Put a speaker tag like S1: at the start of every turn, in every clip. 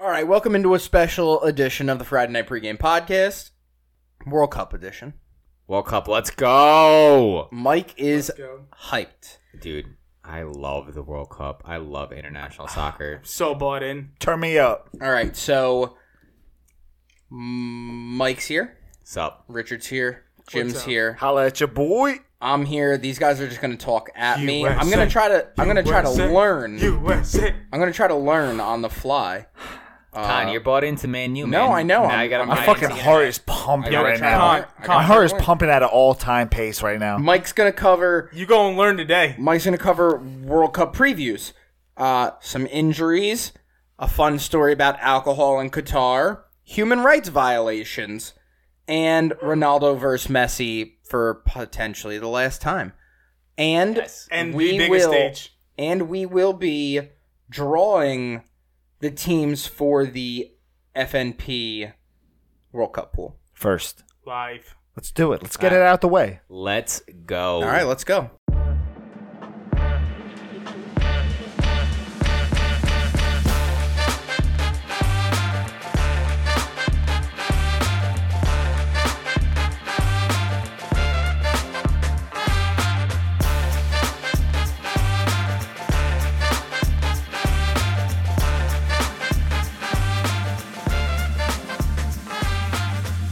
S1: right, welcome into a special edition of the Friday Night Pregame Podcast, World Cup edition.
S2: World Cup, let's go,
S1: Mike is
S3: go.
S1: hyped.
S2: dude. I love the World Cup. I love international soccer.
S3: So bought in.
S4: Turn me up.
S1: All right, so mm, Mike's here,
S2: Sup?
S1: Richard's here, Jim's
S3: up?
S1: here,
S4: Holla at your boy.
S1: I'm here. These guys are just gonna talk at me. I'm
S3: USA.
S1: gonna try to. I'm gonna try to
S3: USA.
S1: learn.
S3: USA.
S1: I'm gonna try to learn on the fly.
S2: Con, you're bought into Man U.
S1: Uh, no,
S2: man.
S1: I know.
S2: Now
S1: I'm-
S2: you got
S1: I'm
S4: My fucking heart is pumping
S1: gotta
S4: right
S1: try
S4: now.
S1: to learn.
S3: Con-
S1: I
S3: con-
S1: gotta
S4: My heart is
S1: learn.
S4: pumping at an all-time pace right now.
S1: Mike's gonna cover
S3: You go and learn today.
S1: Mike's going to cover World Cup previews, uh, some injuries, a fun story about alcohol in Qatar, human rights violations, and Ronaldo versus Messi for potentially the last time. And
S3: And
S1: We
S3: the biggest
S1: will.
S3: stage.
S1: and we will be drawing the teams for the FNP World Cup pool.
S4: First,
S3: Live.
S4: let's do it. Let's get it out the way.
S2: Let's go.
S1: All right, let's go.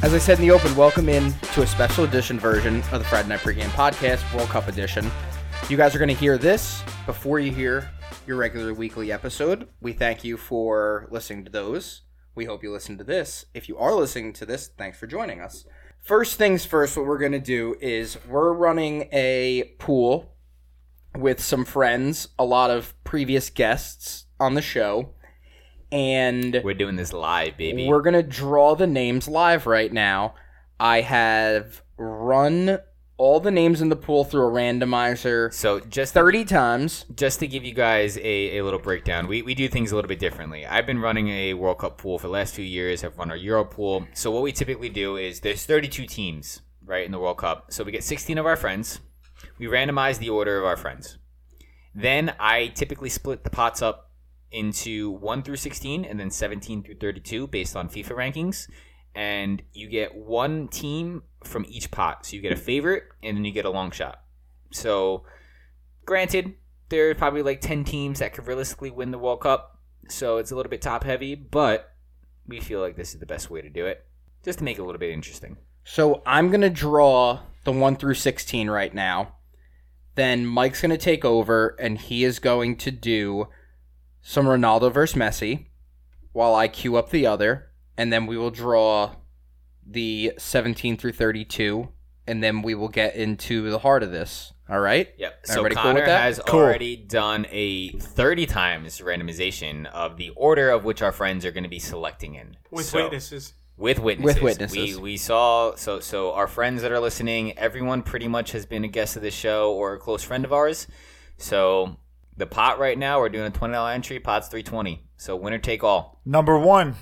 S1: As I said in the open, welcome in to a special edition version of the Friday Night Pregame Podcast, World Cup edition. You guys are going to hear this before you hear your regular weekly episode. We thank you for listening to those. We hope you listen to this. If you are listening to this, thanks for joining us. First things first, what we're going to do is we're running a pool with some friends, a lot of previous guests on the show, and
S2: We're doing this live, baby.
S1: we're gonna draw the names live right now. I have run all the names in the pool through a randomizer
S2: so just
S1: thirty times.
S2: just to give you guys a, a little breakdown, we, we do things a little bit differently. I've been running a World Cup pool for the last few years. I've run our Euro pool. So what we typically do is there's 32 teams right in the World Cup. So we get 16 of our friends. We randomize the order of our friends. Then I typically split the pots up into 1 through 16 and then 17 through 32 based on FIFA rankings. And you get one team from each pot. So you get a favorite and then you get a long shot. So granted, there are probably like 10 teams that could realistically win the World Cup. So it's a little bit top heavy, but we feel like this is the best way to do it just to make it a little bit interesting.
S1: So I'm gonna draw the one through sixteen right now. Then Mike's gonna take over, and he is going to do some Ronaldo versus Messi, while I queue up the other, and then we will draw the seventeen through thirty-two, and then we will get into the heart of this. All right.
S2: Yep. So
S1: Everybody cool
S2: Connor
S1: with that?
S2: has already done a 30 times randomization of the order of which our friends are going to be selecting in.
S3: With
S2: So-
S3: witnesses.
S2: With witnesses.
S1: With witnesses.
S2: We, we saw so so our friends that are listening, everyone pretty much has been a guest of this show or a close friend of ours. So the pot right now, we're doing a twenty dollar entry. Pot's three twenty. So winner take all.
S4: Number one,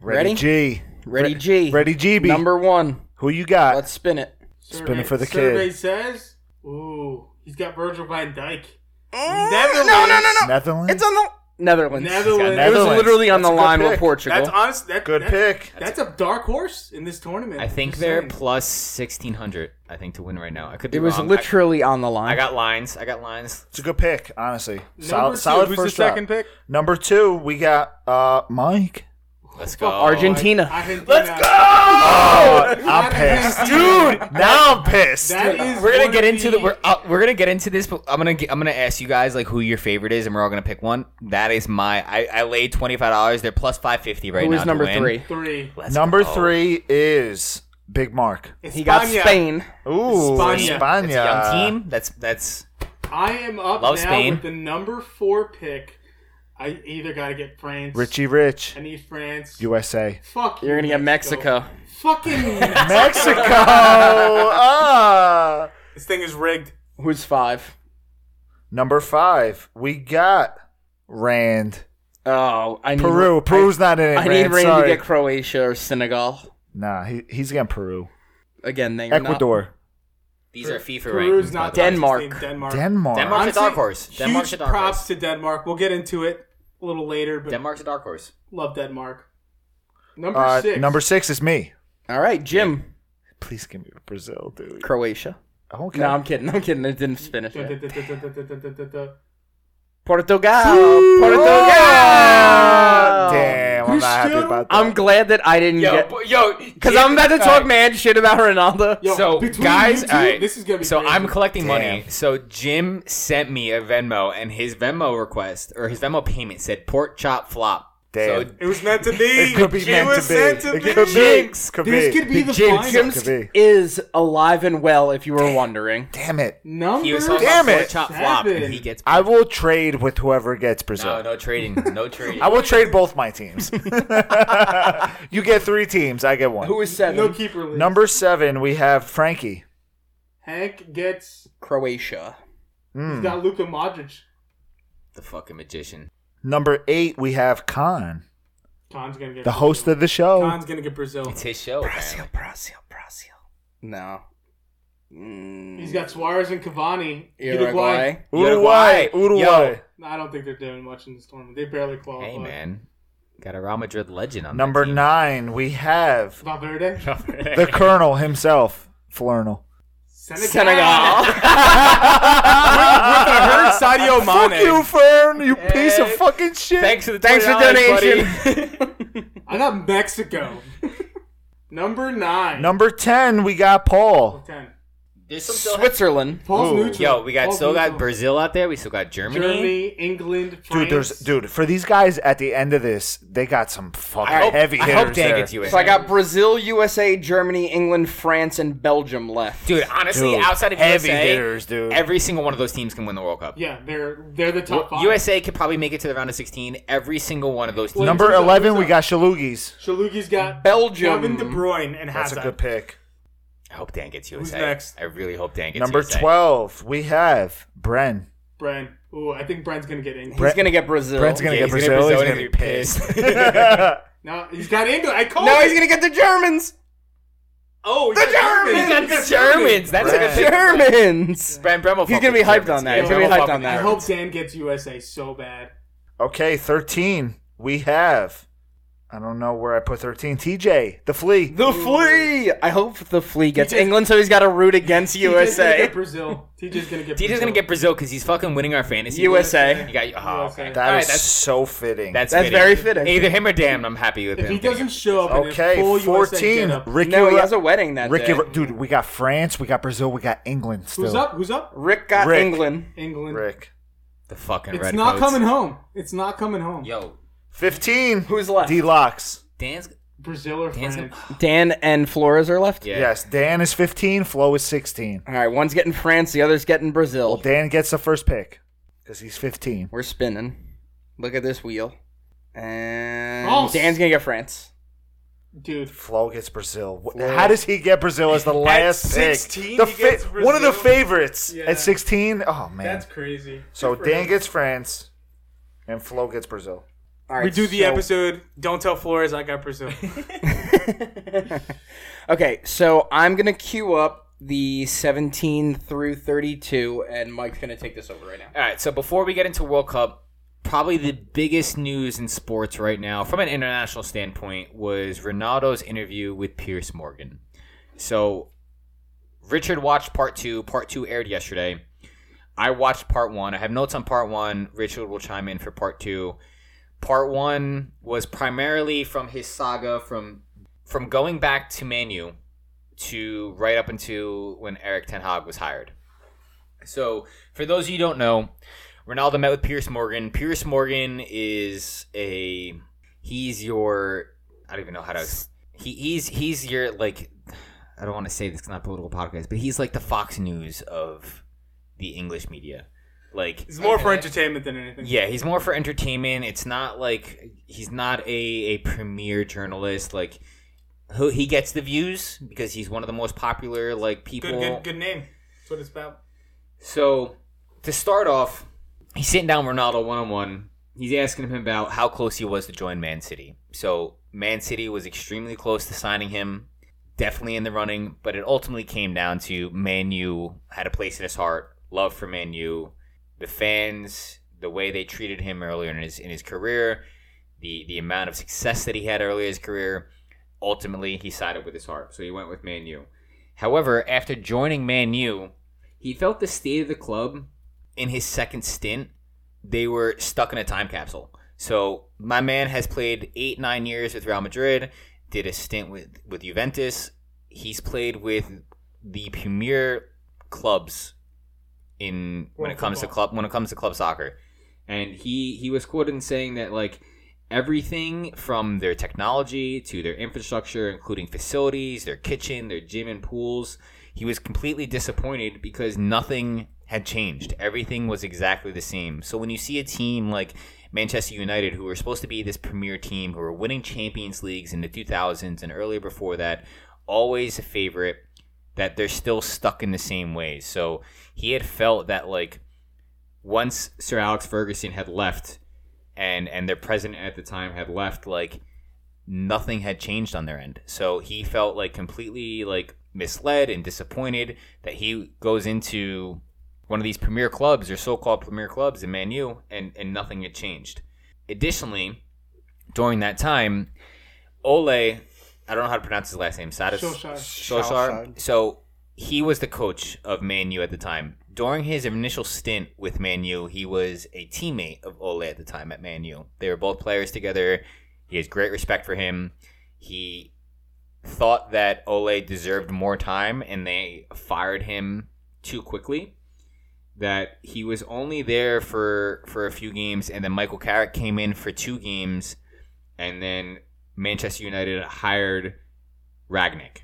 S4: Ready,
S1: Ready?
S4: G.
S1: Ready G.
S4: Ready GB.
S1: Number one.
S4: Who you got?
S1: Let's spin it.
S4: Spinning for the
S3: survey
S4: kid.
S3: says, ooh, he's got Virgil van Dyke. Netherlands. No,
S4: Netherlands.
S1: It's on the Netherlands.
S3: Netherlands.
S1: It was literally on
S4: That's
S1: the
S4: a good
S1: line with
S4: pick.
S1: Portugal.
S3: That's honest. That,
S4: Good
S3: that-
S4: pick.
S3: That's a dark horse in this tournament.
S2: I think
S3: Just
S2: they're
S3: saying.
S2: plus sixteen hundred. I think to win right now. I could be
S1: it was
S2: wrong.
S1: literally on the
S2: I, I
S1: line.
S2: got lines. I got lines.
S4: It's a good pick, honestly.
S3: Number
S4: Solid,
S3: two,
S4: solid
S3: who's
S4: first
S3: the
S4: round.
S3: second pick?
S4: Number two, we got uh Mike.
S2: Let's go.
S1: Argentina.
S3: Let's go.
S4: Oh, I'm pissed, dude. Now I'm pissed.
S3: That is
S2: We're
S3: one
S2: gonna get
S3: of
S2: into the we're uh, we're gonna get into this, but I'm gonna get, I'm gonna ask you guys like who your favorite is, and we're all gonna pick one. That is my I, I laid twenty five dollars. They're plus five fifty right
S1: Who
S2: now.
S1: was
S2: to
S1: number
S2: win.
S1: three?
S3: three.
S2: Let's
S4: Number
S2: go.
S4: three is Big Mark.
S1: He got
S3: España.
S1: Spain.
S4: Ooh,
S3: España.
S2: It's a young team. That's that's
S3: I am up
S2: Love
S3: now
S2: Spain.
S3: with the number four pick. I either gotta get France.
S4: Richie Rich,
S3: I need France.
S4: USA.
S3: Fuck.
S1: You're
S3: you,
S1: gonna get Mexico.
S3: Fucking.
S4: Mexico. Ah.
S3: this thing is rigged.
S1: Who's five?
S4: Number five, we got Rand.
S1: Oh, I need
S4: Peru. Peru's not in it.
S1: I, I need
S4: Rand,
S1: Rain to
S4: sorry.
S1: get Croatia or Senegal.
S4: nah, he, he's getting Peru.
S1: Again, they are not-
S4: Ecuador.
S2: these are FIFA
S3: Peru's
S2: rankings,
S3: not
S2: by the way.
S1: Denmark.
S3: Denmark.
S4: Denmark.
S2: Denmark. Denmark's a dark
S3: Honestly,
S2: horse. Denmark's
S3: huge
S2: a dark
S3: props
S2: horse.
S3: to Denmark. We'll get into it. a little later, but
S2: Denmark's a dark horse.
S3: love Denmark. Number
S4: Uh,
S3: six.
S4: number six is me.
S1: All right, Jim.
S4: Please give me Brazil, dude.
S1: Croatia.
S4: Okay.
S1: No, I'm kidding. I'm kidding. It didn't finish.
S3: Da- da-
S1: Yet.
S3: da- da- da- da- da- da- da-
S1: Portugal.
S4: Ah,
S1: Portugal.
S4: Oh, Damn, I'm
S3: You
S4: not happy
S3: still-
S4: about that.
S1: I'm glad that I didn't
S2: Yo,
S1: get
S2: bo- yo,
S1: because I'm about to
S2: All
S1: talk
S2: right.
S1: mad shit about Ronaldo.
S3: Yo,
S2: So
S3: between
S2: guys,
S3: you two,
S2: all right.
S3: this is gonna be
S2: so
S3: crazy.
S2: I'm collecting money.
S4: Damn.
S2: So Jim sent me a Venmo, and his Venmo request or his Venmo payment said pork chop flop.
S4: Damn.
S2: So
S5: It was meant to be.
S4: it could be
S5: It
S4: meant
S5: was
S4: to
S5: meant to
S4: be.
S5: be.
S4: It could be.
S3: Jinx.
S4: Could
S3: this
S4: be.
S3: could be the
S2: Jim-
S3: final.
S4: Jim-
S1: Jim's
S4: be.
S1: is alive and well, if you were wondering.
S4: Damn it.
S3: Number
S2: he was talking
S4: Damn
S2: about
S4: it.
S2: pork chop flop, and
S3: Seven.
S2: he gets.
S4: I will trade with whoever gets Brazil.
S2: no, no trading, no trading.
S4: I will trade both my teams. you get three teams. I get one.
S1: Who is seven?
S3: no keeper. league.
S4: Number seven, we have Frankie.
S3: Hank gets.
S1: Croatia.
S4: Hmm.
S3: He's got Luka Modric.
S2: the fucking magician.
S4: Number eight, we have Khan,
S3: Khan's gonna get
S4: the host of the show.
S3: Khan's gonna get Brazil.
S2: It's his show. apparently.
S1: Brazil, Brazil. No. Mm,
S3: He's got Suarez and Cavani.
S1: Uruguay.
S4: Uruguay. Uruguay.
S2: Yo.
S3: No, I don't think they're doing much in this tournament. They barely qualified.
S2: Hey man, got a Real Madrid legend on
S4: Number nine, we have
S3: Valverde.
S4: the Colonel himself, Flernal.
S3: Senegal.
S5: I heard Sadio
S4: Fuck
S5: Mane.
S4: you, Fern. You piece of fucking shit.
S2: Thanks for the
S1: Thanks for
S2: $20, buddy.
S1: donation.
S3: I got Mexico. Number nine.
S4: Number ten, we got Paul.
S3: ten.
S2: There's some still-
S1: Switzerland.
S3: Paul's
S4: Ooh.
S3: neutral.
S2: Yo, we got
S3: Paul's
S2: still got
S3: neutral.
S2: Brazil out there. We still got Germany.
S3: Germany, England, France.
S4: Dude, there's dude for these guys at the end of this, they got some fucking
S2: I hope,
S4: heavy
S2: I
S4: hitters
S2: hope Dan
S4: there.
S2: gets USA.
S1: So I got Brazil, USA, Germany, England, France, and Belgium left.
S2: Dude, honestly,
S4: Dude,
S2: outside of
S4: heavy
S2: USA,
S4: hitters, dude.
S2: every single one of those teams can win the World Cup.
S3: Yeah, they're they're the
S2: Well,
S3: top five.
S2: USA could probably make it to the round of 16. Every single one of those teams.
S4: Number
S3: Who's up,
S4: eleven,
S3: who's
S4: we
S3: up?
S4: got Shalugis.
S3: Shalugi's got
S1: Belgium.
S3: Kevin De Bruyne and
S4: That's
S3: Hazard.
S4: a good pick.
S2: I hope Dan gets USA.
S3: next?
S2: I really hope Dan gets
S4: Number
S2: USA.
S4: twelve, we have Bren.
S3: Bren. Ooh, I think Bren's gonna get England.
S1: He's gonna get Brazil.
S4: Brent's
S2: Yeah,
S4: gonna get
S2: he's gonna
S4: Brazil.
S2: Brazil,
S4: He's gonna be
S2: he's
S4: pissed.
S2: gonna be
S3: No, he's got England. I called.
S1: no,
S3: it.
S1: he's gonna get the Germans.
S3: Oh,
S1: The Germans!
S2: Not the Germans. That's
S1: The
S2: a good pick.
S1: Germans.
S2: Brem, Brem will
S1: He's
S2: fuck
S1: gonna
S2: with
S1: be
S2: the
S1: hyped
S2: Germans.
S1: on that.
S2: Yeah,
S1: He's
S2: Brem
S1: gonna
S2: will
S1: be hyped
S2: fuck
S1: on
S2: with the
S1: that.
S3: I
S2: Germans.
S3: hope Dan gets USA so bad.
S4: okay, thirteen. We have. I don't know where I put thirteen. TJ, the flea.
S1: The flea. I hope the flea gets
S3: just-
S1: England, so he's got to root against
S3: TJ's gonna
S1: USA.
S3: get Brazil. TJ's gonna get.
S2: TJ's gonna
S3: Brazil.
S2: get Brazil because he's fucking winning our fantasy.
S1: USA.
S2: You got. Oh,
S3: USA.
S2: okay.
S4: That is
S2: All right, that's
S4: so fitting.
S2: that's,
S1: That's
S2: fitting.
S1: very fitting.
S2: Either him or Dan. I'm happy with
S3: If
S2: him.
S3: he doesn't show up, in a
S4: okay.
S3: full USA
S4: Fourteen.
S3: getup-
S4: Ricky.
S1: No, he
S4: Ra-
S1: has a wedding that
S4: Ricky,
S1: day.
S4: Ra- dude. We got France. We got Brazil. We got England. Still.
S3: Who's up? Who's up?
S1: Rick got
S4: Rick.
S1: England.
S3: England.
S4: Rick.
S2: the fucking
S3: It's
S2: red
S3: not
S2: coats.
S3: coming home. It's not coming home.
S2: Yo,
S4: Fifteen.
S1: Who's left?
S4: D Locks.
S2: Dan's
S3: Brazil or
S2: Dan's
S3: France.
S2: gonna.
S1: Dan and Flores are left.
S2: Yeah.
S4: Yes. Dan is fifteen. Flo is sixteen.
S1: All right, one's getting France, the other's getting Brazil.
S4: Well, Dan gets the first pick because he's fifteen.
S1: We're spinning. Look at this wheel. And
S3: France.
S1: Dan's gonna get France.
S3: Dude,
S4: Flo gets Brazil. Wh- How does he get Brazil as the last pick?
S5: 16,
S4: The
S5: he gets
S4: one of the
S5: Brazil.
S4: favorites
S3: Yeah.
S4: at 16. Oh man.
S3: that's crazy.
S4: so
S3: Good for
S4: Dan
S3: him.
S4: gets France and Flo gets Brazil.
S1: All right,
S5: We do the
S1: so-
S5: episode. Don't tell Flores I got Brazil.
S1: Okay, so I'm gonna queue up the 17 through 32, and Mike's gonna take this over right now.
S2: All right, so before we get into World Cup, probably the biggest news in sports right now, from an international standpoint, was Ronaldo's interview with Pierce Morgan. So, Richard watched part two. Part two aired yesterday. I watched part one. I have notes on part one. Richard will chime in for part two. Part one was primarily from his saga from from going back to Manu to right up until when Eric Ten Hag was hired. So, for those of you who don't know, Ronaldo met with Pierce Morgan. Pierce Morgan is a he's your I don't even know how to he, he's he's your like I don't want to say this 'cause it's not a political podcast, but he's like the Fox News of the English media. Like
S5: It's
S3: More for entertainment than anything.
S2: yeah, he's more for entertainment. It's not like he's not a, a premier journalist. Like who he gets the views because he's one of the most popular like people.
S5: Good, good, good name. That's what it's about.
S2: So to start off, he's sitting down with Ronaldo one on one. He's asking him about how close he was to join Man City. So Man City was extremely close to signing him, definitely in the running, but it ultimately came down to Man U had a place in his heart, love for Man U, the fans, the way they treated him earlier in his in his career, the the amount of success that he had earlier in his career. Ultimately, he sided with his heart, so he went with Man U. However, after joining Man U, he felt the state of the club in his second stint. They were stuck in a time capsule. So my man has played eight nine years with Real Madrid, did a stint with with Juventus. He's played with the premier clubs in when
S5: World
S2: it comes to
S5: football.
S2: club when it comes to club soccer. And he he was quoted in saying that like everything from their technology to their infrastructure, including facilities, their kitchen, their gym and pools, he was completely disappointed because nothing had changed. Everything was exactly the same. So when you see a team like Manchester United, who were supposed to be this premier team, who were winning Champions Leagues in the 2000s and earlier before that, always a favorite, that they're still stuck in the same ways. So he had felt that like once Sir Alex Ferguson had left and and their president at the time had left, like nothing had changed on their end. So he felt like completely like misled and disappointed that he goes into one of these premier clubs or so-called premier clubs in Man U and and nothing had changed. Additionally, during that time, Ole, I don't know how to pronounce his last name, Sadis
S5: Solskjaer.
S2: Solskjaer.
S1: Solskjaer.
S2: So he was the coach of Man U at the time. During his initial stint with Man U, he was a teammate of Ole at the time at Man U. They were both players together. He has great respect for him. He thought that Ole deserved more time and they fired him too quickly. That he was only there for for a few games and then Michael Carrick came in for two games and then Manchester United hired Ragnick.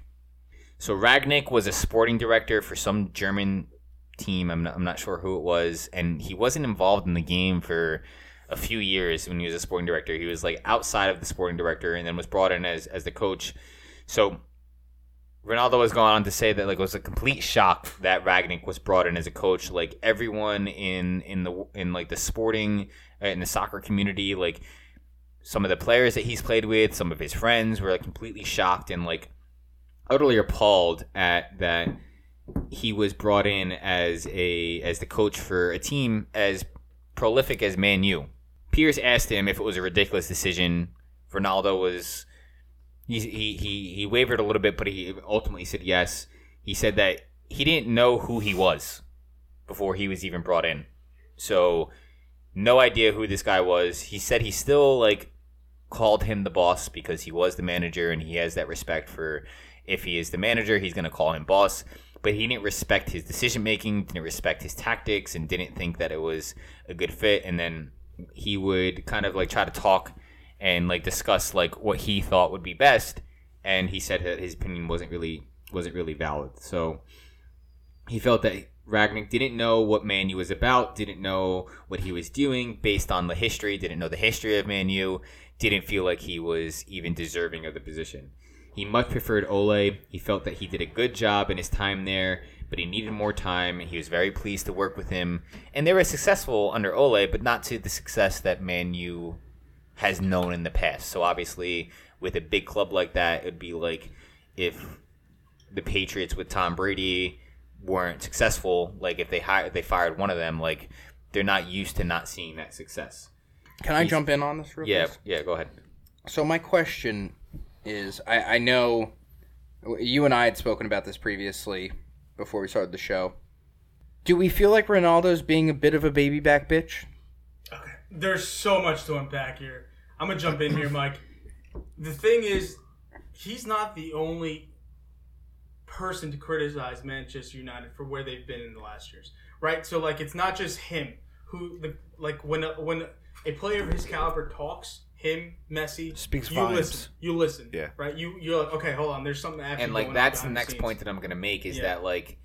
S2: So Ragnick was a sporting director for some German team. I'm not, I'm not sure who it was, and he wasn't involved in the game for a few years when he was a sporting director. He was like outside of the sporting director, and then was brought in as as the coach. So Ronaldo has gone on to say that like it was a complete shock that Ragnick was brought in as a coach. Like everyone in in the in like the sporting uh, in the soccer community, like some of the players that he's played with, some of his friends were like completely shocked and like utterly appalled at that he was brought in as a as the coach for a team as prolific as Man U. Piers asked him if it was a ridiculous decision. Ronaldo was he he he, he wavered a little bit, but he ultimately said yes. He said that he didn't know who he was before he was even brought in. So no idea who this guy was. He said he still like called him the boss because he was the manager and he has that respect for if he is the manager, he's going to call him boss. But he didn't respect his decision making, didn't respect his tactics, and didn't think that it was a good fit. And then he would kind of like try to talk and like discuss like what he thought would be best. And he said that his opinion wasn't really wasn't really valid. So he felt that Ragnick didn't know what Man U was about, didn't know what he was doing based on the history, didn't know the history of Man U, didn't feel like he was even deserving of the position. He much preferred Ole. He felt that he did a good job in his time there, but he needed more time. He was very pleased to work with him, and they were successful under Ole, but not to the success that Man U has known in the past. So obviously, with a big club like that, it'd be like if the Patriots with Tom Brady weren't successful. Like if they hired, they fired one of them. Like they're not used to not seeing that success.
S1: Can I jump in on this real
S2: Yeah,
S1: fast?
S2: yeah. Go ahead.
S1: So my question is, I, I know you and I had spoken about this previously before we started the show. Do we feel like Ronaldo's being a bit of a baby back bitch?
S5: There's so much to unpack here. I'm gonna jump in here, Mike.
S3: The thing is, he's not the only person to criticize Manchester United for where they've been in the last years, right? So like, it's not just him who the like when a, when a player of his caliber talks, him Messi
S4: Speaks
S3: You
S4: volumes.
S3: listen, you listen,
S4: Yeah.
S3: right? You you're like, okay, hold on, there's something actually
S2: And like
S3: going on
S2: that's the
S3: behind
S2: next
S3: scenes.
S2: point that I'm gonna make is
S3: Yeah.
S2: that like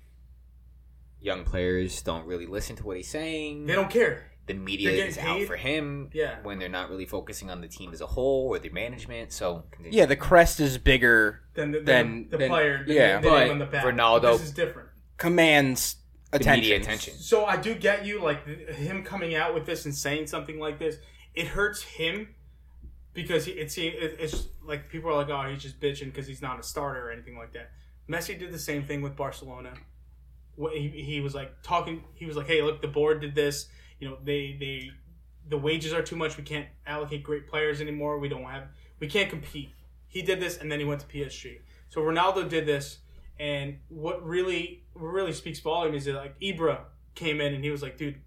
S2: young players don't really listen to what he's saying.
S3: They don't care.
S2: the media
S3: they're getting
S2: is out
S3: paid.
S2: for him.
S3: Yeah.
S2: When they're not really focusing on the team as a whole or the management. So continue.
S1: Yeah, the crest is bigger,
S3: Then the,
S1: Then-
S3: then, the
S1: then-
S3: player, the,
S1: yeah.
S3: the name
S2: But
S3: on the back.
S2: Ronaldo-
S3: this is different.
S1: commands
S2: the
S1: attention.
S2: media attention.
S3: So I do get you, like th- him coming out with this and saying something like this. It hurts him because he, it's he, it, it's like people are like, oh, he's just bitching because he's not a starter or anything like that. Messi did the same thing with Barcelona. Wh- He, he was like talking. He was like, hey, look, the board did this. you know they they the wages are too much. We can't allocate great players anymore. We don't have we can't compete. He did this and then he went to PSG. So Ronaldo did this, and what really what really speaks volume is that like Ibra came in and he was like, dude,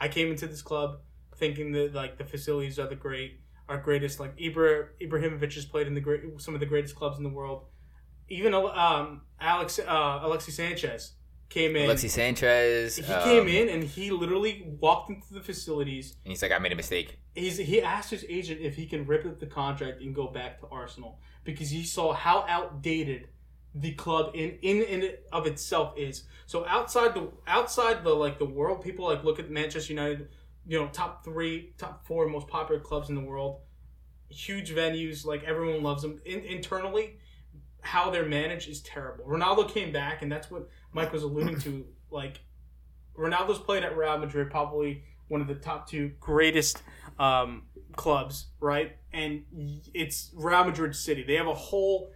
S3: I came into this club thinking that like the facilities are the great our greatest like Ibra Ibrahimovic has played in the great some of the greatest clubs in the world. Even um, Alex uh, Alexi Sanchez came in.
S2: Alexi Sanchez.
S3: he
S2: um,
S3: came in and he literally walked into the facilities
S2: and he's like, I made a mistake.
S3: he's he asked his agent if he can rip up the contract and go back to Arsenal because he saw how outdated the club in in in of itself is. So outside the outside the like the world, people like look at Manchester United, you know, top three, top four most popular clubs in the world, huge venues, like everyone loves them. In, internally, how they're managed is terrible. Ronaldo came back, and that's what Mike was alluding to. Like Ronaldo's played at Real Madrid, probably one of the top two greatest um, clubs, right? And it's Real Madrid City. They have a whole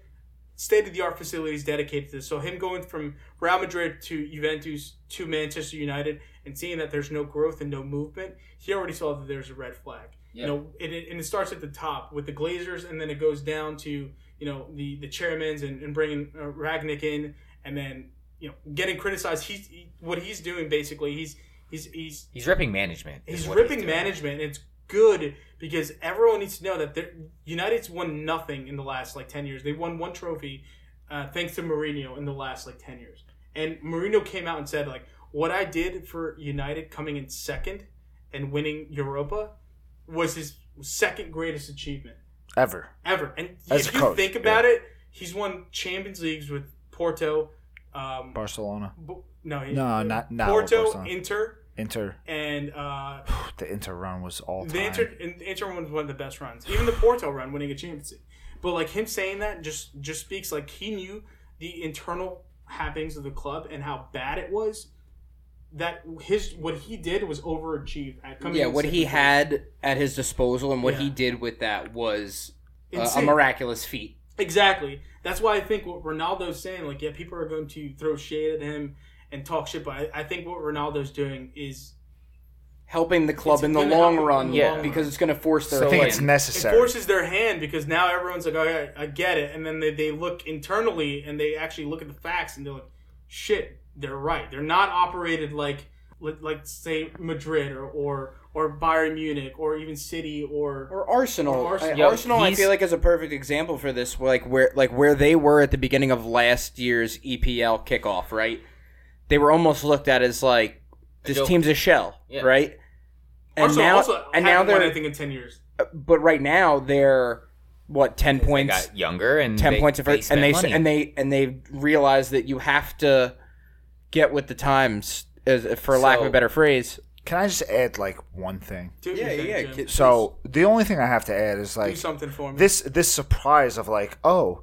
S3: state of the art facilities dedicated to this. So him going from Real Madrid to Juventus to Manchester United and seeing that there's no growth and no movement, he already saw that there's a red flag.
S2: Yeah.
S3: You know, it, it, and it starts at the top with the Glazers, and then it goes down to you know the the chairmans and, and bringing uh, Ragnick in, and then you know getting criticized. He's he, what he's doing basically. He's he's he's
S2: He's ripping management. is
S3: He's
S2: what
S3: ripping
S2: doing.
S3: management. and It's good because everyone needs to know that they're- United's won nothing in the last like ten years. They won one trophy uh, thanks to Mourinho in the last like ten years. And Mourinho came out and said like, "What I did for United coming in second and winning Europa was his second greatest achievement
S4: Ever.
S3: ever." And
S4: As
S3: if
S4: a
S3: you
S4: coach,
S3: think about it, he's won Champions Leagues with Porto. Um,
S4: Barcelona.
S3: Bu- no, he-
S4: No, not not
S3: Porto,
S4: Barcelona.
S3: Inter,
S4: Inter.
S3: and uh,
S4: The Inter run was all time.
S3: the Inter, and the Inter one was one of the best runs. Even the Porto run, winning a Champions League. But like him saying that just just speaks like he knew the internal happenings of the club and how bad it was. That his what he did was overachieved at coming.
S1: yeah,
S3: in
S1: what he
S3: second place.
S1: had at his disposal and what he
S3: Yeah.
S1: did with that was uh, a, a
S3: Insane.
S1: miraculous feat.
S3: Exactly. That's why I think what Ronaldo's saying, like, yeah, people are going to throw shade at him and talk shit, but I, I think what Ronaldo's doing is
S1: Helping the club
S3: It's
S1: in the
S3: gonna
S1: long
S3: help
S1: run,
S3: in
S2: the long
S1: yeah,
S2: run.
S1: because it's going to force their
S4: I think
S1: hand.
S4: it's
S3: it
S4: necessary.
S3: forces their hand because now everyone's like, okay, I get it. And then they, they look internally and they actually look at the facts and they're like, shit, they're right. They're not operated like, like, like, say, Madrid or, or, or Bayern Munich or even City or.
S1: or Arsenal.
S3: Or Arsenal.
S1: I-
S2: Yeah,
S1: Arsenal, I
S2: he's-
S1: feel like is a perfect example for this. where, Like where like where they were at the beginning of last year's EPL kickoff, right? They were almost looked at as like this
S2: joke.
S1: team's a shell,
S2: Yeah.
S1: right? And
S3: Arsenal
S1: now
S3: also
S1: and now
S3: haven't won
S1: they're
S3: anything in 10 years.
S1: but right now they're what ten
S2: They
S1: points,
S2: got younger and
S1: ten
S2: they,
S1: points of first, and they s
S2: spent money.
S1: and they and they realize that you have to get with the times, as, for lack of a
S2: So-
S1: better phrase.
S4: Can I just add like one thing?
S3: Do your thing, Jim.
S4: So the only thing I have to add is
S3: do
S4: like
S3: something for me.
S4: this this surprise of like oh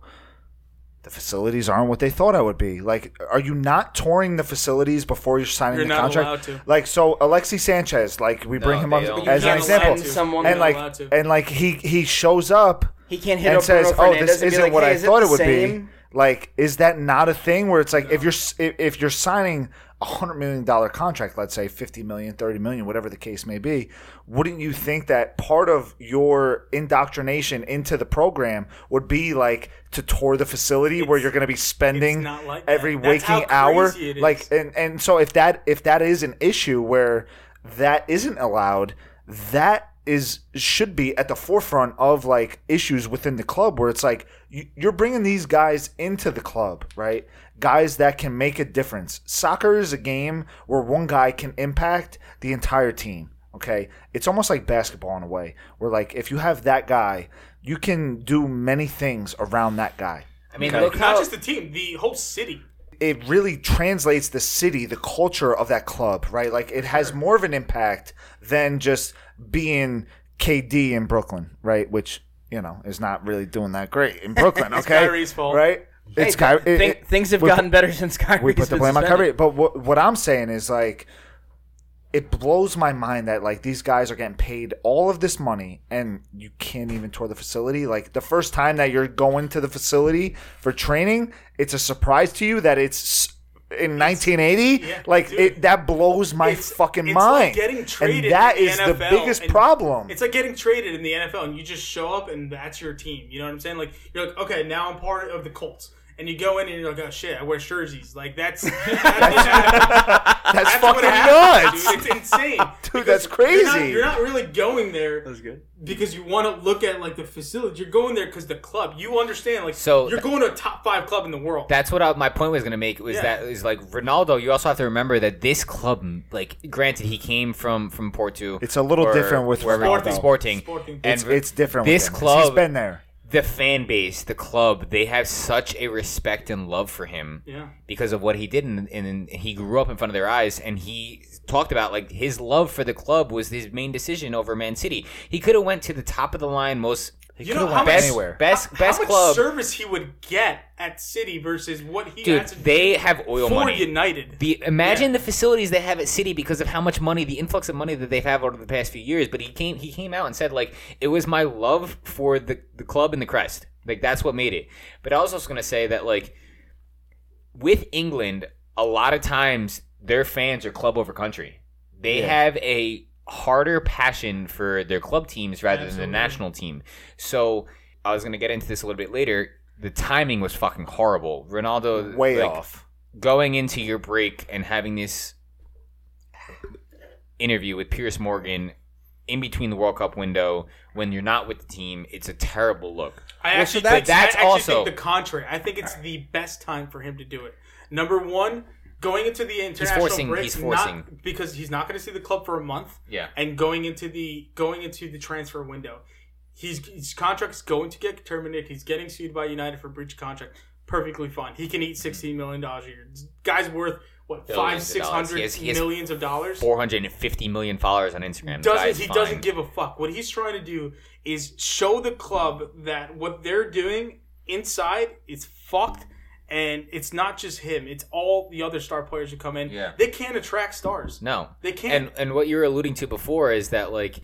S4: the facilities aren't what they thought I would be. Like, are you not touring the facilities before you're signing
S3: You're
S4: the
S3: not
S4: contract?
S3: allowed to.
S4: Like, so Alexi Sanchez, like we bring
S2: No,
S4: him
S2: they
S4: up
S2: don't.
S4: as
S3: You're
S4: an
S3: not allowed
S4: example,
S3: to.
S1: Someone
S4: and
S3: You're not allowed
S4: like,
S3: to.
S4: and like he he shows up
S1: he can't hit
S4: and
S1: up
S4: says,
S1: Bruno
S4: "Oh,
S1: Fernandes
S4: this
S1: and be
S4: isn't
S1: like,
S4: what
S1: "Hey,
S4: I
S1: is
S4: thought
S1: the
S4: it would
S1: same?"
S4: be." Like, is that not a thing where it's like if you're s- if if you're signing a hundred million dollar contract, let's say 50 million, 30 million, whatever the case may be, wouldn't you think that part of your indoctrination into the program would be like to tour the facility where you're going to be spending
S3: it's not like that.
S4: every
S3: That's how
S4: waking hour?
S3: crazy it is.
S4: Like, and and so if that if that is an issue where that isn't allowed that is should be at the forefront of like issues within the club where it's like you, you're bringing these guys into the club right guys that can make a difference soccer is a game where one guy can impact the entire team okay it's almost like basketball in a way where like if you have that guy you can do many things around that guy
S2: I mean,
S4: Okay.
S2: look
S3: not
S2: how
S3: just the team, the whole city.
S4: it really translates the city, the culture of that club, right? Like it has more of an impact than just being KD in Brooklyn, right? Which you know is not really doing that great in Brooklyn. okay,
S3: Kyrie's fault.
S4: right? It's Kyrie. it-
S1: Thi-
S4: it-
S1: things have
S4: we-
S1: gotten better since Kyrie.
S4: we put the blame on Kyrie. But what, what I'm saying is like, it blows my mind that like these guys are getting paid all of this money and you can't even tour the facility. Like the first time that you're going to the facility for training, it's a surprise to you that it's s- in 1980 like
S3: dude.
S4: it, that blows my
S3: It's-
S4: fucking
S3: it's
S4: mind
S3: like getting traded
S4: and that
S3: in the
S4: is the
S3: NFL,
S4: biggest
S3: and
S4: problem
S3: It's like getting traded in the NFL, and you just show up, and that's your team. You know what I'm saying? Like you're like, okay, now I'm part of the Colts, and you go in, and you're like, oh shit, I wear jerseys. Like that's that's,
S4: that's
S3: what
S4: fucking
S3: happens,
S4: nuts
S3: dude. It's insane,
S4: Dude,
S3: Because
S4: that's
S3: you're not-
S4: crazy.
S3: You're not, really going there
S1: was good.
S3: because you want to look at like the facility. You're going there because the club. You understand? Like
S2: So-
S3: you're going to a top five club in the world.
S2: That's what I, my point was going to make was
S3: Yeah.
S2: that is like Ronaldo. You also have to remember that this club, like, granted, he came from from Porto.
S4: It's a little
S2: or
S4: different with
S2: wherever-
S4: Ronaldo.
S2: Sporting,
S3: Sporting.
S2: And
S4: it's, it's different with
S2: This
S4: him, 'cause
S2: club,
S4: he's been there
S2: the fan base, the club, they have such a respect and love for him
S3: yeah.
S2: because of what he did, and, and he grew up in front of their eyes. And he talked about like his love for the club was his main decision over Man City. He could have went to the top of the line, most
S3: You know
S4: could've
S3: how
S4: went
S2: best,
S4: anywhere.
S2: best,
S3: how,
S2: best
S3: how much
S2: club.
S3: service he would get at City versus what he
S2: Dude,
S3: had to
S2: they have oil
S3: do for
S2: money.
S3: United.
S2: The imagine the facilities they have at City because of how much money, the influx of money that they've had over the past few years. But he came, he came out and said like it was my love for the the club and the crest, like that's what made it. But I was also gonna say that like with England, a lot of times their fans are club over country. They have a harder passion for their club teams rather than the national team. So I was gonna get into this a little bit later. The timing was fucking horrible. Ronaldo
S4: way
S2: like,
S4: off
S2: going into your break and having this interview with Pierce Morgan in between the World Cup window when you're not with the team, it's a terrible look.
S3: I
S1: Well,
S3: actually
S1: so
S3: think,
S1: that's-
S2: that's
S3: I actually
S2: also-
S3: think the contrary. I think it's the best time for him to do it. Number one, going into the international
S2: forcing-
S3: break,
S2: he's
S3: not-
S2: forcing.
S3: because he's not going to see the club for a month.
S2: Yeah.
S3: and going into the going into the transfer window, he's his contract's going to get terminated. He's getting sued by United for breach of contract. Perfectly fine. He can eat sixteen million dollars a year. This Guy's worth what five,
S2: Billions of
S3: six
S2: dollars. He
S3: hundred
S2: has- he has
S3: millions of dollars.
S2: 450 million followers on Instagram. The
S3: doesn't
S2: guy's
S3: he
S2: fine.
S3: doesn't give a fuck. What he's trying to do is show the club that what they're doing inside is fucked and it's not just him, it's all the other star players who come in.
S2: Yeah.
S3: They can't attract stars.
S2: No.
S3: They can't.
S2: And and what you were alluding to before is that like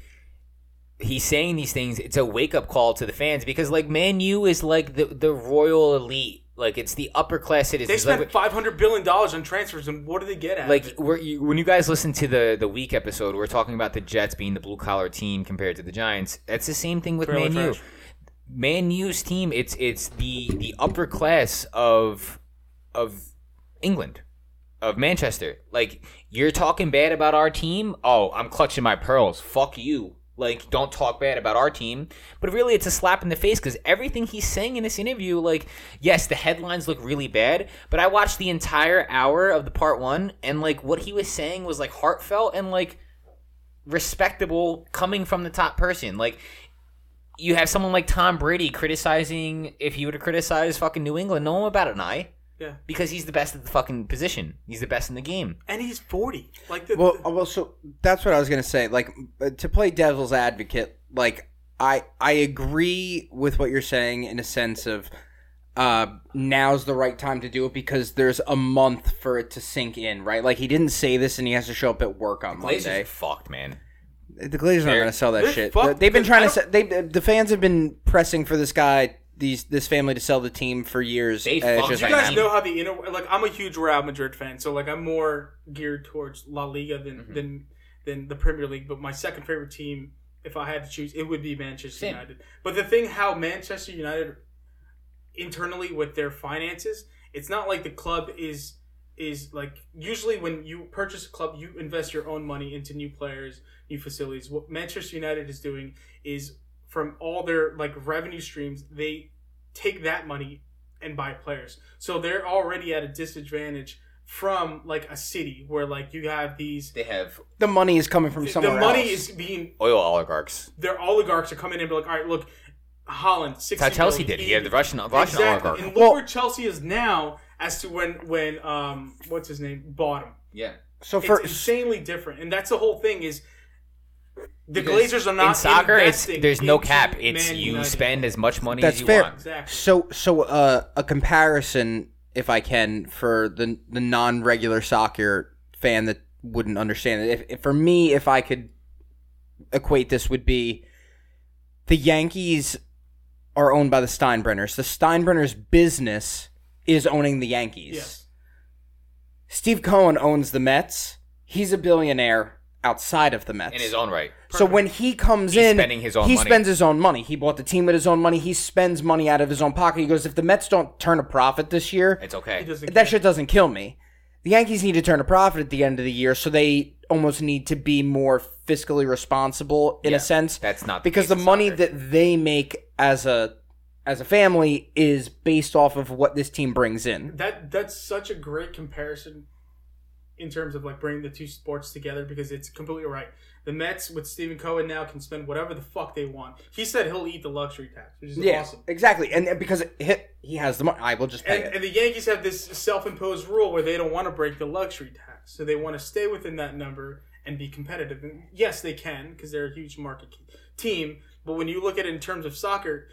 S2: he's saying these things. It's a wake up call to the fans because like Man U is like the the royal elite. Like it's the upper class citizens.
S3: they
S2: Like,
S3: spent five hundred billion dollars on transfers and what do they get at?
S2: like we're, you, when you guys listen to the the week episode, we're talking about the Jets being the blue collar team compared to the Giants. That's the same thing with
S3: Fairly
S2: Man U.
S3: fresh.
S2: Man U's team, it's it's the the upper class of of England, of Manchester. Like you're talking bad about our team. Oh, I'm clutching my pearls. Fuck you. Like don't talk bad about our team. But really, it's a slap in the face because everything he's saying in this interview, like yes, the headlines look really bad, but I watched the entire hour of the part one, and like what he was saying was like heartfelt and like respectable coming from the top person. Like you have someone like Tom Brady criticizing if he would have criticized fucking New England, no one about an eye.
S3: Yeah.
S2: Because he's the best at the fucking position. He's the best in the game.
S3: and he's forty. Like the,
S1: Well, uh, well, so that's what I was gonna say. Like uh, to play devil's advocate, like I I agree with what you're saying in a sense of uh now's the right time to do it because there's a month for it to sink in, right? Like he didn't say this and he has to show up at work on
S2: Blazers
S1: Monday.
S2: are fucked, man.
S1: The Glazers aren't going to sell that
S3: they're
S1: shit.
S3: fucked
S1: They've been
S3: because
S1: trying to.
S3: I
S1: se- They the fans have been pressing for this guy, these this family to sell the team for years.
S2: They
S1: and it's
S2: fucked
S1: just
S2: you
S3: you
S1: like,
S3: guys
S1: nah.
S3: know how the inner like I'm a huge Real Madrid fan, so like I'm more geared towards La Liga than than than the Premier League. But my second favorite team, if I had to choose, it would be Manchester
S2: Same.
S3: United. But the thing how Manchester United internally with their finances, it's not like the club is is like usually when you purchase a club, you invest your own money into new players, new E facilities. What Manchester United is doing is from all their like revenue streams, they take that money and buy players. So they're already at a disadvantage from like a city where like you have these
S2: They have
S1: the money is coming from
S3: the
S1: somewhere.
S3: money
S1: else.
S3: is being
S2: oil oligarchs.
S3: their oligarchs are coming in and be like, all right, look, Holland, six.
S2: That's how Chelsea did. He had the Russian Russian oligarch.
S3: And look
S1: Well-
S3: where Chelsea is now as to when when um what's his name bought him.
S2: yeah.
S1: so
S3: It's
S1: for
S3: insanely different, and that's the whole thing is. The
S2: Because
S3: Glazers are not
S2: in soccer. It's
S3: investing
S2: there's no
S3: into
S2: cap. It's
S3: Man
S2: you
S3: United.
S2: spend as much money
S1: That's
S2: as you
S1: fair.
S2: want.
S3: exactly.
S1: So, so uh, a comparison, if I can, for the the non regular soccer fan that wouldn't understand it. If, if for me, if I could equate this, would be the Yankees are owned by the Steinbrenners. The Steinbrenners' business is owning the Yankees.
S3: Yes.
S1: Steve Cohen owns the Mets. He's a billionaire outside of the Mets.
S2: in his own right.
S1: So when he comes
S2: He's
S1: in,
S2: spending his own
S1: he
S2: money.
S1: spends his own money. He bought the team with his own money. He spends money out of his own pocket. He goes, if the Mets don't turn a profit this year,
S2: It's okay.
S3: He doesn't
S1: that shit doesn't kill me. The Yankees need to turn a profit at the end of the year, so they almost need to be more fiscally responsible in
S2: Yeah,
S1: a sense.
S2: that's not the
S1: because
S2: case
S1: the
S2: in
S1: money
S2: soccer.
S1: that they make as a as a family is based off of what this team brings in.
S3: that that's such a great comparison in terms of like bringing the two sports together because it's completely right. The Mets with Stephen Cohen now can spend whatever the fuck they want. He said he'll eat the luxury tax, which is awesome.
S1: exactly. And, and because it, he has the money, I will just pay
S3: And,
S1: it.
S3: and the Yankees have this self-imposed rule where they don't want to break the luxury tax, so they want to stay within that number and be competitive. And yes, they can because they're a huge market team. But when you look at it in terms of soccer,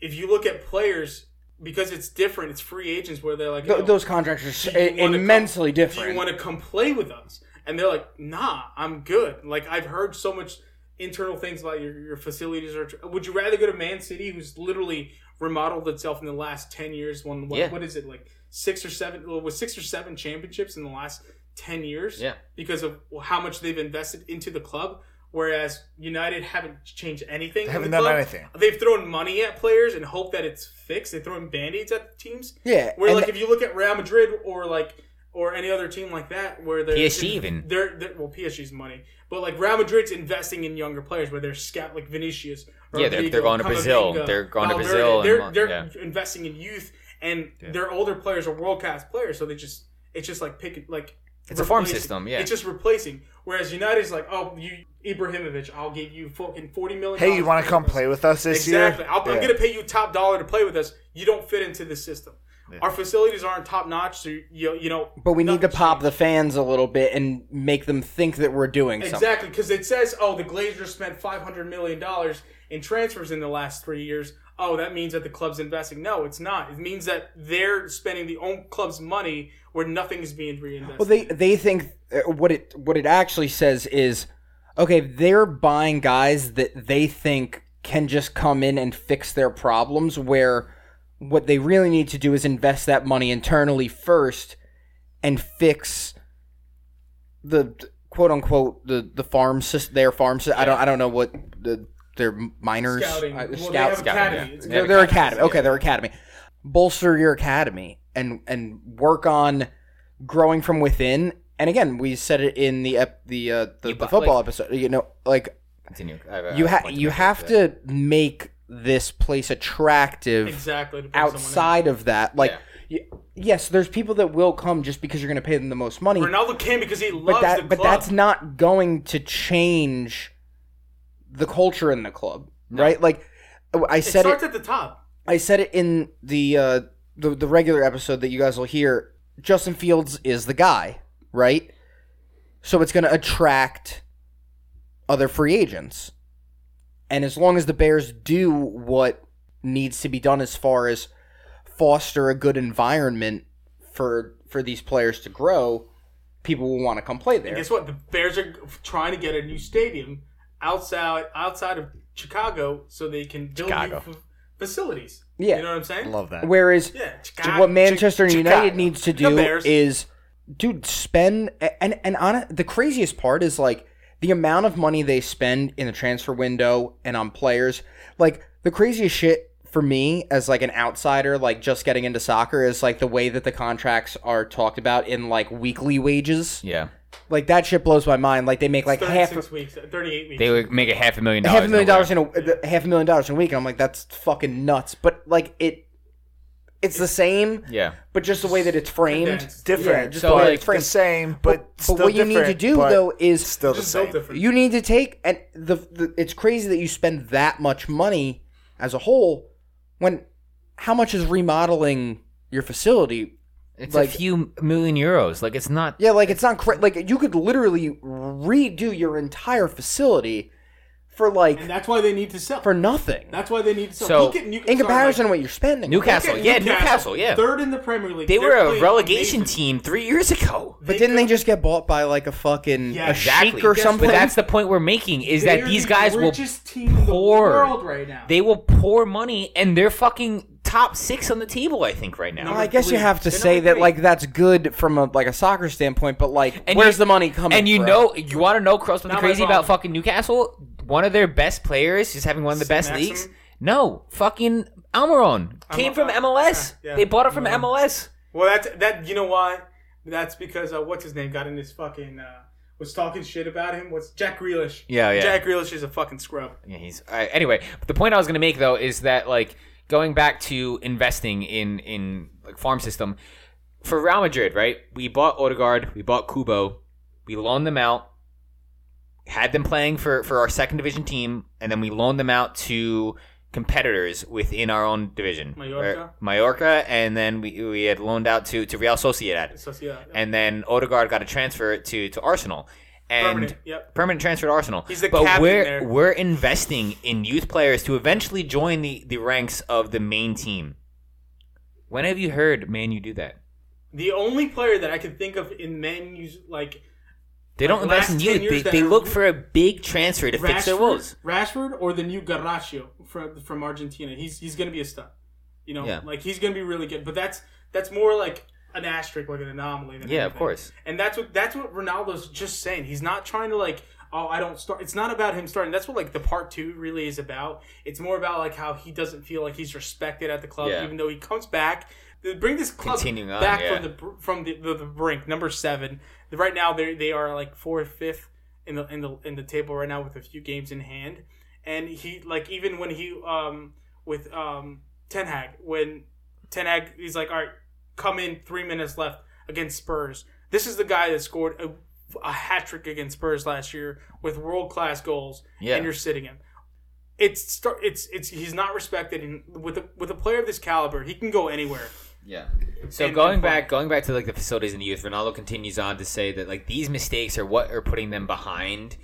S3: if you look at players, because it's different, it's free agents where they're like
S1: Th-
S3: "Oh,
S1: those contracts are s-
S3: do you wanna
S1: uh, immensely
S3: come-
S1: different.
S3: Do you want to come play with us? And they're like, nah, I'm good. Like I've heard so much internal things about your, your facilities. Or would you rather go to Man City, who's literally remodeled itself in the last ten years? Won what,
S2: Yeah.
S3: what is it like six or seven? Well, with six or seven championships in the last ten years?
S2: Yeah.
S3: because of how much they've invested into the club. Whereas United haven't changed anything. in
S4: haven't
S3: the
S4: done
S3: club.
S4: anything.
S3: They've thrown money at players and hope that it's fixed. They throw in band aids at teams.
S1: Yeah,
S3: Where
S1: and
S3: like
S1: th-
S3: if you look at Real Madrid or like or any other team like that, where they're
S2: PSG even.
S3: they're, they're well PSG's money, but like Real Madrid's investing in younger players where they're scout like Vinicius.
S2: Yeah, they're-
S3: Rodrigo,
S2: they're going to Brazil.
S3: Camavinga,
S2: They're going to
S3: Valverde.
S2: Brazil and
S3: They're
S2: Mon-
S3: they're
S2: yeah.
S3: investing in youth, and their older players are world class players, so they just it's just like pick like
S2: It's a farm
S3: replacing-
S2: system, yeah.
S3: it's just replacing. Whereas United's like, oh, you Ibrahimovic, I'll give you fucking forty million.
S4: Hey, you want to come play with us this
S3: Exactly.
S4: year?
S3: I'll,
S4: Yeah.
S3: I'm going to pay you top dollar to play with us. You don't fit into the system. Our facilities aren't top notch, so you- you you know.
S1: but we need to
S3: nothing's
S1: pop
S3: changed.
S1: the fans a little bit and make them think that we're doing something.
S3: exactly because it says, oh, the Glazers spent five hundred million dollars in transfers in the last three years. Oh, that means that the club's investing. No, it's not. It means that they're spending the own club's money where nothing is being reinvested.
S1: Well, they they think uh, what it what it actually says is, okay, they're buying guys that they think can just come in and fix their problems. Where what they really need to do is invest that money internally first, and fix the quote unquote the the farm system. Their farm system. I don't I don't know what the their minors
S3: scouting.
S1: uh,
S3: well,
S1: scout-
S3: they have
S2: scouting,
S3: academy.
S2: yeah.
S3: It's
S2: They
S1: they're,
S2: have
S1: they're
S2: academies,
S1: academy. Okay, they're academy. Bolster your academy and and work on growing from within. And again, we said it in the ep, the uh, the, the
S2: You bu-
S1: football
S2: like-
S1: episode. You know, like
S2: Continue. I
S3: Uh,
S2: have a-
S1: you
S2: I have a
S1: have
S2: point
S1: you
S2: make
S1: have
S2: after that.
S1: to make this place attractive
S3: exactly to bring someone in.
S1: outside of that. Like, y- yes, there's people that will come just because you're going to pay them the most money.
S3: Ronaldo came because he loves
S1: but that
S3: the club.
S1: but that's not going to change the culture in the club, right? Like I
S3: it
S1: said it
S3: starts at the top.
S1: I said it in the uh, the the regular episode that you guys will hear. Justin Fields is the guy, right? So it's going to attract other free agents, and as long as the Bears do what needs to be done as far as foster a good environment for for these players to grow, people will want to come play there.
S3: Guess what? The Bears are trying to get a new stadium outside outside of Chicago so they can build new
S2: Chicago.
S3: f- facilities.
S1: Yeah.
S3: you know what I'm saying?
S4: Love that.
S1: Whereas
S3: Yeah,
S1: Dude,
S3: Chicago.
S1: what Manchester
S4: Chi-
S1: United
S4: Chicago.
S1: needs to
S3: The
S1: do
S3: Bears.
S1: is, dude, spend and and on the craziest part is like the amount of money they spend in the transfer window and on players. Like the craziest shit for me as like an outsider, like just getting into soccer, is like the way that the contracts are talked about in like weekly wages.
S2: Yeah.
S1: Like that shit blows my mind. Like they make like half.
S3: 36 weeks, 38 weeks.
S2: They would make a half a million dollars.
S1: Half a million
S2: in a
S1: dollars
S2: row.
S1: in a uh, half a million dollars in a week, and I'm like, that's fucking nuts. But like it, it's the same,
S2: Yeah.
S1: but just the way that it's framed.
S3: Condensed.
S4: Different.
S1: Yeah, just
S2: So,
S1: the way
S2: like,
S1: it's
S4: the
S1: framed.
S4: same, but,
S1: but
S4: still
S1: what you need to
S4: different,
S1: do
S4: but
S1: though is
S4: still the
S3: Just built
S4: same.
S3: different.
S1: you need to take and the, the it's crazy that you spend that much money as a whole when how much is remodeling your facility
S2: It's
S1: Like-
S2: a few million euros. Like it's not.
S1: yeah like it's not cra- like you could literally redo your entire facility for
S3: and
S1: like
S3: that's why they need to sell.
S1: for nothing
S3: that's why they need to sell.
S2: So,
S3: Look at Newcastle,
S1: in comparison
S3: sorry,
S1: to what you're spending
S2: Newcastle,
S3: Look at
S2: yeah, Newcastle, yeah.
S3: third in the Premier League.
S2: They
S3: They're
S2: were a
S3: playing
S2: relegation
S3: amazing.
S2: team three years ago.
S1: but didn't they just get bought by like a fucking
S3: Yeah,
S1: a
S2: Exactly.
S1: sheik or
S2: Yes,
S1: something
S2: But that's the point we're making: is
S3: They're
S2: that these
S3: the
S2: guys will
S3: richest team in the
S2: pour.
S3: world right now.
S2: They will pour money, and they're fucking top six on the table, I think, right now.
S1: I guess you have to
S2: They're
S1: say
S2: number
S1: that
S2: three.
S1: like that's good from a like a soccer standpoint, but like
S2: And
S1: where's
S2: you-
S1: the money coming?
S2: and you
S1: from?
S2: know, you want to know Cross something
S3: Not my
S2: crazy about
S3: problem.
S2: fucking Newcastle? One of their best players is having one of the best
S3: Maxim?
S2: leagues. No, fucking Almiron came
S3: Almi-
S2: from
S3: uh,
S2: MLS.
S3: yeah, yeah.
S2: They bought it from MLS.
S3: Well, that's that. You know why? That's because uh, what's his name got in his fucking uh, was talking shit about him. What's Jack Grealish?
S2: Yeah, yeah.
S3: Jack Grealish is a fucking scrub.
S2: Yeah, he's all right, anyway. But the point I was going to make though is that like going back to investing in in like farm system for Real Madrid, right? We bought Odegaard, we bought Kubo, we loaned them out, had them playing for for our second division team, and then we loaned them out to competitors within our own division,
S3: Mallorca?
S2: Right? Mallorca, and then we we had loaned out to to Real Sociedad,
S3: So yeah, yeah.
S2: and then Odegaard got a transfer to to Arsenal. And
S3: Permanent, yep.
S2: permanent transfer to Arsenal.
S3: He's the
S2: but
S3: captain
S2: we're
S3: there.
S2: we're investing in youth players to eventually join the, the ranks of the main team. When have you heard man you do that?
S3: The only player that I can think of in men's like
S2: They
S3: Like
S2: don't
S3: last
S2: invest in
S3: 10
S2: youth.
S3: years
S2: They,
S3: that
S2: they
S3: are-
S2: look for a big transfer to fix their woes.
S3: Rashford, Rashford or the new Garracio from from Argentina. He's he's gonna be a stud. You know,
S2: Yeah.
S3: like he's gonna be really good. But that's that's more like an asterisk, like an anomaly. Than
S2: Yeah, of
S3: anything.
S2: course.
S3: And that's what that's what Ronaldo's just saying. He's not trying to like, oh, I don't start. It's not about him starting. That's what like the part two really is about. It's more about like how he doesn't feel like he's respected at the club,
S2: Yeah.
S3: even though he comes back. They Bring this club
S2: Continuing on,
S3: back
S2: yeah.
S3: from the br- from the, the, the brink, number seven. Right now, they they are like fourth, fifth in the in the in the table right now with a few games in hand. And he like even when he um with um Ten Hag when Ten Hag he's like all right come in three minutes left against Spurs. This is the guy that scored a, a hat trick against Spurs last year with world class goals,
S2: Yeah.
S3: and you're sitting him. It's start. It's it's he's not respected, and with a with a player of this caliber, he can go anywhere.
S2: Yeah. So
S3: And-
S2: going
S3: and-
S2: back, going back to like the facilities and the youth, Ronaldo continues on to say that like these mistakes are what are putting them behind,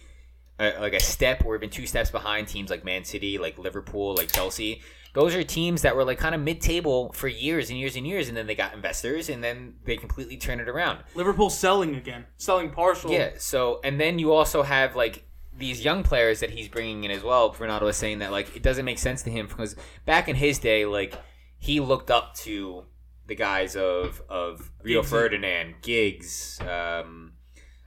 S2: uh, like a step or even two steps behind teams like Man City, like Liverpool, like Chelsea. Those are teams that were like kind of mid-table for years and years and years, and then they got investors, and then they completely turn it around.
S3: Liverpool selling again, selling partial.
S2: Yeah. So, and then you also have like these young players that he's bringing in as well. Ronaldo is saying that like it doesn't make sense to him because back in his day, like he looked up to the guys of of Rio
S3: Giggs.
S2: Ferdinand, Giggs, um,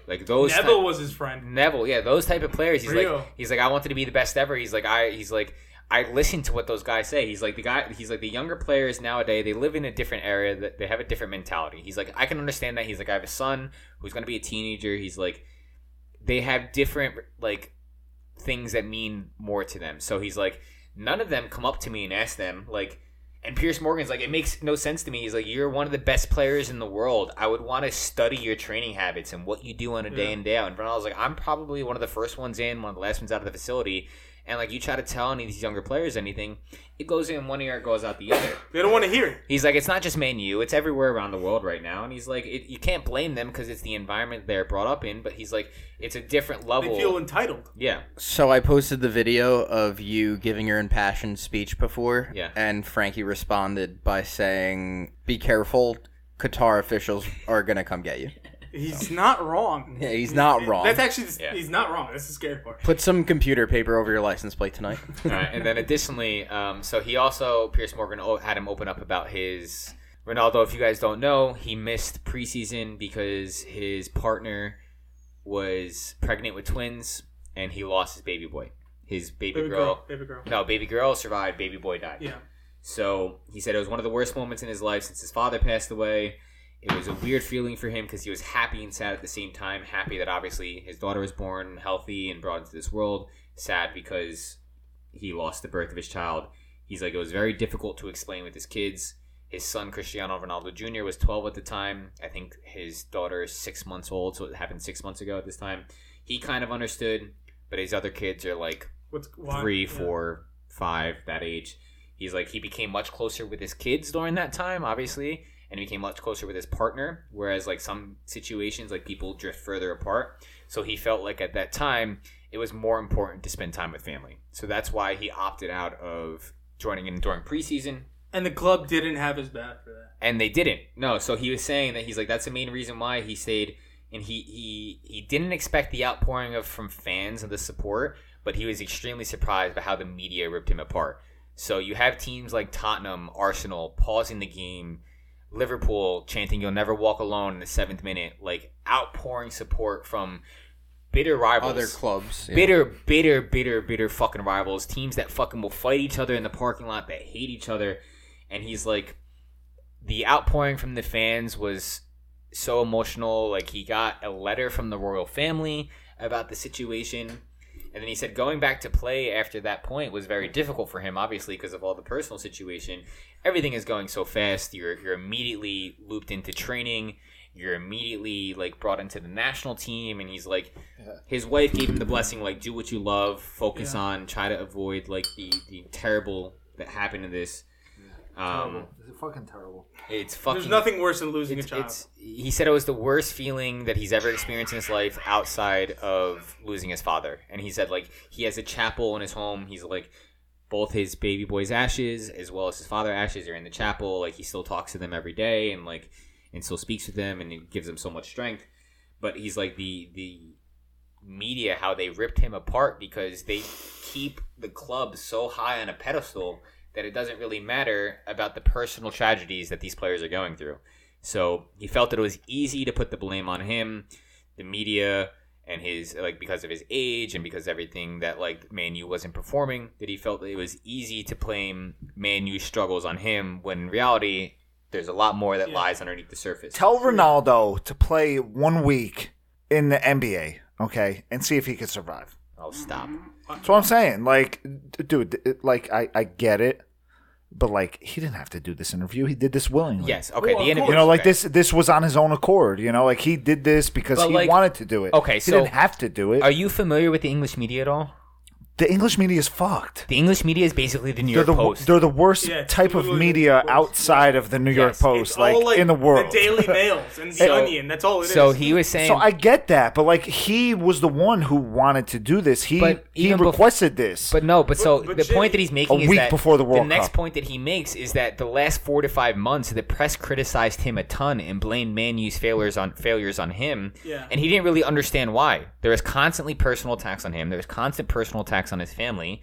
S2: like those
S3: Neville
S2: type-
S3: was his friend.
S2: Neville, yeah, those type of players. He's
S3: Rio.
S2: like he's like I wanted to be the best ever. He's like I he's like I listen to what those guys say. He's like the guy he's like the younger players nowadays, they live in a different area that they have a different mentality. He's like I can understand that. He's like I have a son who's going to be a teenager. He's like they have different like things that mean more to them. So he's like none of them come up to me and ask them like and Pierce Morgan's like, it makes no sense to me. He's like, you're one of the best players in the world. I would want to study your training habits and what you do on a day in day out. And Ronaldo's like, I'm probably one of the first ones in, one of the last ones out of the facility. And like, you try to tell any of these younger players anything, it goes in one ear, it goes out the other.
S3: They don't want to hear it.
S2: He's like, it's not just Man U; it's everywhere around the world right now. And he's like, it, you can't blame them because it's the environment they're brought up in. But he's like, it's a different level.
S3: They feel entitled.
S2: yeah,
S1: So I posted the video of you giving your impassioned speech before,
S2: Yeah.
S1: and Frankie responded by saying, "Be careful, Qatar officials are gonna come get you."
S3: He's
S2: Oh.
S3: not wrong.
S1: Yeah, he's not wrong.
S3: That's actually
S2: Yeah.
S3: he's not wrong. That's the scary part.
S1: Put some computer paper over your license plate tonight.
S2: All right, and then additionally, um, so he also Pierce Morgan o- had him open up about his Ronaldo. If you guys don't know, he missed preseason because his partner was pregnant with twins, and he lost his baby boy. His baby,
S3: Baby
S2: girl,
S3: girl, baby girl.
S2: No, baby girl survived. Baby boy died.
S3: Yeah.
S2: So he said it was one of the worst moments in his life since his father passed away. It was a weird feeling for him because he was happy and sad at the same time. Happy that obviously his daughter was born healthy and brought into this world. Sad because he lost the birth of his child. He's like, it was very difficult to explain with his kids. His son, Cristiano Ronaldo Jr., was 12 at the time. I think his daughter is six months old, so it happened six months ago at this time. He kind of understood, but his other kids are like
S3: What's why-
S2: three,
S3: yeah.
S2: four, five, that age. He's like he became much closer with his kids during that time, obviously, and he became much closer with his partner. Whereas like some situations, like people drift further apart. So he felt like at that time it was more important to spend time with family. So that's why he opted out of joining in during preseason
S3: And the club didn't have his back for that.
S2: and they didn't. No, so he was saying that he's like that's the main reason why he stayed, and he he he didn't expect the outpouring of from fans and the support, but he was extremely surprised by how the media ripped him apart. So you have teams like Tottenham, Arsenal pausing the game, Liverpool chanting "You'll never walk alone" in the seventh minute, like outpouring support from bitter rivals,
S1: Other clubs. yeah.
S2: bitter, bitter, bitter, bitter fucking rivals. Teams that fucking will fight each other in the parking lot, that hate each other. And he's like, the outpouring from the fans was so emotional. Like, he got a letter from the royal family about the situation. And then he said going back to play after that point was very difficult for him, obviously, because of all the personal situation. Everything is going so fast. You're, you're immediately looped into training. You're immediately like brought into the national team, and he's like, his wife gave him the blessing like do what you love focus on try to avoid like the the terrible that happened to this um
S6: This is fucking terrible.
S2: it's fucking
S3: There's nothing worse than losing
S2: it's,
S3: a child.
S2: it's he said it was the worst feeling that he's ever experienced in his life outside of losing his father and he said like he has a chapel in his home he's like both his baby boy's ashes as well as his father ashes are in the chapel like he still talks to them every day and like and still speaks with them and it gives him so much strength but he's like the the media how they ripped him apart because they keep the club so high on a pedestal that it doesn't really matter about the personal tragedies that these players are going through. So he felt that it was easy to put the blame on him, the media, and his like because of his age and because everything that like Manu wasn't performing. That he felt that it was easy to blame Manu's struggles on him when in reality there's a lot more that lies underneath the surface.
S4: Tell Ronaldo to play one week in the NBA, okay, and see if he could survive.
S2: oh, stop.
S3: Mm-hmm.
S4: That's what I'm saying. Like, d- dude, it- like I, I get it, but like he didn't have to do this interview. He did this willingly.
S2: Yes. Okay.
S3: Well,
S2: the
S3: of
S2: interview.
S4: You know, like
S2: okay.
S4: this. This was on his own accord. You know, like he did this because
S2: But,
S4: he
S2: like-
S4: wanted to do it.
S2: Okay,
S4: he
S2: so-
S4: didn't have to do it.
S2: Are you familiar with the English media at all?
S4: the English media is fucked.
S2: The English media is basically the New
S4: They're
S2: York
S4: the
S2: Post.
S4: they're the worst
S3: Yeah, it's
S4: type of
S3: literally the
S4: media
S3: worst.
S4: outside of the New York
S2: Yes, it's
S4: Post, like,
S3: all,
S4: in the world.
S3: The Daily Mails and the
S2: So-
S3: Onion. That's all it is.
S2: so he was saying.
S4: So I get that, but like he was the one who wanted to do this. He
S2: But
S4: he
S2: even bef-
S4: requested this.
S2: But no, but, so
S3: but
S2: the
S3: Jimmy-
S2: point that he's making
S4: A
S2: is
S4: week
S2: that
S4: before the World
S2: next
S4: Cup.
S2: point that he makes is that the last four to five months, the press criticized him a ton and blamed Manu's failures on failures on him.
S3: Yeah.
S2: And he didn't really understand why. There was constantly personal attacks on him. There was constant personal attacks on his family,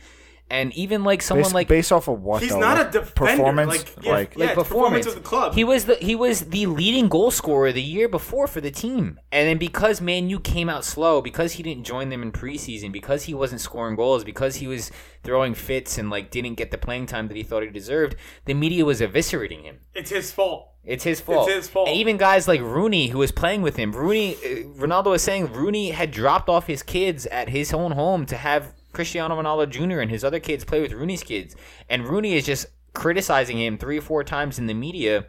S2: and even like someone
S4: Bas-
S2: like
S4: based off of what?
S3: He's
S4: though?
S3: not a
S4: Like,
S3: defender,
S4: performance.
S3: like, yeah,
S4: like
S3: yeah. it's performance of the club.
S2: He was the he was the leading goal scorer the year before for the team, and then because Man U came out slow, because he didn't join them in preseason, because he wasn't scoring goals, because he was throwing fits and like didn't get the playing time that he thought he deserved, the media was eviscerating him.
S3: It's his fault.
S2: It's his fault.
S3: It's his fault.
S2: And even guys like Rooney, who was playing with him, Rooney, uh, Ronaldo was saying Rooney had dropped off his kids at his own home to have Cristiano Ronaldo Jr. and his other kids play with Rooney's kids, and Rooney is just criticizing him three or four times in the media,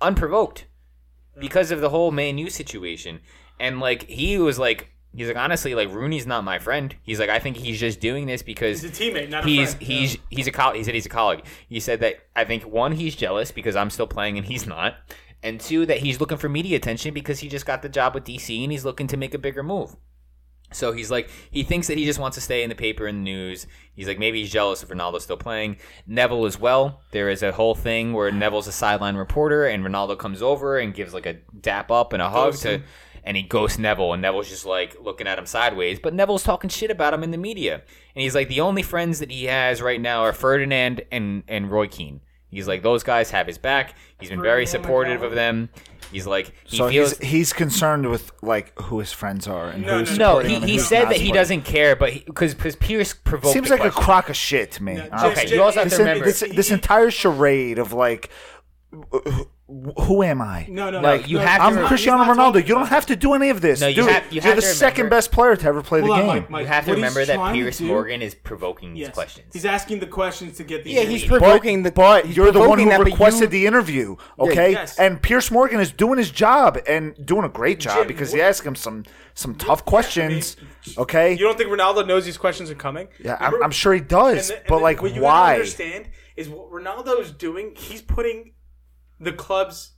S2: unprovoked, because of the whole Man U situation. And like he was like, he's like honestly like Rooney's not my friend. He's like I think he's just doing this because
S3: He's a teammate, not a
S2: he's
S3: friend.
S2: he's he's a colleague. He said he's a colleague. He said that I think one he's jealous because I'm still playing and he's not, and two that he's looking for media attention because he just got the job with DC and he's looking to make a bigger move. So he's like he thinks that he just wants to stay in the paper and the news. He's like maybe he's jealous of Ronaldo still playing. Neville as well. There is a whole thing where Neville's a sideline reporter and Ronaldo comes over and gives like a dap up and a hug to and he ghosts Neville and Neville's just like looking at him sideways, but Neville's talking shit about him in the media. And he's like the only friends that he has right now are Ferdinand and and Roy Keane. He's like those guys have his back. He's been very supportive of them. He's like he
S4: so
S2: feels
S4: he's he's concerned with like who his friends are and
S3: No, no,
S4: who's
S2: no,
S4: supporting
S2: he,
S4: him and
S2: he
S4: who's
S2: said
S4: not
S2: that he
S4: supporting him.
S2: doesn't care, but because Pierce provoked.
S4: Seems
S2: the
S4: like a
S2: question.
S4: crock of shit to me.
S3: No,
S4: honestly.
S2: Okay,
S3: Just-
S2: you also have
S4: This,
S2: to
S3: just-
S2: remember.
S4: this, this entire charade of like, wh- wh- who am I?
S3: No, no,
S2: Like,
S3: no.
S2: you
S3: no,
S2: have to
S4: I'm
S3: he's not-
S4: Cristiano
S3: he's not
S4: Ronaldo.
S3: talking
S4: You don't
S3: about-
S4: have to do any of this.
S2: No, you
S4: Dude,
S2: have- you
S4: you're
S2: have
S4: the
S2: to
S4: second
S2: remember-
S4: best player to ever play the
S3: Hold on,
S4: game.
S3: Mike, Mike.
S2: you have to
S3: What he's
S2: remember that
S3: trying to
S2: Pierce
S3: do-
S2: Morgan is provoking these
S3: Yes.
S2: questions.
S3: He's asking the questions to get the
S1: Yeah, he's
S3: answers.
S4: But-
S1: provoking the.
S4: but,
S1: he's
S4: you're the one
S1: provoking
S4: who
S1: that, but you-
S4: requested the interview, okay?
S3: yes.
S4: And Pierce Morgan is doing his job and doing a great job
S3: Jim,
S4: because
S3: what-
S4: he asked him some some tough questions, okay?
S3: You don't think Ronaldo knows these questions are coming?
S4: yeah, I'm,
S3: Remember-
S4: I'm sure he does,
S3: And the- and
S4: but
S3: the-
S4: like,
S3: what you gotta
S4: why?
S3: Understand is what Ronaldo's doing. He's putting the club's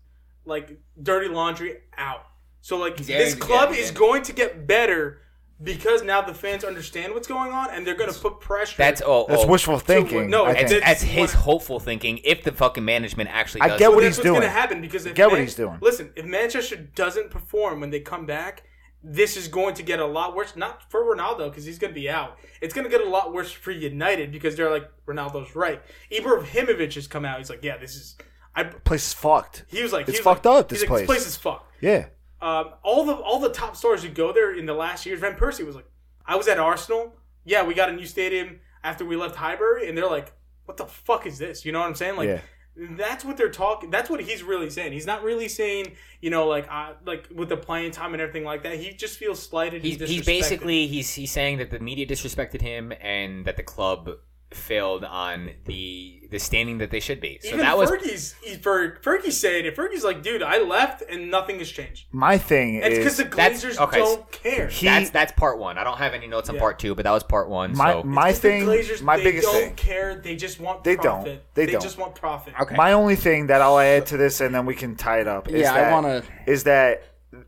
S3: like dirty laundry out. So like this
S2: airing it,
S3: club
S2: yeah,
S3: is
S2: yeah.
S3: going to get better because now the fans understand what's going on and they're going to put pressure.
S2: That's all.
S4: That's
S2: all-
S4: wishful thinking.
S3: oh, no,
S4: I
S3: it's-
S4: think.
S3: it's-
S2: That's his hopeful thinking. If the fucking management actually,
S4: I
S2: does
S4: get
S2: it.
S4: what
S3: that's
S4: he's
S3: what's going
S4: doing.
S3: to happen because if
S4: Get what
S3: Man-
S4: he's doing.
S3: Listen, if Manchester doesn't perform when they come back, this is going to get a lot worse. Not for Ronaldo because he's going to be out. It's going to get a lot worse for United because they're like Ronaldo's right. Ibrahimovic has come out. He's like, yeah, this is. I
S4: Place is fucked.
S3: he was like,
S4: It's
S3: he was
S4: fucked
S3: like-
S4: up,
S3: he's like,
S4: this place.
S3: This place is fucked.
S4: Yeah.
S3: Um, all the all the top stars who go there in the last years. Van Persie was like, I was at Arsenal. Yeah, we got a new stadium after we left Highbury, and they're like, what the fuck is this? You know what I'm saying? Like.
S4: Yeah.
S3: That's what they're talking. That's what he's really saying. He's not really saying, you know, like, uh, like with the playing time and everything like that. He just feels slighted.
S2: He's,
S3: and
S2: he's
S3: disrespected.
S2: basically he's he's saying that the media disrespected him and that the club failed on the the standing that they should be. So
S3: even
S2: that was
S3: Fergie's. He, Fer, Fergie's saying it. Fergie's like, dude, I left and nothing has changed.
S4: My thing
S3: It's
S4: is
S3: because the
S2: that's-
S3: Glazers
S2: okay,
S3: don't care.
S4: he-
S2: that's that's part one. I don't have any notes on
S3: Yeah.
S2: part two, but that was part one.
S4: my
S2: so
S4: my
S3: It's 'cause the
S4: thing
S3: Glazers,
S4: my
S3: they
S4: biggest
S3: don't
S4: thing.
S3: care. They just want.
S4: They don't.
S3: profit.
S4: They don't.
S3: just want profit.
S1: Okay.
S4: My only thing that I'll add to this, and then we can tie it up. Is
S1: Yeah, I
S4: that-
S1: wanna-
S4: Is that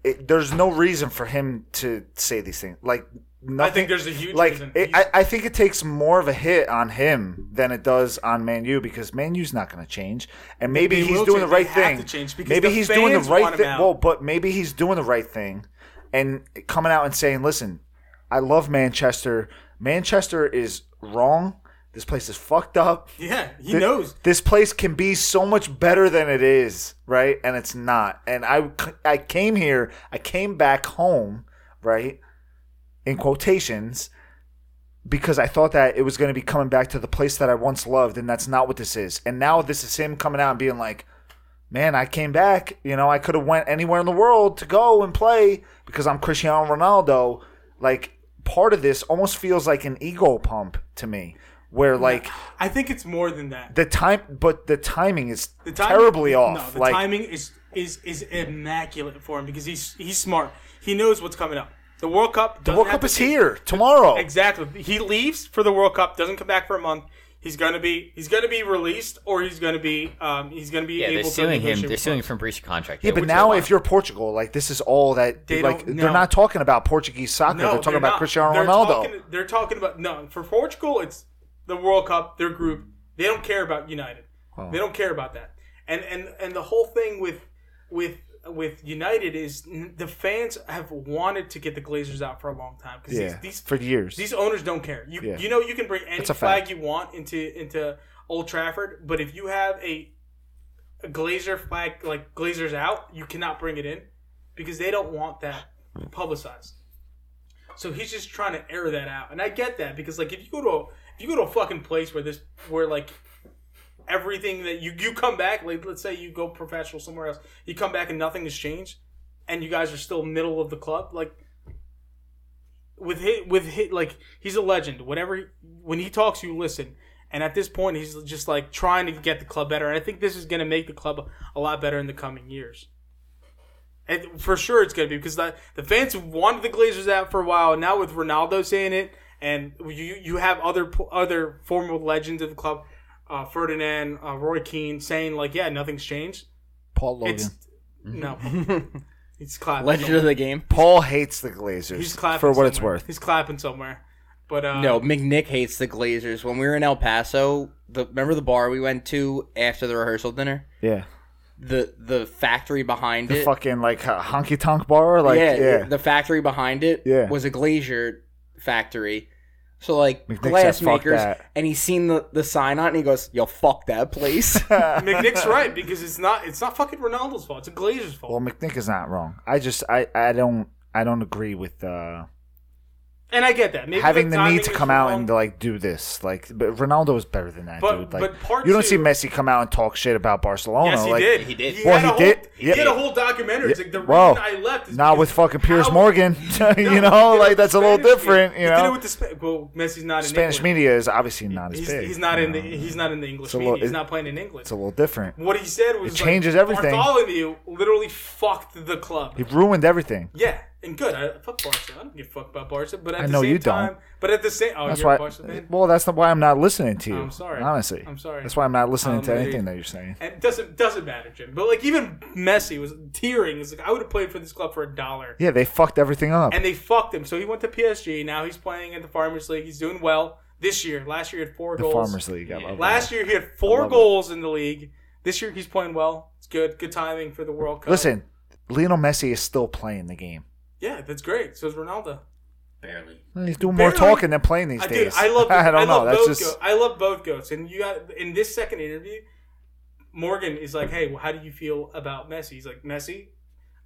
S4: it, there's no reason for him to say these things? Like
S3: I
S4: nothing.
S3: think there's a huge
S4: like
S3: reason.
S4: it, I, I think it takes more of a hit on him than it does on Manu because Manu's not going to change, and maybe
S3: They
S4: he's
S3: will
S4: doing
S3: change.
S4: the right
S3: They have to
S4: thing.
S3: change because
S4: maybe
S3: the
S4: he's doing the
S3: fans want
S4: right
S3: him
S4: thing.
S3: out.
S4: Well, but maybe he's doing the right thing, and coming out and saying, "Listen, I love Manchester. Manchester is wrong. This place is fucked up."
S3: yeah, he
S4: Th-
S3: knows.
S4: this place can be so much better than it is, right? And it's not. And I I came here, I came back home, right? In quotations because I thought that it was going to be coming back to the place that I once loved and that's not what this is. And now this is him coming out and being like, "Man, I came back. You know, I could have went anywhere in the world to go and play because I'm Cristiano Ronaldo." Like part of this almost feels like an ego pump to me where like
S3: I think it's more than that.
S4: the time, but the timing is
S3: The timing-
S4: terribly off.
S3: No, the
S4: like
S3: timing is is is immaculate for him because he's he's smart. He knows what's coming up. The World Cup.
S4: the World Cup is here tomorrow.
S3: Exactly. He leaves for the World Cup. Doesn't come back for a month. He's gonna be he's gonna be released or he's gonna be um he's gonna be
S2: yeah, they're
S3: able to
S2: suing him.
S3: negotiate
S2: They're
S3: with
S2: suing
S3: clubs.
S2: from breach of contract.
S4: yeah,
S2: though,
S4: but
S2: which
S4: now
S2: they
S4: if you're Portugal, like this is all that
S3: They
S4: like
S3: don't
S4: they're
S3: know.
S4: not talking about Portuguese soccer.
S3: No,
S4: they're talking
S3: they're
S4: about
S3: not.
S4: Cristiano
S3: They're
S4: Ronaldo.
S3: talking- they're talking about no for Portugal. It's the World Cup, their group. They don't care about United. They don't care about that. And and and the whole thing with with with United is n- the fans have wanted to get the Glazers out for a long time because
S4: yeah,
S3: these,
S4: for
S3: these
S4: years.
S3: these owners don't care. You
S4: Yeah.
S3: you know you can bring any
S4: That's a
S3: flag
S4: fact.
S3: you want into into Old Trafford, but if you have a a Glazer flag like Glazers out, you cannot bring it in because they don't want that publicized. So he's just trying to air that out, and I get that because like if you go to a, if you go to a fucking place where this where like everything that you you come back like let's say you go professional somewhere else, you come back and nothing has changed, and you guys are still middle of the club like with hit with hit like he's a legend. Whatever when he talks, you listen. And at this point, he's just like trying to get the club better. And I think this is going to make the club a lot better in the coming years. And for sure, it's going to be because the, the fans have wanted the Glazers out for a while. And now with Ronaldo saying it, and you you have other pl- other former legends of the club, uh, Ferdinand, uh, Roy Keane, saying like, yeah, nothing's changed.
S4: Paul Logan.
S3: It's no, it's clapping.
S1: Mm-hmm. Legend of the game.
S4: Paul hates the
S3: He's
S4: Glazers
S3: clapping
S4: for what it's
S3: somewhere.
S4: worth.
S3: He's clapping somewhere. But uh,
S1: No, McNick hates the Glazers. When we were in El Paso, the remember the bar we went to after the rehearsal dinner?
S4: Yeah,
S1: The the factory behind
S4: the
S1: it.
S4: fucking like honky tonk bar. Like
S1: yeah,
S4: yeah, yeah.
S1: the factory behind it
S4: Yeah.
S1: was a glazier factory. So like
S4: McNick
S1: glass
S4: said, "Fuck
S1: makers
S4: that."
S1: and he's seen the, the sign on it and he goes, Yo, fuck that place.
S3: McNick's right because it's not it's not fucking Ronaldo's fault. It's a Glazer's fault.
S4: well, McNick is not wrong. I just I I don't I don't agree with uh,
S3: and I get that. Maybe
S4: having the
S3: timing
S4: need to
S3: is
S4: come out
S3: wrong,
S4: and like do this. Like, but Ronaldo is better than that,
S3: But-
S4: dude. Like,
S3: but part
S4: you don't see
S3: two-
S4: Messi come out and talk shit about Barcelona.
S3: Yes, he
S4: like,
S3: did.
S2: He did.
S3: He
S4: Well,
S3: had
S4: he
S3: a whole,
S4: did.
S3: He
S4: Yeah.
S3: had a whole documentary. It's like the
S4: Whoa.
S3: reason I left. Is
S4: Not
S3: because
S4: with fucking Pierce
S3: how-
S4: Morgan.
S3: No,
S4: you
S3: he
S4: know,
S3: did it
S4: like
S3: with
S4: that's
S3: the
S4: a little
S3: Spanish
S4: different.
S3: media.
S4: You
S3: he did it
S4: know,
S3: with the Spa- well, Messi's not in
S4: Spanish
S3: England.
S4: media is obviously not as
S3: He's,
S4: big.
S3: he's not
S4: you
S3: in the
S4: know.
S3: he's not in the English
S4: a
S3: media.
S4: little-
S3: he's not playing in England.
S4: It's a little different.
S3: what he said was like,
S4: changes everything.
S3: Bartholomew literally fucked the club.
S4: He ruined everything.
S3: yeah, and good. I fuck Barca. I don't give a fuck about Barca. But at
S4: I
S3: the
S4: know
S3: same
S4: you don't.
S3: time, but at the same, oh,
S4: That's
S3: you're
S4: why.
S3: a Barca fan.
S4: Well, that's not why I'm not listening to you.
S3: I'm sorry.
S4: Honestly,
S3: I'm sorry.
S4: That's why I'm not listening
S3: Um,
S4: to
S3: maybe-
S4: anything that you're saying.
S3: And it doesn't doesn't matter, Jim. But like even Messi was tearing. He's like, I would have played for this club for a dollar,
S4: Yeah, they fucked everything up.
S3: and they fucked him. So he went to PSG. Now he's playing at the Farmers League. He's doing well this year. Last year he had four
S4: the
S3: goals.
S4: Farmers League. I love
S3: Last year he had four
S4: love
S3: goals in the league. This year he's playing well. It's good. Good timing for the World Cup.
S4: that. Listen, Lionel Messi is still playing the game.
S3: Yeah, that's great. So is Ronaldo.
S2: Barely.
S4: He's doing more
S3: Barely-
S4: talking than playing these
S3: I, dude,
S4: days.
S3: I love.
S4: I don't know.
S3: love
S4: That's
S3: both
S4: just.
S3: goats. I love both goats, and you got in this second interview, Morgan is like, "Hey, well, how do you feel about Messi?" He's like, "Messi,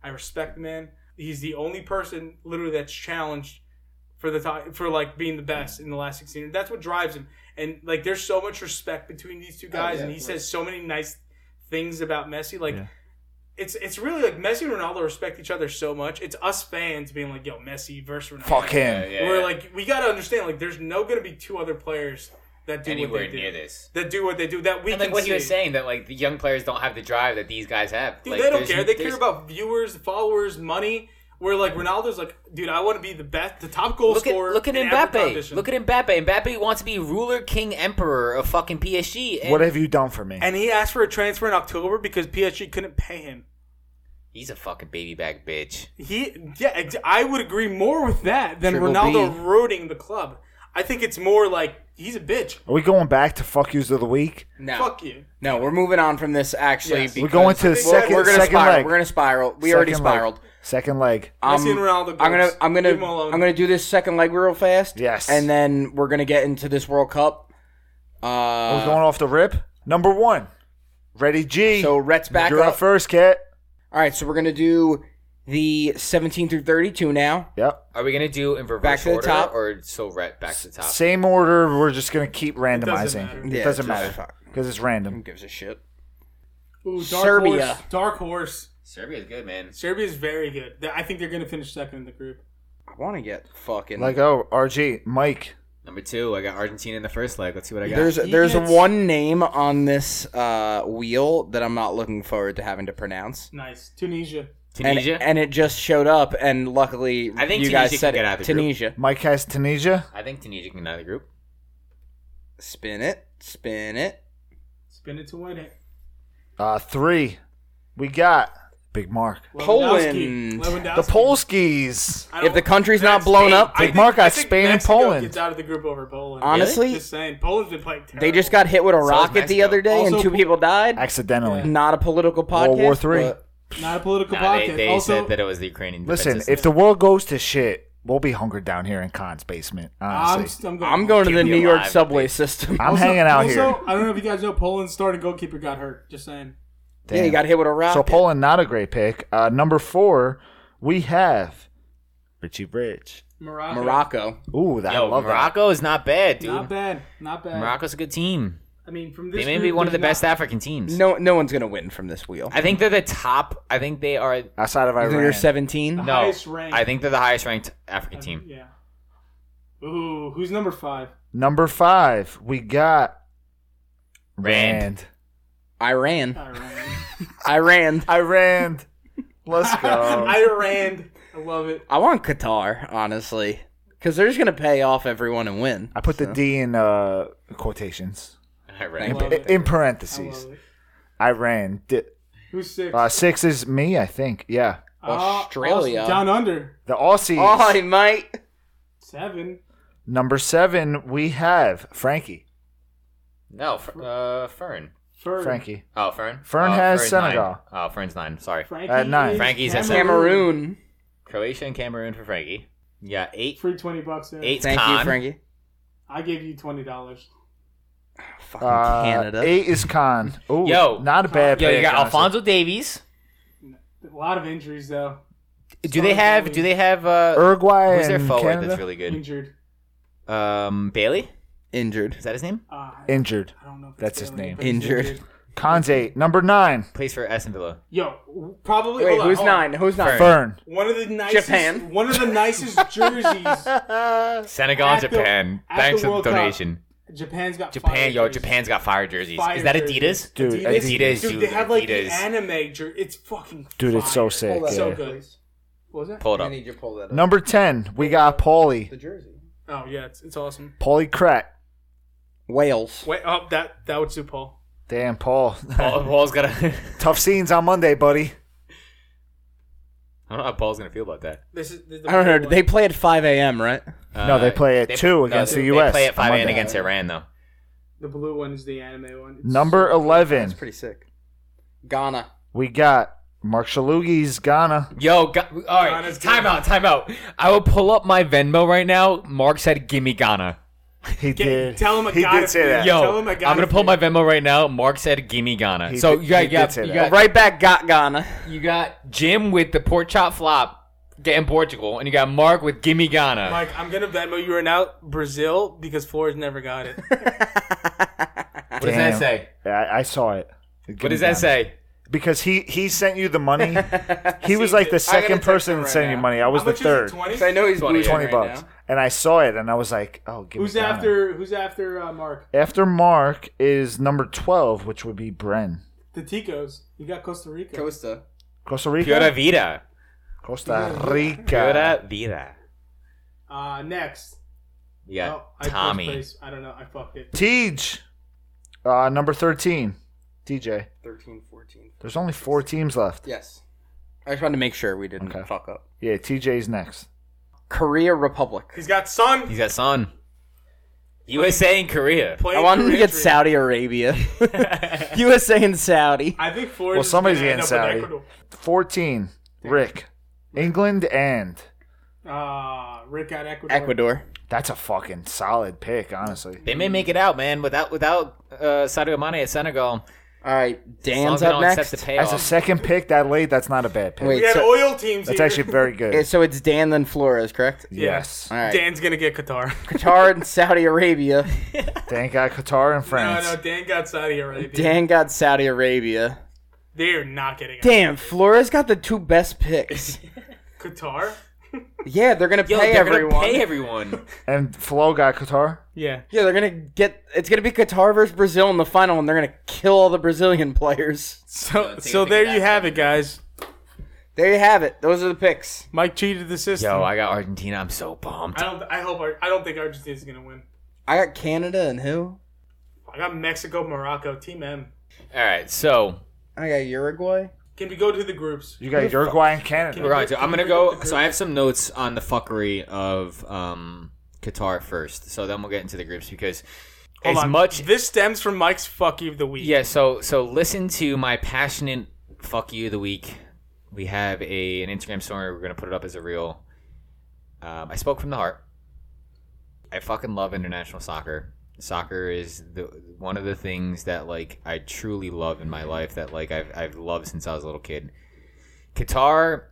S3: I respect the man. He's the only person literally that's challenged for the top, for like being the best in the last 16. That's what drives him. And like, there's so much respect between these
S4: Oh,
S3: two guys,
S1: yeah,
S3: and he
S1: of
S3: says so many nice things about Messi. Like,
S4: Yeah.
S3: it's it's really like Messi and Ronaldo respect each other so much. It's us fans being like, "Yo, Messi versus Ronaldo."
S4: Fuck him.
S2: Yeah, yeah,
S3: We're
S2: yeah.
S3: like, we gotta understand, like, there's no gonna be two other players that do
S2: anywhere
S3: what they do.
S2: near this.
S3: That do what they do. That we
S2: And
S3: can
S2: like what he was
S3: see.
S2: saying that like the young players don't have the drive that these guys have.
S3: Dude,
S2: Like,
S3: they don't
S2: there's-
S3: care. They care
S2: there's-
S3: about viewers, followers, money. Where like Ronaldo's like, dude, I want to be the best, the top goal
S2: Look at,
S3: scorer.
S2: look at
S3: in every
S2: Mbappe.
S3: competition."
S2: Look at Mbappe. Mbappe wants to be ruler, king, emperor of fucking PSG. And
S4: What have you done for me?
S3: and he asked for a transfer in October because PSG couldn't pay him.
S2: he's a fucking baby back bitch.
S3: He, yeah, ex- I would agree more with that than
S1: Triple
S3: Ronaldo
S1: B.
S3: ruining the club. I think it's more like he's a bitch.
S4: Are we going back to fuck yous of the week?
S1: No,
S3: Fuck you.
S1: no, we're moving on from this. Actually,
S3: Yes.
S4: We're going to the
S1: because-
S4: second-
S1: We're gonna
S4: second
S1: spiral.
S4: leg.
S1: We're gonna spiral. We already
S4: Second leg.
S1: spiraled.
S4: Second leg.
S3: Messi
S1: Um,
S3: and Ronaldo.
S1: I'm gonna
S3: goats.
S1: I'm gonna
S3: Leave him alone.
S1: I'm gonna do this second leg real fast.
S4: Yes.
S1: And then we're gonna get into this World Cup.
S4: We're
S1: Uh,
S4: going off the rip. Number one, Ready G.
S1: so Rhett's back
S4: You're
S1: up.
S4: up first, Cat.
S1: All right, so we're gonna do the 17 through 32 now.
S4: Yep.
S2: Are we gonna do in reverse
S1: Back to the
S2: order
S1: top.
S2: or so right back to the top?
S4: Same order. We're just gonna keep randomizing.
S3: matter.
S4: It
S1: Yeah,
S4: doesn't
S1: just-
S4: matter
S1: fuck.
S4: because it's
S1: Who
S4: random.
S1: gives a shit?
S3: Ooh, dark
S1: Serbia.
S3: Horse. Dark horse.
S2: Serbia's good, man.
S3: Serbia's very good. They- I think they're going to finish second in the group.
S1: I want to get fucking
S4: Like oh, RG, Mike.
S2: Number two, I got Argentina in the first leg. Let's see what I got.
S1: There's
S3: He
S1: there's
S3: gets-
S1: one name on this uh, wheel that I'm not looking forward to having to pronounce.
S3: Nice. Tunisia.
S1: And,
S2: Tunisia.
S1: and it just showed up, and luckily
S2: I think
S1: you
S2: Tunisia
S1: guys
S2: can
S1: said
S2: get
S1: it.
S2: out of the group.
S1: Tunisia.
S4: Mike has Tunisia.
S2: I think Tunisia can get out of the group.
S1: Spin it, spin it.
S3: Spin it to win it.
S4: Uh, three. We got Big Mark.
S3: Lewandowski.
S1: Poland.
S3: Lewandowski.
S4: The Polskis.
S3: I don't-
S1: If the country's not
S3: That's-
S1: blown
S3: hey,
S1: up,
S3: I
S4: Big
S3: think-
S4: Mark got
S3: I think
S4: Spain and
S3: Mexico
S4: Poland.
S3: Gets out of the group over Poland.
S1: honestly,
S3: Just saying. Poland's been playing terrible.
S1: they just got hit with a rocket the
S2: Mexico.
S1: other day, and
S3: Also-
S1: two people died.
S4: Accidentally.
S1: Not a political podcast.
S4: World War Three.
S1: but-
S3: Not a political
S2: Nah, they
S3: podcast.
S2: they
S3: also,
S2: said that it was the Ukrainian. defense
S4: Listen,
S2: system.
S4: if the world goes to shit, we'll be hungered down here in Khan's basement.
S3: I'm,
S4: Honestly,
S3: I'm going.
S1: I'm going to
S2: Keep
S1: the
S2: me
S1: New York
S2: alive,
S1: subway system.
S4: I'm,
S3: Also-
S4: hanging out
S3: also,
S4: here.
S3: I don't know if you guys know, Poland's starting goalkeeper got hurt. Just saying.
S1: Yeah, you got hit with a rocket.
S4: So Poland, not a great pick. Uh, number four, we have Richie Rich.
S3: Morocco.
S1: Morocco.
S4: Ooh, that, I
S2: Yo,
S4: love that.
S2: Morocco is not bad, dude.
S3: Not bad. Not bad.
S2: Morocco's a good team.
S3: I mean, from this
S2: They may
S3: group,
S2: be one of the
S3: there's
S2: best
S3: not-
S2: African teams.
S1: No, no one's gonna win from this wheel.
S2: I think they're the top. I think they are.
S4: Outside of
S1: You're
S4: Iran,
S1: 17.
S2: No,
S3: highest ranked.
S2: I think they're the highest ranked African team.
S3: Yeah. Ooh, who's number five?
S4: number five, we got
S2: Rand.
S4: Rand.
S1: Iran.
S3: Iran.
S1: Iran.
S4: Iran. Let's go.
S3: Iran. I love it.
S1: I want Qatar, honestly, because they're just gonna pay off everyone and win.
S4: I put the D in uh, quotations,
S2: Iran.
S3: Love it.
S4: in
S3: I
S4: parentheses.
S3: love it.
S4: Iran. D-
S3: Who's six?
S4: uh, six is me, I think. Yeah,
S3: Uh,
S1: Australia.
S3: Aus- down under.
S4: the Aussies.
S1: Oh, mate.
S3: Seven.
S4: Number seven, we have Frankie.
S2: No, F- uh, Fern.
S3: Fern.
S4: Frankie.
S2: Oh, Fern.
S4: Fern
S2: oh,
S4: has
S2: nine.
S4: Senegal.
S2: Oh, Fern's nine. Sorry.
S3: Frankie
S4: At Uh, nine.
S3: is
S2: Frankie's at seven.
S1: Cameroon.
S2: Croatia and Cameroon for Frankie. Yeah, eight.
S3: Free twenty bucks there.
S2: Eight's
S1: Thank
S2: Khan.
S1: you, Frankie.
S3: I gave you twenty dollars.
S1: Fucking
S4: Uh,
S1: Canada.
S4: Eight is Khan. Ooh,
S2: Yo.
S4: not a bad.
S2: Yo, you
S4: pick,
S2: got
S4: honestly.
S2: Alfonso Davies.
S3: A lot of injuries though.
S2: Do they have? Do they have? Uh,
S4: Uruguay
S2: who's their
S4: and
S2: forward
S4: Canada
S2: that's really good?
S3: Injured.
S2: Um, Bailey.
S1: Injured.
S2: Is that his name?
S3: Uh,
S4: injured.
S3: I don't know. If
S4: That's
S3: it's
S4: his
S3: Bailey,
S4: name.
S3: but he's
S1: Injured.
S4: Khan's eight. Number nine,
S2: Plays for Aston Villa.
S3: Yo, w- probably.
S1: Wait,
S3: hold on,
S1: who's
S3: hold on.
S1: nine? Who's nine?
S4: Fern.
S3: One of the nicest.
S1: Japan.
S3: One of the nicest jerseys.
S2: Senegal and
S3: At the-
S2: Japan.
S3: at
S2: Thanks for
S3: the
S2: the
S3: World Cup.
S2: donation.
S3: Japan's got fire
S2: Japan, yo,
S3: jerseys.
S2: Japan's got fire jerseys.
S3: Fire
S2: Is that
S3: jerseys.
S2: Adidas?
S4: Dude,
S3: Adidas,
S2: Adidas,
S3: dude, they
S2: dude,
S3: have like
S2: Adidas.
S3: the anime. Jer- it's fucking.
S4: Dude, it's so
S3: fire.
S4: sick,
S3: It's so
S4: yeah.
S3: good. What was that?
S2: Pull it up.
S1: you to pull that
S4: Number ten, we got Paulie.
S1: jersey.
S3: Oh yeah, it's, it's awesome.
S4: Paulie Krat.
S1: Wales.
S3: Wait, oh that that would suit Paul.
S4: Damn, Paul.
S2: Paul, Paul's got a.
S4: Tough scenes on Monday, buddy.
S2: I don't know how Paul's gonna feel about that.
S3: This is. This is the
S1: I don't know.
S3: Paul
S1: Did
S3: one.
S1: they play at 5 a.m., right?
S4: No, they play at two against the US
S2: Uh, They play at
S4: on
S2: five and
S4: Monday.
S2: against Iran though.
S3: The blue one is the anime one. It's
S4: Number
S3: so-
S4: eleven,
S1: pretty sick. Ghana.
S4: we got Mark Shalugi's Ghana.
S2: Yo, Ga- all right,
S3: Ghana's
S2: time out, time out. I will pull up my Venmo right now. Mark said, "Give me Ghana."
S4: He
S3: Get-
S4: did.
S3: tell him I
S4: he
S3: got
S4: did
S3: it,
S4: say
S3: man.
S4: that.
S2: Yo,
S3: Tell him I
S2: I'm
S3: got
S2: gonna
S3: it.
S2: pull my Venmo right now. Mark said, "Give me Ghana."
S4: He
S2: so
S4: did-
S2: you got,
S4: he
S2: you, got,
S4: did say
S2: you, got,
S4: that.
S1: Right back, got Ghana.
S2: you got Jim with the pork chop flop getting Portugal, and you got Mark with "Give me Ghana."
S3: Mike, I'm gonna Venmo you right now, Brazil, because Flores never got it.
S2: what does that
S4: Damn.
S2: say?
S4: I, I saw it.
S2: What does that say?
S4: Because he he sent you the money. He was like the
S1: I gotta
S4: second
S1: text
S4: person
S1: him
S4: that
S1: right
S4: sent you
S1: now.
S4: money. I was
S3: How
S4: the
S3: much is it,
S4: third.
S3: 20?
S1: 'Cause I know he's
S2: Twenty.
S1: bleeding
S4: Twenty
S1: right
S4: bucks.
S1: now.
S4: And I saw it, and I was like, "Oh, give
S3: Who's
S4: me Ghana.
S3: after? Who's after uh, Mark?
S4: After Mark is number twelve, which would be Bren.
S3: The Ticos. You got Costa Rica.
S1: Costa.
S4: Costa Rica.
S2: Pura vida,
S4: Costa Rica.
S2: pura vida.
S3: Uh, next.
S2: You got
S3: Oh, I first
S2: Tommy.
S3: place. I don't know. I fucked it.
S4: Tej, uh, number thirteen. TJ.
S1: 13, 14.
S4: There's only four teams left.
S1: Yes. I just wanted to make sure we didn't
S4: Okay.
S1: fuck up.
S4: Yeah, TJ's next.
S1: Korea Republic.
S3: He's got Sun.
S2: He's got son. USA and Korea.
S3: playing
S1: I wanted to
S3: Korea
S1: get
S3: three.
S1: Saudi Arabia. USA and Saudi.
S3: I think Flores.
S4: Well,
S3: is
S4: somebody's
S3: gonna end
S4: getting
S3: up with
S4: Saudi.
S3: Ecuador.
S4: Fourteen. Rick. England and
S3: Uh, Rick got Ecuador.
S1: Ecuador.
S4: that's a fucking solid pick, honestly.
S2: They may make it out, man. Without without uh, Sadio Mane at Senegal,
S1: All right.
S2: as long
S1: Dan's
S2: as they
S1: up
S2: don't accept
S1: next.
S2: the
S4: As a
S2: payoff.
S4: second pick that late, that's not a bad pick.
S1: Wait,
S3: We had
S1: so,
S3: oil teams.
S4: That's
S3: here.
S4: actually very
S1: eh,
S4: good.
S1: so it's Dan then Flores, correct?
S4: Yes.
S1: All right.
S3: Dan's gonna get Qatar.
S1: Qatar and Saudi Arabia.
S4: Thank God Qatar and
S3: no,
S4: France.
S3: no, Dan got Saudi Arabia.
S1: Dan got Saudi Arabia.
S3: They're not getting it.
S1: Damn, Flores got the two best picks.
S3: Qatar.
S1: yeah, they're gonna
S2: Yo,
S1: pay
S2: they're
S1: everyone.
S2: gonna pay everyone.
S4: And Flo got Qatar.
S3: Yeah.
S1: yeah, they're gonna get. It's gonna be Qatar versus Brazil in the final, and they're gonna kill all the Brazilian players.
S3: So,
S2: take a
S3: so
S2: peek
S3: there
S2: at
S3: you
S2: that.
S3: have it, guys.
S1: There you have it. Those are the picks.
S3: Mike cheated the system.
S2: Yo, I got Argentina. I'm so bummed.
S3: I don't. I hope. Ar- I don't think Argentina's gonna win.
S1: I got Canada and who?
S3: I got Mexico, Morocco, Team M.
S2: All right, so
S1: I got Uruguay.
S3: Can we go to the groups?
S4: You got Uruguay and
S2: we're
S4: Canada.
S2: going to. I'm gonna go. So I have some notes on the fuckery of um, Qatar first. So then we'll get into the groups because
S3: Hold
S2: as
S3: on.
S2: much
S3: This stems from Mike's fuck you of the week.
S2: Yeah, so so listen to my passionate fuck you of the week. We have a an Instagram story. We're gonna put it up as a reel. Um, I spoke from the heart. I fucking love international soccer. Soccer is the one of the things that like I truly love in my life. That like I've I've loved since I was a little kid. Qatar,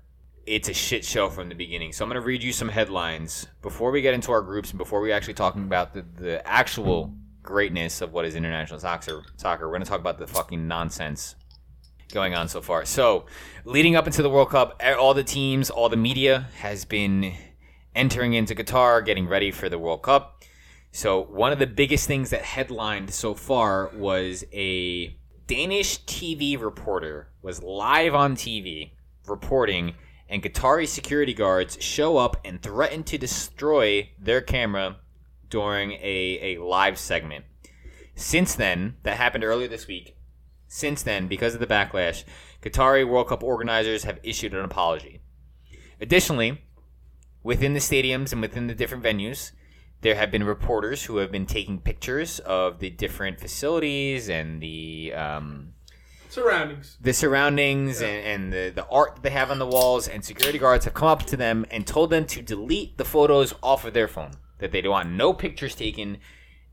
S2: it's a shit show from the beginning. So I'm gonna read you some headlines before we get into our groups and before we actually talking about the, the actual greatness of what is international soccer. Soccer, we're gonna talk about the fucking nonsense going on so far. So, leading up into the World Cup, a- all the teams, all the media has been entering into Qatar, getting ready for the World Cup. So, one of the biggest things that headlined so far was a Danish TV reporter was live on TV reporting and Qatari security guards show up and threaten to destroy their camera during a, a live segment. Since then, that happened earlier this week, since then, because of the backlash, Qatari World Cup organizers have issued an apology. Additionally, within the stadiums and within the different venues, there have been reporters who have been taking pictures of the different facilities and the um,
S3: Surroundings.
S2: the surroundings and, and the, the art that they have on the walls, and security guards have come up to them and told them to delete the photos off of their phone, that they don't want no pictures taken.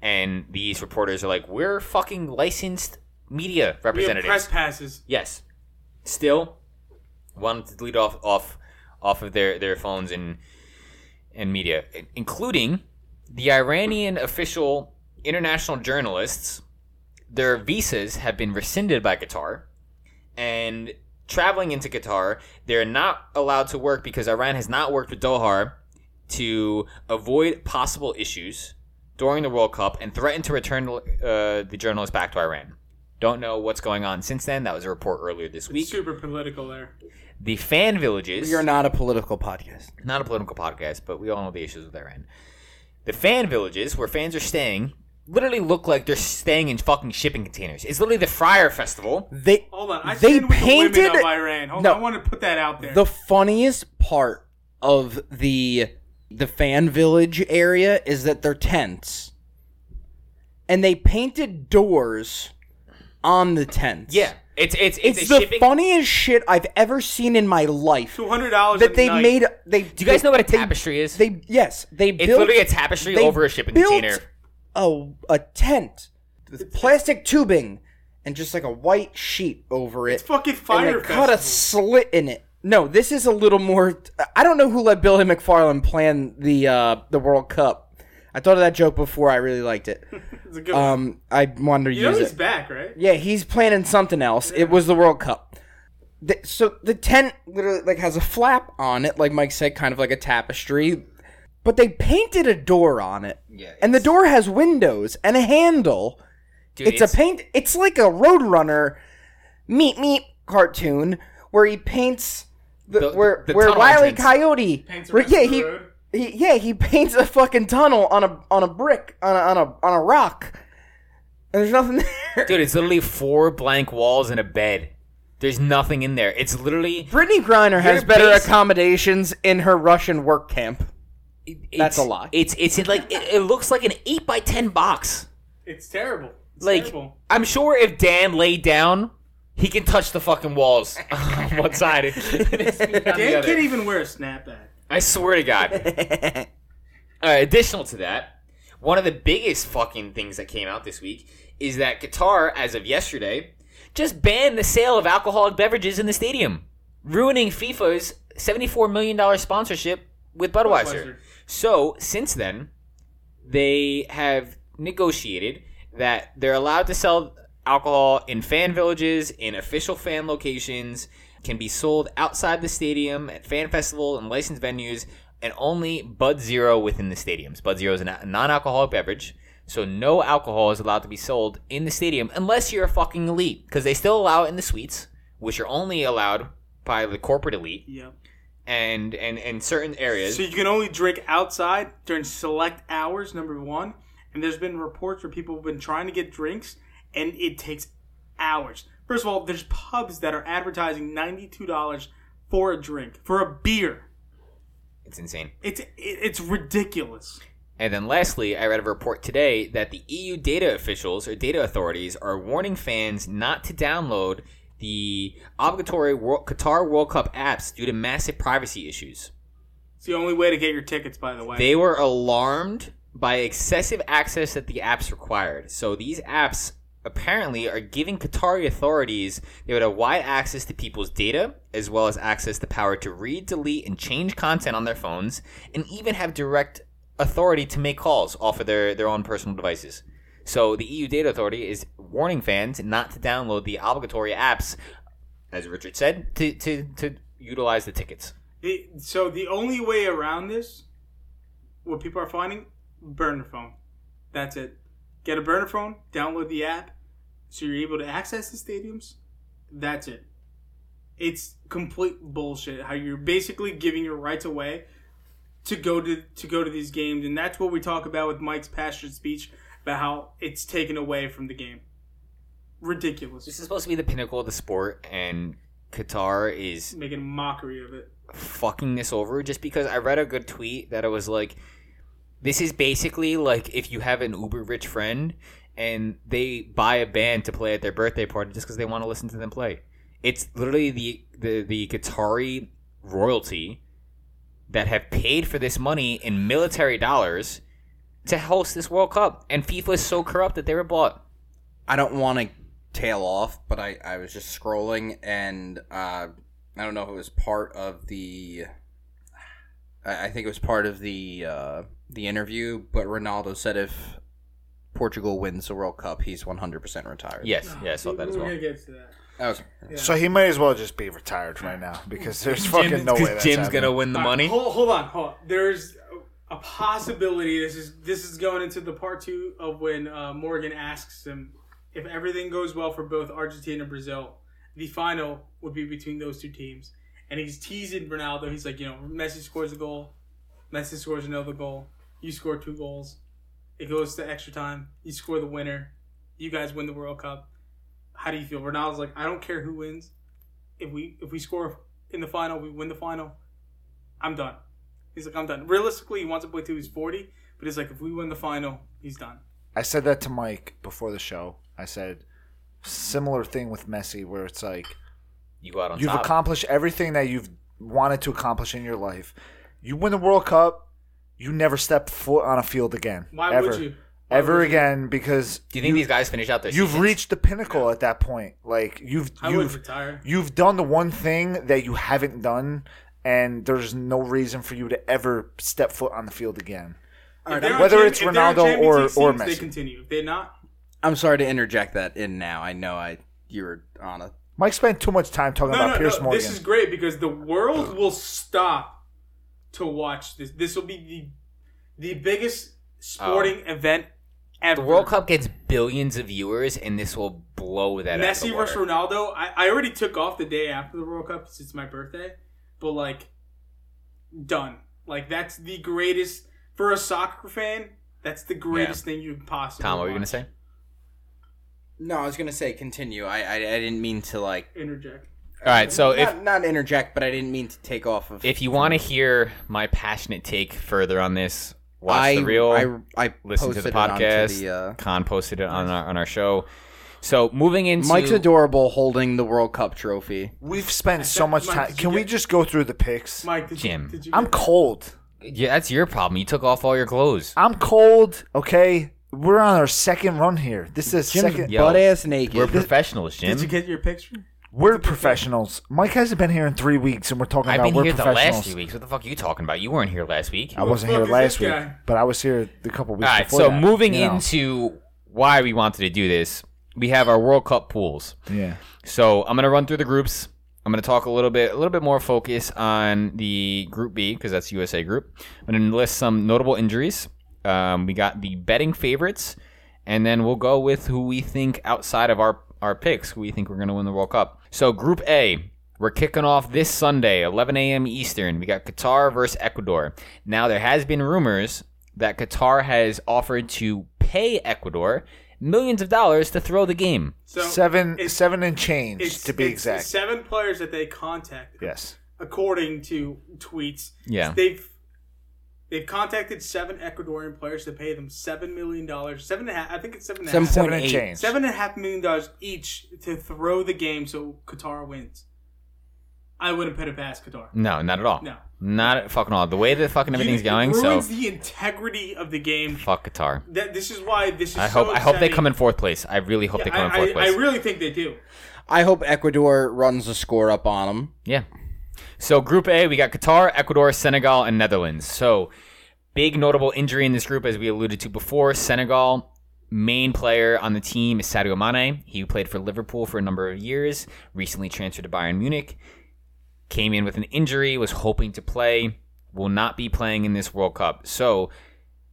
S2: And these reporters are like, we're fucking licensed media
S3: We have
S2: representatives.
S3: press passes.
S2: Yes. Still wanted to delete off off off of their, their phones and and media, i- including the Iranian official international journalists. Their visas have been rescinded by Qatar, and traveling into Qatar, they're not allowed to work because Iran has not worked with Doha to avoid possible issues during the World Cup and threatened to return uh, the journalists back to Iran. Don't know what's going on since then. That was a report earlier this week.
S3: Super political there.
S2: The fan villages.
S1: We are not a political podcast.
S2: not a political podcast, but we all know the issues with Iran. The fan villages where fans are staying literally look like they're staying in fucking shipping containers. It's literally the Friar Festival.
S1: They
S3: Hold on. I
S1: they
S3: stand with the
S1: painted
S3: women of Iran. Hold
S1: No.
S3: on. I want to put that out there.
S1: the funniest part of the the fan village area is that they're tents, and they painted doors on the tents.
S2: Yeah. It's it's it's,
S1: It's,
S2: a
S1: the
S2: shipping.
S1: funniest shit I've ever seen in my life.
S3: Two hundred dollars
S1: That they
S3: night.
S1: made. They do
S2: you guys know what a tapestry is?
S1: They yes, they
S2: it's
S1: built
S2: literally a tapestry
S1: they
S2: over a shipping
S1: built
S2: container.
S1: A a tent with plastic tubing and just like a white sheet over it.
S3: It's fucking
S1: and they
S3: fire.
S1: cut a
S3: festival.
S1: slit in it. No, this is a little more. I don't know who let Billy McFarland plan the uh, the World Cup. I thought of that joke before. I really liked it.
S3: It's a good one.
S1: Um, I wanted to
S3: You know
S1: use
S3: he's
S1: it.
S3: back, right?
S1: Yeah, he's planning something else. It was the World Cup. The, so the tent literally like has a flap on it, like Mike said, kind of like a tapestry. But they painted a door on it,
S2: Yeah,
S1: and the door has windows and a handle.
S2: Dude,
S1: it's, a paint. It's like a Roadrunner meet meet cartoon where he paints the,
S2: The-
S1: where
S2: the
S1: where
S2: tunnel
S1: Wiley
S2: entrance.
S1: Coyote
S3: Paints
S1: where-
S3: around
S1: yeah
S3: the
S1: he,
S3: road.
S1: he yeah he paints a fucking tunnel on a on a brick on a on a on a rock. And there's nothing there.
S2: dude. It's literally four blank walls and a bed. There's nothing in there. It's literally
S1: Brittany Griner has
S2: Your
S1: better
S2: base-
S1: accommodations in her Russian work camp.
S2: it's,
S1: That's a lie.
S2: It's it's in like it, it looks like an eight by ten box.
S3: It's terrible. It's
S2: Like
S3: terrible.
S2: I'm sure if Dan laid down, he can touch the fucking walls on one side. and- on the
S3: Dan
S2: other.
S3: can't even wear a snapback.
S2: I swear to God. All right, additional to that, one of the biggest fucking things that came out this week is that Qatar, as of yesterday, just banned the sale of alcoholic beverages in the stadium, ruining FIFA's $74 million sponsorship with Budweiser.
S3: Budweiser.
S2: So, since then, they have negotiated that they're allowed to sell alcohol in fan villages, in official fan locations, can be sold outside the stadium at fan festival and licensed venues, and only Bud Zero within the stadiums. Bud Zero is a non-alcoholic beverage, so no alcohol is allowed to be sold in the stadium unless you're a fucking elite, because they still allow it in the suites, which are only allowed by the corporate elite
S3: Yep.
S2: and and and certain areas.
S3: So you can only drink outside during select hours, number one. And there's been reports where people have been trying to get drinks, and it takes hours. First of all, there's pubs that are advertising $92 for a drink, for a beer.
S2: it's insane.
S3: It's it- it's ridiculous.
S2: And then lastly, I read a report today that the EU data officials or data authorities are warning fans not to download the obligatory World, Qatar World Cup apps due to massive privacy issues.
S3: It's the only way to get your tickets, by the way.
S2: They were alarmed by excessive access that the apps required. So these apps apparently are giving Qatari authorities they would have wide access to people's data as well as access the power to read, delete, and change content on their phones, and even have direct authority to make calls off of their, their own personal devices. So the EU Data Authority is warning fans not to download the obligatory apps, as Richard said, to, to, to utilize the tickets.
S3: The- so the only way around this, what people are finding, burner phone. That's it. Get a burner phone, download the app, so you're able to access the stadiums. That's it. It's complete bullshit. How you're basically giving your rights away to go to to go to these games, and that's what we talk about with Mike's passionate speech about how it's taken away from the game. Ridiculous.
S2: This is supposed to be the pinnacle of the sport, and Qatar is
S3: Making a mockery of it.
S2: fucking this over just because I read a good tweet that it was like, this is basically like if you have an uber rich friend and they buy a band to play at their birthday party just because they want to listen to them play. It's literally the, the, the Qatari royalty that have paid for this money in military dollars to host this World Cup. And FIFA is so corrupt that they were bought.
S1: I don't want to tail off, but I, I was just scrolling and uh, I don't know if it was part of the. I I think it was part of the uh, the interview, but Ronaldo said if Portugal wins the World Cup, he's 100% retired.
S2: Yes, yeah, I saw that as
S3: We're
S2: well.
S3: gonna get to that.
S1: Okay.
S4: So he might as well just be retired right now because there's fucking no way
S2: Because
S4: that's
S2: Jim's
S4: happening.
S2: going to win the
S3: All right,
S2: money.
S3: Hold, hold on, hold on. There's a possibility. This is this is going into the part two of when uh, Morgan asks him if everything goes well for both Argentina and Brazil. The final would be between those two teams, and he's teasing Ronaldo. He's like, you know, Messi scores a goal, Messi scores another goal, you score two goals, it goes to extra time, you score the winner, you guys win the World Cup. How do you feel? Ronaldo's like, I don't care who wins. If we if we score in the final, we win the final. I'm done. He's like, I'm done. Realistically, he wants to play till he's 40, but he's like, if we win the final, he's done.
S4: I said that to Mike before the show. I said, similar thing with Messi, where it's like
S2: You go out on
S4: you've
S2: top.
S4: accomplished everything that you've wanted to accomplish in your life. You win the World Cup, you never step foot on a field again.
S3: Why
S4: ever,
S3: would you? Why
S4: Ever
S3: would you?
S4: again because
S2: Do you think these guys finish out their?
S4: you've
S2: seasons?
S4: reached the pinnacle at that point. Like you've
S3: I would
S4: you've
S3: retire.
S4: you've done the one thing that you haven't done, and there's no reason for you to ever step foot on the field again.
S3: If
S7: right,
S3: they're
S4: whether
S3: on
S4: it's
S3: if they're on
S4: Ronaldo
S3: Champions
S4: or-
S3: League teams,
S4: or
S3: They
S4: Messi.
S3: continue. If they're not.
S1: I'm sorry to interject that in now. I know I you were on a
S4: Mike spent too much time talking
S3: No,
S4: about
S3: no,
S4: Pierce
S3: no.
S4: Morgan. Oh.
S3: This is great because the world will stop to watch this. This will be the the biggest sporting event ever.
S2: The World Cup gets billions of viewers, and this will blow that. out of the
S3: Messi versus
S2: water.
S3: Ronaldo. I, I already took off the day after the World Cup since it's my birthday, but like, done. Like that's the greatest for a soccer fan. That's the greatest thing you could possibly.
S2: Tom, what were you
S3: watch.
S2: gonna say?
S1: No, I was gonna say continue. I I, I didn't mean to like
S3: Interject.
S2: All right, so
S1: not,
S2: if
S1: not interject, but I didn't mean to take off of
S2: if you want to hear my passionate take further on this, watch
S1: I,
S2: the real.
S1: I, I
S2: listen to
S1: posted
S2: the
S1: it onto
S2: podcast.
S1: the, uh,
S2: Khan posted it on our, on our show. So moving into
S1: Mike's adorable holding the World Cup trophy.
S4: We've spent so much
S3: Mike,
S4: time.
S3: did you
S4: Can we
S3: get-
S4: just go through the picks?
S3: Mike, did
S2: Jim.
S3: You, did you
S4: I'm cold.
S2: yeah, that's your problem. You took off all your clothes.
S4: I'm cold. Okay, we're on our second run here. This is
S1: Jim's
S4: second.
S2: Yo.
S1: butt ass naked.
S2: We're professionals, Jim.
S3: did you get your picture?
S4: We're professionals. Mike hasn't been here in three weeks, and we're talking
S2: I've
S4: about
S2: been
S4: we're
S2: here the
S4: professionals.
S2: last few weeks. What the fuck are you talking about? You weren't here last week.
S4: I wasn't
S3: Who the
S4: here
S3: fuck is this
S4: last week,
S3: guy?
S4: but I was here the couple weeks
S2: All right,
S4: before.
S2: so
S4: that,
S2: moving
S4: you know.
S2: into why we wanted to do this, we have our World Cup pools.
S4: yeah,
S2: So I'm gonna run through the groups. I'm gonna talk a little bit, a little bit more focus on the Group B because that's USA Group. I'm gonna list some notable injuries. Um, we got the betting favorites, and then we'll go with who we think outside of our our picks, who we think we're gonna win the World Cup. So Group A, we're kicking off this Sunday, 11 a.m. Eastern. We got Qatar versus Ecuador. Now there has been rumors that Qatar has offered to pay Ecuador millions of dollars to throw the game.
S3: So
S4: seven,
S3: it's-
S4: seven and change to be
S3: it's
S4: exact.
S3: Seven players that they contacted.
S4: yes,
S3: according to tweets.
S2: Yeah.
S3: They've they've contacted seven Ecuadorian players to pay them seven million dollars, seven and a half. I think it's seven and a
S1: Seven
S3: half.
S4: seven
S1: Point
S4: and
S1: eight.
S4: change.
S3: Seven and a half million dollars each to throw the game so Qatar wins. I wouldn't put it past Qatar.
S2: No, not at all.
S3: No.
S2: Not at fucking all. The way that fucking everything's
S3: You-
S2: going,
S3: it
S2: so
S3: ruins the integrity of the game.
S2: fuck Qatar.
S3: That this is why this is.
S2: I hope
S3: so
S2: I hope they
S3: upsetting.
S2: come in fourth place. I really hope they come in
S3: I,
S2: fourth
S3: I,
S2: place.
S3: I really think they do.
S1: I hope Ecuador runs the score up on them.
S2: yeah. So Group A, we got Qatar, Ecuador, Senegal, and Netherlands. So big notable injury in this group, as we alluded to before. Senegal main player on the team is Sadio Mane. He played for Liverpool for a number of years. Recently transferred to Bayern Munich. Came in with an injury. Was hoping to play. Will not be playing in this World Cup. So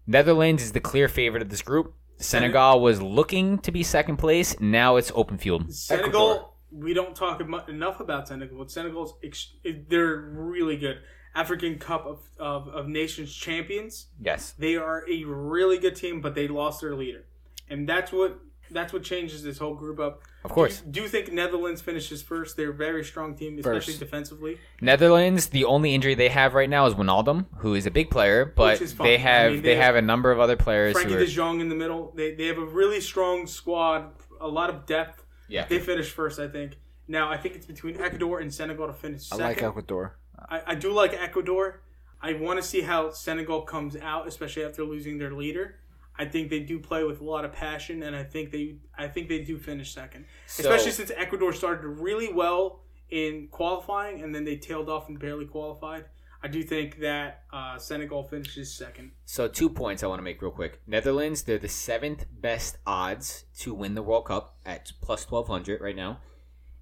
S2: Netherlands is the clear favorite of this group. Senegal was looking to be second place. Now it's open field.
S3: Senegal.
S1: Ecuador.
S3: We don't talk emu- enough about Senegal. But Senegal's ex- they're really good. African Cup of, of, of Nations champions.
S2: Yes.
S3: They are a really good team, but they lost their leader, and that's what that's what changes this whole group up.
S2: Of course.
S3: Do you think Netherlands finishes first? They're a very strong team, especially
S1: First.
S3: defensively.
S2: Netherlands, the only injury they have right now is Wijnaldum, who is a big player, but
S3: Which is fine.
S2: they have
S3: I mean,
S2: they,
S3: they
S2: have
S3: have
S2: a number of other players
S3: Frankie
S2: who
S3: De
S2: are,
S3: Jong in the middle. They they have a really strong squad, a lot of depth.
S2: yeah.
S3: They finish first, I think. Now I think it's between Ecuador and Senegal to finish
S4: I
S3: second.
S4: like Ecuador.
S3: I, I do like Ecuador. I want to see how Senegal comes out, especially after losing their leader. I think they do play with a lot of passion, and I think they I think they do finish second, especially since Ecuador started really well in qualifying, and then they tailed off and barely qualified. I do think that uh, Senegal finishes second.
S2: So two points I want to make real quick. Netherlands, they're the seventh best odds to win the World Cup at plus twelve hundred right now.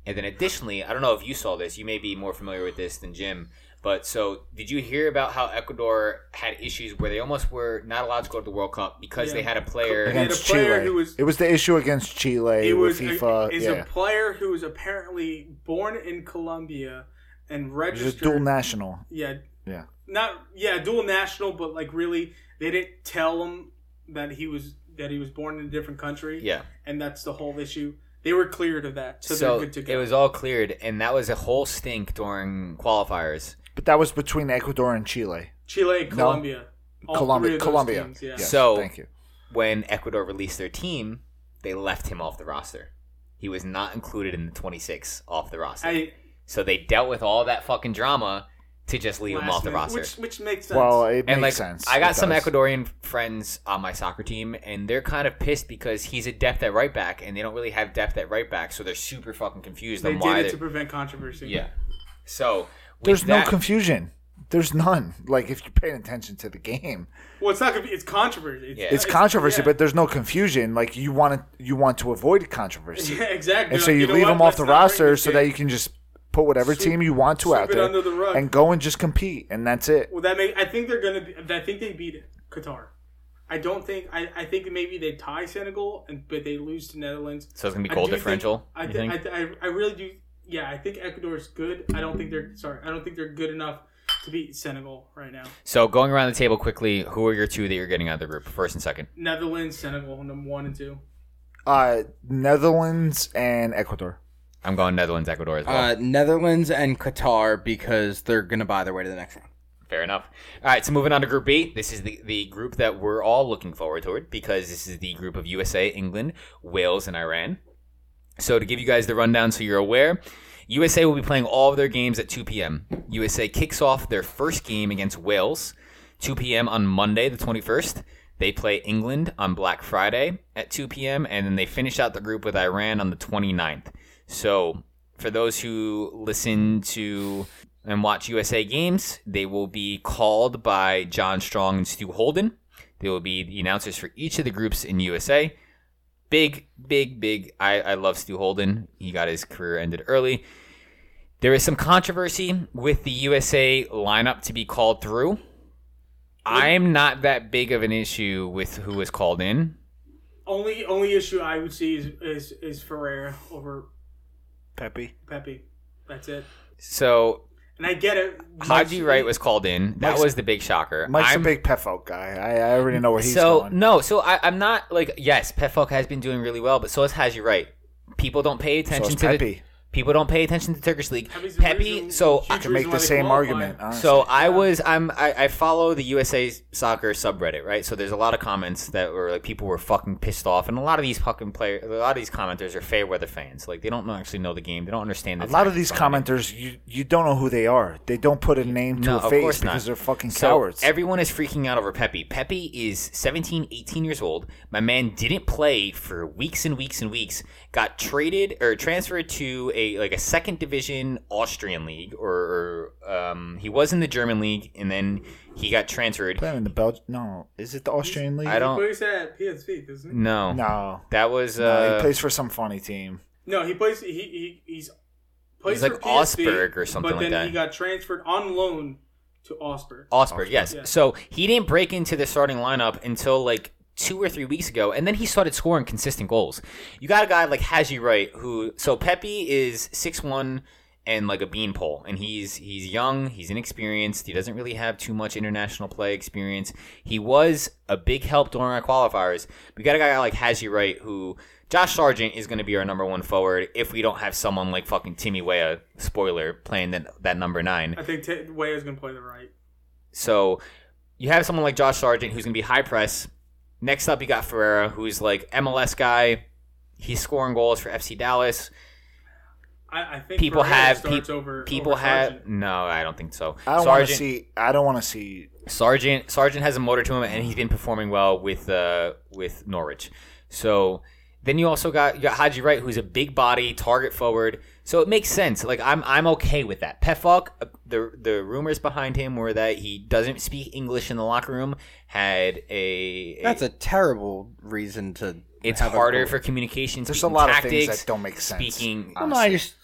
S2: And then additionally, I don't know if you saw this, you may be more familiar with this than Jim, but so did you hear about how Ecuador had issues where they almost were not allowed to go to the World Cup because
S3: Yeah.
S2: they had a player
S3: They had a
S4: Against
S3: player
S4: Chile,
S3: who was-
S4: it was the issue against Chile
S3: It was
S4: with FIFA.
S3: is
S4: yeah,
S3: a player who was apparently born in Colombia and
S4: it was a
S3: registered
S4: dual national.
S3: yeah
S4: Yeah.
S3: not yeah dual national but like really they didn't tell him that he was that he was born in a different country
S2: Yeah.
S3: and that's the whole issue they were cleared of that
S2: So
S3: so, they're good to go
S2: it was all cleared and that was a whole stink during qualifiers.
S4: But that was between Ecuador and Chile.
S3: chile and colombia All
S4: Colombia,
S3: three of those
S4: Colombia.
S3: teams, yeah.
S4: Yes,
S2: So-
S4: thank you.
S2: when Ecuador released their team, they left him off the roster. He was not included in the 26 off the roster.
S3: I
S2: so they dealt with all that fucking drama to just leave him
S3: last
S2: off the
S3: minute,
S2: roster.
S3: which which makes sense.
S4: Well, it
S2: and like
S4: makes sense.
S2: I
S4: It
S2: got some
S4: does.
S2: Ecuadorian friends on my soccer team, and they're kind of pissed because he's a depth at right back, and they don't really have depth at right back, so they're super fucking confused
S3: they
S2: on
S3: did
S2: why.
S3: it to
S2: they're-
S3: prevent controversy.
S2: yeah. So with
S4: There's
S2: that,
S4: no confusion. There's none. Like if you're paying attention to the game,
S3: Well, it's not. gonna be- It's controversy.
S2: Yeah.
S4: it's controversy,
S3: yeah.
S4: but there's no confusion. Like you want to, you want to avoid controversy,
S3: Yeah, exactly.
S4: and so
S3: Like,
S4: you,
S3: know
S4: leave
S3: what?
S4: them off
S3: Let's
S4: the
S3: not bring
S4: roster
S3: this
S4: so
S3: in.
S4: that you can just put whatever team you want to out
S3: sweep it
S4: there
S3: under the rug.
S4: and go and just compete, and that's it.
S3: Well, that make I think they're gonna. Be, I think they beat it, Qatar. I don't think. I, I think maybe they tie Senegal, and but they lose to Netherlands.
S2: So it's gonna be
S3: I
S2: goal
S3: do
S2: differential.
S3: Think, I,
S2: you
S3: thi-
S2: think?
S3: I, thi- I I really do. Yeah, I think Ecuador is good. I don't think they're sorry. I don't think they're good enough to beat Senegal right now.
S2: so going around the table quickly, who are your two that you're getting out of the group, first and second?
S3: Netherlands, Senegal, number one and two.
S4: Uh, Netherlands and Ecuador.
S2: I'm going Netherlands, Ecuador as well.
S1: Uh, Netherlands and Qatar because they're gonna buy their way to the next round.
S2: Fair enough. All right, so moving on to Group B. This is the, the group that we're all looking forward toward because this is the group of USA, England, Wales, and Iran. So to give you guys the rundown so you're aware, USA will be playing all of their games at 2 p.m. USA kicks off their first game against Wales, 2 p.m. on Monday, the 21st. They play England on Black Friday at 2 p.m., and then they finish out the group with Iran on the 29th. So for those who listen to and watch USA games, they will be called by John Strong and Stu Holden. They will be the announcers for each of the groups in USA. Big, big, big. I, I love Stu Holden. He got his career ended early. There is some controversy with the USA lineup to be called through. I'm not that big of an issue with who was called in.
S3: Only only issue I would see is is, is Ferreira over
S4: Pepe.
S3: Pepe. That's it.
S2: So
S3: And I get it.
S2: Haji Wright was called in. That
S4: Mike's-
S2: was the big shocker.
S4: Mike's
S2: I'm-
S4: a big Pefo guy. I, I already know where he's
S2: so
S4: going.
S2: no, so I, I'm not like yes, Petfolk has been doing really well, but so has Haji Wright. People don't pay
S4: so
S2: attention
S4: it's
S2: to the,
S4: Pepe.
S2: people don't pay attention to Turkish league.
S3: Pepe's the
S2: Pepe,
S3: reason-
S2: so
S3: huge
S2: I,
S4: I can make
S3: reason
S4: the
S3: why they
S4: same
S3: qualify.
S4: argument. Uh, honestly.
S2: so I was I'm I, I follow the USA soccer subreddit right, so there's a lot of comments that were like people were fucking pissed off, and a lot of these fucking players, a lot of these commenters are fair weather fans, like they don't actually know the game, they don't understand. The
S4: a lot of
S2: tactics
S4: these
S2: behind it.
S4: commenters, you you don't know who they are. They don't put a name to
S2: No,
S4: a
S2: of
S4: face
S2: course not.
S4: because they're fucking
S2: So
S4: cowards.
S2: everyone is freaking out over Pepe. Pepe is 17, 18 years old. My man didn't play for weeks and weeks and weeks. Got traded or transferred to a like a second division Austrian league, or, or um, he was in the German league, and then he got transferred.
S4: Playing in the Belgian. No, is it the Austrian league?
S2: I
S3: He
S2: don't
S3: plays at PSV, doesn't he?
S2: know.
S4: No,
S2: That was
S4: no he
S2: uh,
S4: plays for some funny team.
S3: No, he plays. He, he he's plays
S2: He's like
S3: for PSV,
S2: Augsburg or something
S3: But
S2: like
S3: then
S2: that.
S3: he got transferred on loan to Augsburg.
S2: Osberg, yes.
S3: Yeah.
S2: So he didn't break into the starting lineup until like two or three weeks ago, and then he started scoring consistent goals. You got a guy like Haji Wright, who so Pepe is six one and like a beanpole, and he's he's young, he's inexperienced, he doesn't really have too much international play experience. He was a big help during our qualifiers. We got a guy like Haji Wright who. Josh Sargent is going to be our number one forward if we don't have someone like fucking Timmy Weah, spoiler, playing that, that number nine.
S3: I think T- Way is going to play the right.
S2: So you have someone like Josh Sargent who's going to be high press. Next up, you got Ferreira, who's like MLS guy. He's scoring goals for FC Dallas.
S3: I, I think
S2: People
S3: Ferreira
S2: have
S3: starts
S2: pe-
S3: over.
S2: people
S3: over
S2: have
S3: Sargent.
S2: no. I don't think so.
S4: I don't want to
S2: Sargent,
S4: see. I don't want to see.
S2: Sargent Sargent has a motor to him, and he's been performing well with uh, with Norwich. So then you also got you got Haji Wright, who's a big body target forward. So it makes sense. Like I'm I'm okay with that. Pefok, uh, the the rumors behind him were that he doesn't speak English in the locker room. Had a, a-
S1: That's a terrible reason to.
S2: it's
S1: have a
S2: harder
S1: goal.
S2: for communication.
S4: There's a
S2: speaking
S4: lot
S2: tactics,
S4: of things that don't make sense.
S2: Speaking
S1: Well, no, I just.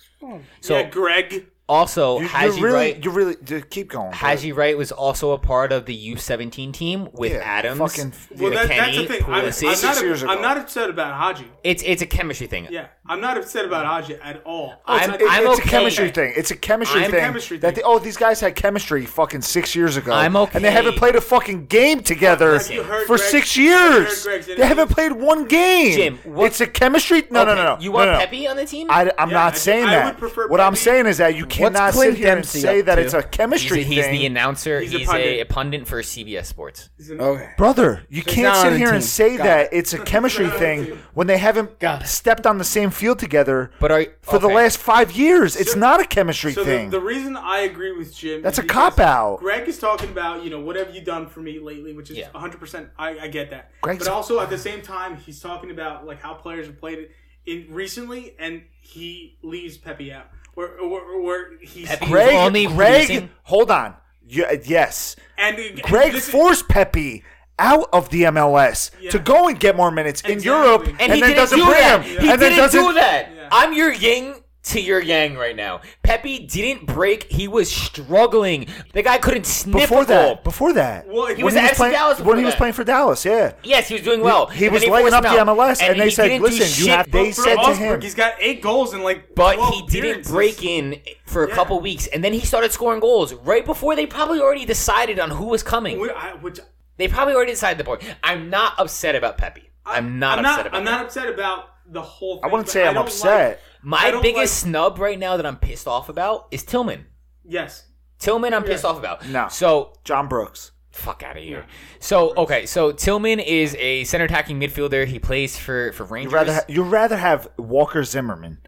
S2: so
S3: yeah, Greg.
S2: also
S4: You, you
S2: Haji
S4: really,
S2: Wright.
S4: you really dude, keep going. bro.
S2: Haji Wright was also a part of the U17 team with
S4: Yeah,
S2: Adams.
S4: fucking-
S3: Well, that, that's
S2: McKennie,
S3: the thing. I'm,
S2: Pulisic.
S3: I'm,
S4: Six years
S3: not,
S4: ago.
S3: I'm not upset about Haji.
S2: It's it's a chemistry thing.
S3: Yeah, I'm not upset about Haji at all.
S2: I'm-
S3: I-
S4: It-
S2: I'm
S4: it's
S2: okay.
S4: a chemistry thing. It's a chemistry
S2: I'm-
S4: thing.
S3: Chemistry
S4: that
S3: thing.
S4: They, oh, these guys had chemistry fucking six years ago.
S2: I'm
S4: And they
S2: okay.
S4: haven't played a fucking game together
S3: Have you heard
S4: for
S3: Greg's-
S4: six
S3: have you heard
S4: years.
S3: Greg's
S4: They
S3: interview?
S4: haven't played one game.
S2: Jim, what-
S4: it's a chemistry. No, no,
S2: Okay,
S4: no, no.
S2: You
S4: No,
S2: want
S4: no, no.
S2: Pepe on the team?
S4: I, am
S3: Yeah,
S4: not
S3: I do-
S4: saying
S3: I
S4: that.
S3: would prefer
S4: what I'm
S3: Pepe-
S4: saying is that you cannot sit
S1: Clint
S4: here and
S1: Dempsey
S4: say
S1: up
S4: that
S1: to?
S4: it's a
S2: He's,
S4: chemistry
S2: he's
S4: thing.
S2: the announcer. He's,
S3: He's a
S2: a,
S3: pundit.
S2: a pundit for CBS Sports.
S3: He's an-
S1: Okay.
S4: Brother, you can't
S1: not on
S4: sit
S1: a
S4: here and
S1: team.
S4: say
S1: Got
S4: that it's a chemistry thing when they haven't
S1: Got it.
S4: stepped on the same field together
S2: But are
S4: for the
S2: okay.
S4: last five years. It's
S3: So-
S4: not a chemistry
S3: So the,
S4: thing.
S3: the reason I agree with Jim
S4: That's
S3: is
S4: a cop-out.
S3: because Greg is talking about you know what have you done for me lately, which is
S2: Yeah.
S3: 100. percent I, I get that,
S4: Greg's-
S3: but also at the same time he's talking about like how players have played it in recently, and he leaves Pepe out. Where, where, where he's
S2: Pepe-
S4: Greg,
S2: only
S4: Greg,
S2: producing-
S4: hold on. Yeah, yes,
S3: and, and
S4: Greg
S3: this is-
S4: forced Pepe out of the MLS
S3: Yeah.
S4: to go and get more minutes in
S3: Exactly.
S4: Europe,
S3: And
S2: and, he
S4: then
S2: didn't
S4: doesn't
S2: do
S4: bring
S2: that.
S4: him.
S2: He
S4: and then
S2: didn't
S4: doesn't
S2: do that.
S3: Yeah.
S2: I'm your yin to your yang right now. Pepe didn't break. He was struggling. The guy couldn't snip
S4: before
S2: a goal.
S4: that. Before that,
S3: Well, he
S4: when
S2: was at FC
S4: playing,
S2: Dallas
S4: when
S2: before
S4: he was
S2: that.
S4: playing for Dallas. Yeah,
S2: yes, he was doing well.
S4: he
S2: And
S4: was
S2: then
S4: lighting up
S2: forced him
S4: the MLS, and, they
S2: he
S4: said,
S2: didn't do
S4: "Listen, you
S2: shit
S4: have." They
S3: for
S4: said to
S3: Augsburg,
S4: him,
S3: he's got eight goals in like
S2: But
S3: 12
S2: he didn't
S3: appearances.
S2: break in for a
S3: Yeah.
S2: couple weeks, and then he started scoring goals right before they probably already decided on who was coming.
S3: Wh- I- Which
S2: They probably already decided the board. I'm not upset about Pepe. I'm not
S3: I'm
S2: upset
S3: not.
S2: about
S3: I'm
S2: that.
S3: not upset about the whole. thing.
S4: "I wouldn't
S3: but
S4: say I'm
S3: don't
S4: upset."
S3: like- I
S2: My
S3: don't
S2: biggest
S3: like-
S2: snub right now that I'm pissed off about is Tillman.
S3: yes,
S2: Tillman, I'm pissed off about.
S4: No.
S2: So
S4: John Brooks.
S2: fuck out of here. So okay, so Tillman is a center attacking midfielder. He plays for for
S4: You'd
S2: Rangers.
S4: rather ha- you'd rather have Walker Zimmerman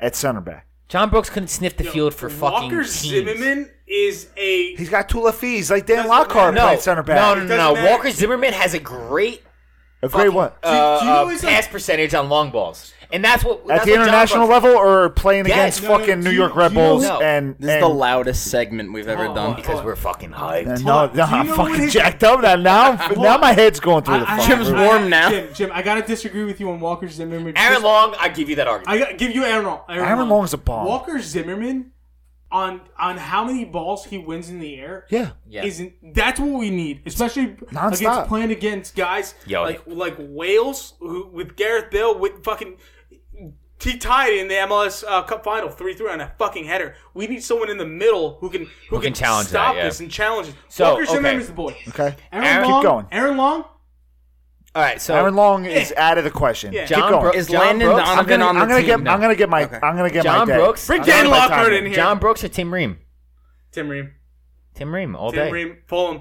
S4: at center back.
S2: John Brooks couldn't sniff the field for fucking
S3: Walker
S2: teams.
S3: Zimmerman is a
S4: He's got two lefties like Dan
S3: Doesn't
S4: Lockhart
S3: matter.
S2: No,
S4: playing center back.
S2: no, no,
S3: It
S2: no,
S3: doesn't
S2: no.
S3: matter.
S2: Walker Zimmerman has a great
S4: a great one
S2: uh, uh,
S3: his, like-
S2: pass percentage on long balls, and that's what
S4: at
S2: that's
S4: the
S2: what John
S4: international
S2: Brooks-
S4: level or playing
S2: Yes.
S4: against
S2: No, no,
S4: fucking
S3: do
S4: New
S3: you-
S4: York
S3: do
S4: Red
S3: you know-
S4: Bulls
S2: No.
S4: and
S1: This is
S4: and
S1: the loudest segment we've ever
S3: Oh,
S1: done.
S2: because we're fucking hyped.
S4: no,
S3: Do
S4: no,
S3: you
S4: I'm
S3: know
S4: fucking
S3: what his-
S4: jacked up now. Now, I'm- now my head's going through the
S3: I- I-
S4: fucking
S1: Jim's
S3: I-
S4: roof.
S1: warm
S3: I-
S1: now.
S3: Jim, Jim, I gotta disagree with you on Walker Zimmerman.
S2: Aaron Long, I give you that argument.
S3: I gotta give you Aaron Long.
S4: Aaron Long's a bomb.
S3: Walker Zimmerman on on how many balls he wins in the air.
S4: Yeah,
S2: Yeah.
S3: Isn't that's what we need, especially
S4: Nonstop.
S3: against playing against guys
S2: Yo.
S3: like like Wales who with Gareth Bale with fucking he tied in the MLS uh, Cup final three three on a fucking header. We need someone in the middle who can who,
S2: can challenge
S3: stop
S2: that, yeah.
S3: this and challenge it.
S2: So,
S3: Walker Zimmerman
S2: okay.
S3: is the boy.
S4: okay.
S3: Aaron,
S2: Aaron-
S3: Long,
S4: Keep going.
S3: Aaron Long.
S2: All right, so
S4: Aaron Long is out of the question.
S3: Yeah.
S4: Keep
S2: John
S4: going.
S2: Bro-
S1: Is
S2: John
S1: Landon
S2: Brooks-
S4: I'm
S1: Donovan
S4: gonna,
S1: on the
S4: I'm gonna
S1: team?
S4: get,
S1: No.
S4: I'm gonna get my,
S1: Okay.
S4: I'm gonna get
S2: John
S4: my day.
S2: Brooks.
S3: Bring
S4: I'm gonna
S3: Dan
S4: get my time
S3: Lockhart
S4: in.
S3: in here.
S2: John Brooks or Tim Ream?
S3: Tim Ream.
S2: Tim Ream all
S3: Tim
S2: day.
S3: Ream. Pull him.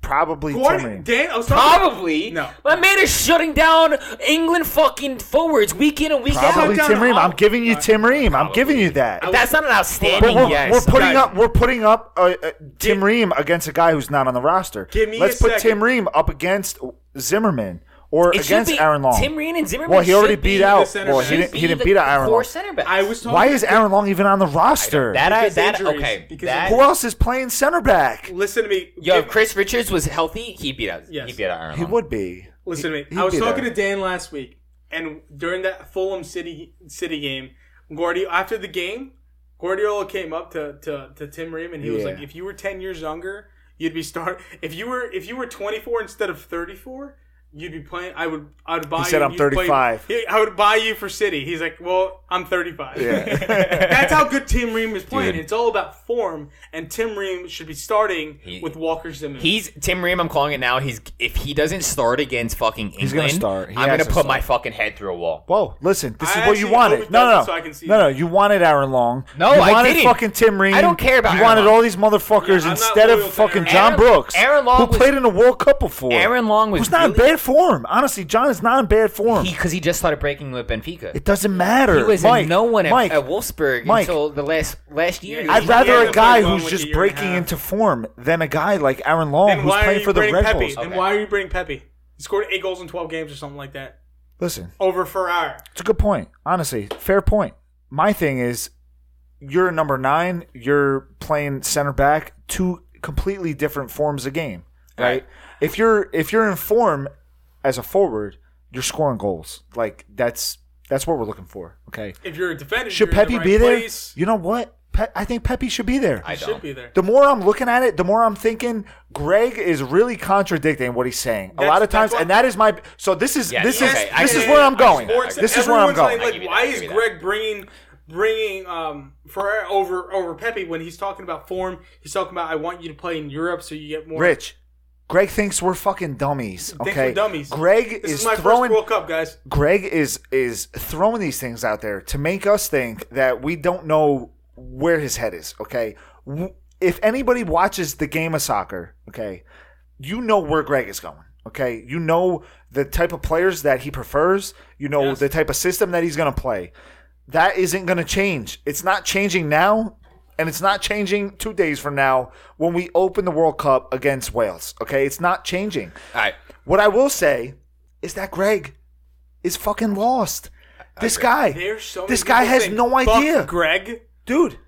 S4: Probably Tim
S3: Gordon,
S4: Ream.
S3: Dan, I was talking about-
S2: Probably.
S3: No.
S2: My man is shutting down England fucking forwards week in and week
S4: Probably
S2: out.
S3: down
S4: Tim
S3: to
S4: Ream. I'm
S3: all-
S4: giving you Tim Ream. I'm giving you that.
S2: That's not an
S4: But
S2: outstanding
S4: we're,
S2: yes.
S4: we're putting
S3: Guys.
S4: up we're putting up uh, uh, Tim Ream against a guy who's not on the roster.
S3: Give me
S4: Let's
S3: a
S4: put
S3: second.
S4: Tim Ream up against Zimmerman or
S2: It should
S4: against
S2: be
S4: Aaron Long.
S2: Tim Ream and Zimmerman.
S4: well, he already
S2: should be
S4: beat out.
S3: center
S4: Well,
S3: back.
S4: he didn't,
S2: be
S4: he didn't
S2: the
S4: beat out Aaron
S2: core
S4: Long.
S2: center back.
S3: I was talking
S4: Why is Aaron Long even on the roster?
S2: that I
S3: Because
S2: that
S3: injuries.
S2: okay.
S3: Because
S2: that-
S4: Who else is playing center back?
S3: Listen to me.
S2: Yo, if
S3: Give-
S2: Chris Richards was healthy, he beat out.
S3: Yes.
S2: He beat out Aaron.
S4: He
S2: Long.
S4: would be.
S3: Listen to
S4: He-
S3: me. I was
S4: he'd be
S3: talking
S4: there.
S3: to Dan last week, and during that Fulham City City game, Guardiola after the game, Guardiola came up to to, to Tim Ream and he was
S4: Yeah.
S3: like, "If you were ten years younger, you'd be start. If you were if you were twenty four instead of thirty four, you'd be playing. I would I would buy.
S4: said,
S3: you,
S4: "I'm
S3: you'd play-
S4: 35."
S3: Yeah, I would buy you for City. He's like, "Well, I'm 35.
S4: Yeah.
S3: That's how good Tim Ream is playing.
S2: Dude.
S3: It's all about form, and Tim Ream should be starting
S2: He-
S3: with Walker Zimmerman.
S2: He's Tim Ream. I'm calling it now. He's if he doesn't start against fucking England,
S4: gonna start. He
S2: I'm
S4: has
S2: gonna
S4: to
S2: put
S4: start.
S2: my fucking head through a wall.
S4: Whoa! Listen, this
S3: I
S4: is what you
S3: actually
S4: wanted.
S3: overdone
S4: No, no, no,
S3: it so I can see
S4: no,
S3: it.
S4: no. You wanted Aaron Long.
S2: No,
S4: you
S2: I
S4: wanted
S2: didn't.
S4: fucking Tim Ream.
S2: I don't care about
S4: You
S2: Aaron
S4: wanted
S2: Long.
S4: all these motherfuckers
S3: Yeah, I'm
S4: instead
S3: not
S4: of
S3: loyal to
S4: fucking
S3: Aaron
S4: John
S2: Long.
S4: Brooks,
S2: Aaron Long
S4: who
S2: was-
S4: played in the World Cup before.
S2: Aaron Long was
S4: who's not in
S2: really-
S4: bad form. Honestly, John is not in bad form.
S2: Because he, just started breaking with Benfica.
S4: it doesn't matter.
S2: He was
S4: Mike,
S2: a no one at,
S4: Mike,
S2: at Wolfsburg
S4: Mike.
S2: until the last last year.
S3: Yeah,
S4: I'd
S3: he
S4: rather
S3: ended
S4: a
S3: up
S4: guy
S3: playing Long
S4: who's
S3: with
S4: just
S3: a year and a
S4: breaking
S3: half.
S4: into form than a guy like Aaron Long
S3: Then
S4: who's
S3: why are
S4: playing
S3: you
S4: for the
S3: bringing
S4: Red
S3: Pepe?
S4: Bulls.
S3: Then
S2: Okay.
S3: why are you bringing Pepe? He scored eight goals in twelve games or something like that.
S4: Listen,
S3: Over Ferrari.
S4: It's a good point. Honestly, fair point. My thing is, you're a number nine. You're playing center back. Two completely different forms of game, right?
S2: Right.
S4: If you're if you're in form as a forward, you're scoring goals. Like that's that's what we're looking for. Okay.
S3: If you're a defender,
S4: Should
S3: you're in
S4: Pepe
S3: the right
S4: be there?
S3: place.
S4: You know what? Pe- I think Pepe should be there.
S2: I
S3: You should
S2: don't.
S3: be there.
S4: the more I'm looking at it, the more I'm thinking Greg is really contradicting what he's saying a
S3: That's-
S4: lot of
S3: that's
S4: times,
S3: why-
S4: and that is my. So this is
S2: Yes,
S4: this
S2: okay,
S4: is
S2: I
S4: this
S2: can-
S4: is where I'm
S2: I
S4: going.
S2: can-
S3: Sports-
S4: This is where I'm
S3: everyone's
S4: going.
S3: like, like,
S2: give you that,
S3: why
S2: I give
S3: is
S2: you that.
S3: Greg bringing bringing um Ferrari over over Pepe when he's talking about form? He's talking about I want you to play in Europe so you get more.
S4: Rich, Greg thinks we're fucking dummies.
S3: Thanks
S4: Okay,
S3: for dummies.
S4: Greg
S3: this
S4: is,
S3: my
S4: throwing.
S3: first World Cup, guys.
S4: Greg is is throwing these things out there to make us think that we don't know where his head is. Okay, W- if anybody watches the game of soccer, okay, you know where Greg is going. Okay, you know the type of players that he prefers. You know the type of system that he's going to play. That isn't going to change. It's not changing now, and it's not changing two days from now when we open the World Cup against Wales. Okay, it's not changing.
S2: All right.
S4: What I will say is that Greg is fucking lost. This guy,
S3: There's so many
S4: this guy
S3: people
S4: has
S3: saying,
S4: no
S3: "Fuck
S4: idea,
S3: Greg.
S4: dude.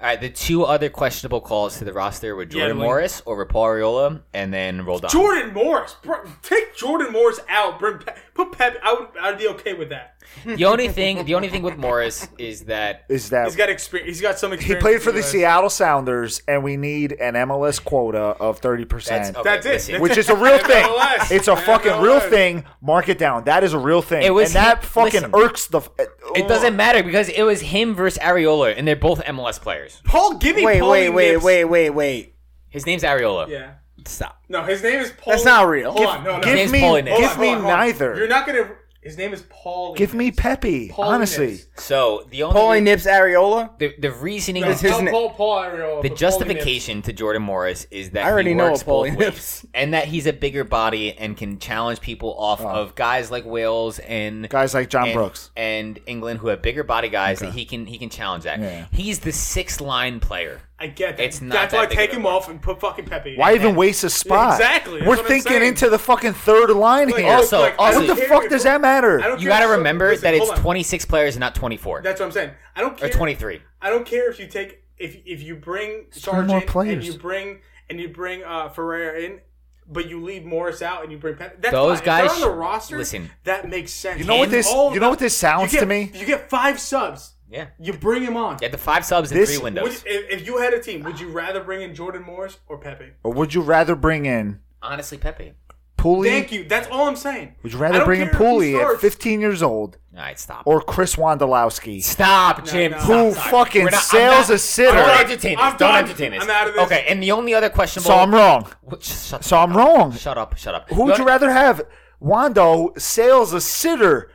S2: All right. The two other questionable calls to the roster were Jordan
S3: like-
S2: Morris or Rapariola, and then Roldan.
S3: Jordan Morris. Bro, take Jordan Morris out. Bring Pe- put Pep. I would. I'd be okay with that.
S2: the only thing, the only thing with Morris is that
S4: Is that
S3: He's got experience. He's got some
S4: he
S3: experience.
S4: played for the
S3: US.
S4: Seattle Sounders, and we need an MLS quota of thirty percent,
S2: okay,
S3: That's it.
S2: listen.
S4: which is a real thing.
S3: MLS.
S4: It's a fucking real
S3: MLS.
S4: thing. Mark it down. That is a real thing,
S2: It was
S4: and that
S2: him-
S4: fucking
S2: listen.
S4: irks the. It
S3: Oh.
S2: It doesn't matter because it was him versus Ariola, and they're both MLS players.
S3: Paul. Give me
S1: Wait,
S3: Paulie
S1: wait, wait,
S3: Nibs.
S1: wait, wait, wait.
S2: His name's Ariola.
S3: Yeah.
S1: Stop.
S3: No, his name is Paul.
S1: That's not real.
S3: Hold on. No, no.
S4: Give
S2: James
S4: me,
S2: Pauline. Hold on,
S4: give
S3: Hold
S4: me
S3: on, hold on.
S4: neither.
S3: You're not gonna. His name is Paul.
S4: give me Pepe.
S3: Paul
S4: honestly,
S3: Nibs.
S2: So the only
S1: Paulie Nips Ariola.
S2: the, the reasoning
S3: No,
S2: is
S1: his
S3: Paul,
S1: na-
S3: Paul, Paul
S2: the
S3: Ariola, but Paulie Nibs.
S2: justification to Jordan Morris is that
S1: I already
S2: he
S1: know
S2: works
S1: a Paulie
S2: both
S1: Nips.
S2: ways, and that he's a bigger body and can challenge people off
S1: Oh.
S2: of guys like Wales and
S4: guys like John
S2: and,
S4: Brooks.
S2: and England who have bigger body guys that he can he can challenge that.
S4: Yeah.
S2: He's the sixth line player.
S3: I get that.
S2: It's not
S3: That's
S2: that
S3: why
S2: big
S3: take
S2: of a
S3: him off and put fucking Pepe. in.
S4: Why even waste a spot?
S3: Exactly, that's
S4: We're
S3: what I'm
S4: thinking
S3: saying.
S4: into the fucking third line
S3: Like, oh.
S4: here.
S2: Also-
S3: like,
S2: also-
S3: I
S4: what
S3: don't
S4: the
S3: care
S4: fuck
S3: if-
S4: does that matter?
S3: I don't
S2: You
S3: care
S2: got to
S3: if-
S2: remember
S3: listen,
S2: that it's
S3: hold on.
S2: 26 players and not 24
S3: That's what I'm saying. I don't
S2: or
S3: care.
S2: 23.
S3: I don't care if you take if if you bring
S4: three more
S3: Sargent and
S4: players.
S3: you bring and you bring uh, Ferrer in, but you leave Morris out and you bring Pep. That's
S2: Those
S3: fine. If they're
S2: guys
S3: on
S2: sh-
S3: the roster.
S2: listen.
S3: that makes sense.
S4: You know what
S3: Him,
S4: this?
S3: all
S4: You know
S3: of
S4: what this
S3: them-
S4: sounds
S3: you get-
S4: to me?
S3: You get five subs.
S2: Yeah.
S3: You bring him on.
S2: You had the five subs and
S4: This-
S2: three
S3: Would,
S2: windows.
S3: if, if you had a team, would you rather bring in Jordan Morris or Pepe?
S4: Or would you rather bring in
S2: Honestly, Pepe.
S4: Pooley?
S3: Thank you. That's all I'm saying.
S4: Would you
S3: I
S4: rather
S3: don't
S4: bring in
S3: care who
S4: Pooley at
S3: starts.
S4: 15 years old
S2: All right, stop.
S4: or Chris Wondolowski,
S2: Stop, Jim.
S3: no.
S2: stop.
S4: who fucking
S2: We're not- I'm
S4: sails
S2: not-
S4: a sitter?
S2: Don't entertain us.
S3: I'm
S2: Don't
S3: done.
S2: entertain us.
S3: I'm out of this.
S2: Okay, and the only other questionable.
S4: So I'm wrong.
S2: What- just shut,
S4: So I'm wrong.
S2: shut up. Shut up.
S4: Who
S2: The
S4: would you
S2: only-
S4: rather have? Wando sails a sitter.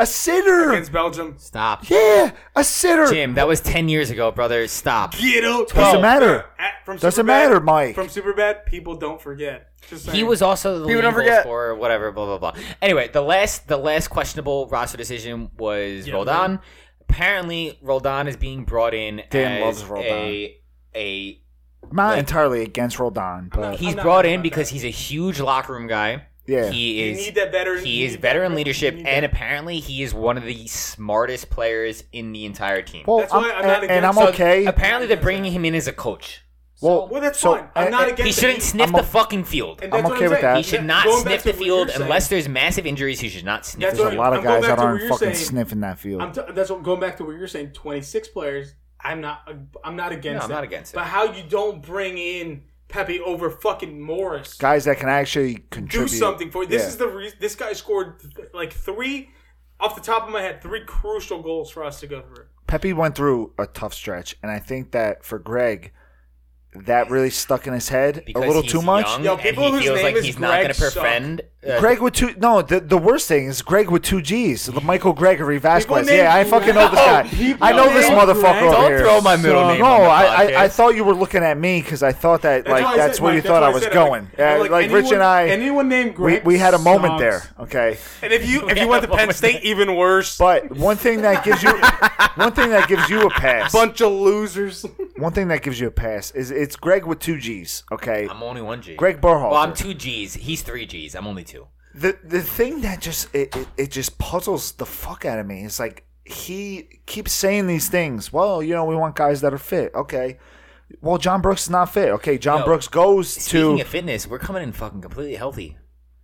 S4: A sitter.
S3: Against Belgium.
S2: Stop,
S4: Yeah, a sitter.
S2: Jim. That was ten years ago, brother. Stop.
S3: Get out.
S4: Doesn't matter.
S3: At- from
S4: Doesn't
S3: Superbad-
S4: matter, Mike.
S3: From Superbad, people don't forget. Just
S2: He
S3: saying.
S2: was also the
S1: People
S2: leading
S1: don't
S2: goal
S1: forget.
S2: scorer, whatever, blah blah blah. Anyway, the last the last questionable roster decision was Roldan. Apparently, Roldan is being brought in
S4: Dan
S2: as
S4: loves Roldan.
S2: a a
S4: I'm not entirely against Roldan, but
S2: he's
S3: not
S2: brought
S3: mad
S2: in
S3: about
S2: because he's a huge locker room guy.
S4: Yeah.
S2: he
S3: You
S2: is.
S3: need that veteran-
S2: He
S3: you
S2: is
S3: need
S2: veteran
S3: that-
S2: leadership,
S3: you need
S2: and
S3: that.
S2: apparently he is one of the smartest players in the entire team.
S4: well,
S3: That's why
S4: I'm-
S3: I'm not
S4: and, and I'm
S3: against- so
S4: okay.
S2: apparently they're bringing him in as a coach.
S4: well,
S3: Well, that's
S4: so-
S3: fine. I'm not
S4: and-
S3: against.
S2: He
S3: it.
S2: shouldn't sniff
S4: I'm
S2: the
S4: o-
S2: fucking field.
S3: And
S4: I'm
S3: that's what
S4: okay with
S3: saying.
S4: that.
S2: He should not
S3: Going back
S2: sniff
S3: to
S2: the
S3: what
S2: field
S3: you're saying,
S2: unless there's massive injuries. He should not sniff.
S3: That's
S2: the
S3: what
S4: There's
S2: field.
S4: a lot of
S3: I'm going
S4: guys that
S3: back to what
S4: aren't
S3: you're
S4: fucking
S3: saying.
S4: sniffing that field.
S3: I'm t- that's what, going back to what you're saying. 26 players. I'm not. I'm not against.
S2: No, I'm
S3: it.
S2: not against it.
S3: But how you don't bring in Pepe over fucking Morris?
S4: guys that can actually
S3: do
S4: contribute.
S3: something for you. This
S4: Yeah.
S3: is the reason. This guy scored th- like three, off the top of my head, three crucial goals for us to go through.
S4: Pepe went through a tough stretch, and I think that for Greg, that really stuck in his head
S2: Because
S4: a little
S2: he's
S4: too much.
S2: young
S3: Yo,
S2: and
S3: people
S2: he
S3: whose
S2: feels
S3: name
S2: like
S3: is
S2: he's not going
S3: Greg
S2: to befriend. uh,
S4: Greg with two. No, the, the worst thing is Greg with two G's. The Michael Gregory Vasquez.
S3: named
S4: Yeah, I fucking know this guy.
S3: People
S4: I know this
S3: named
S4: motherfucker
S3: Greg.
S4: over
S2: Don't
S4: here.
S2: throw my middle name
S4: No,
S2: on the
S4: I,
S2: podcast.
S4: I, I thought you were looking at me because I thought that like
S3: why I
S4: that's,
S3: said,
S4: where you
S3: Mike,
S4: thought
S3: that's
S4: I
S3: why
S4: was
S3: said it.
S4: going.
S3: I'm
S4: Yeah, like, Rich and
S3: anyone-
S4: I,
S3: anyone named
S4: we,
S3: Greg
S4: we had a moment
S3: sucks.
S4: there. Okay.
S3: And if you if you went to Penn State, even worse.
S4: But one thing that gives you one thing that gives you a pass.
S3: bunch of losers.
S4: One thing that gives you a pass is it's Greg with two G's. Okay,
S2: I'm only one G.
S4: Greg Berhalter.
S2: Well, I'm two G's. He's three G's. I'm only two.
S4: the the thing that just it, it, it just puzzles the fuck out of me is like he keeps saying these things. Well, you know we want guys that are fit. Okay, well John Brooks is not fit. Okay, John
S2: No.
S4: Brooks goes
S2: Speaking
S4: to
S2: of fitness, we're coming in fucking completely healthy.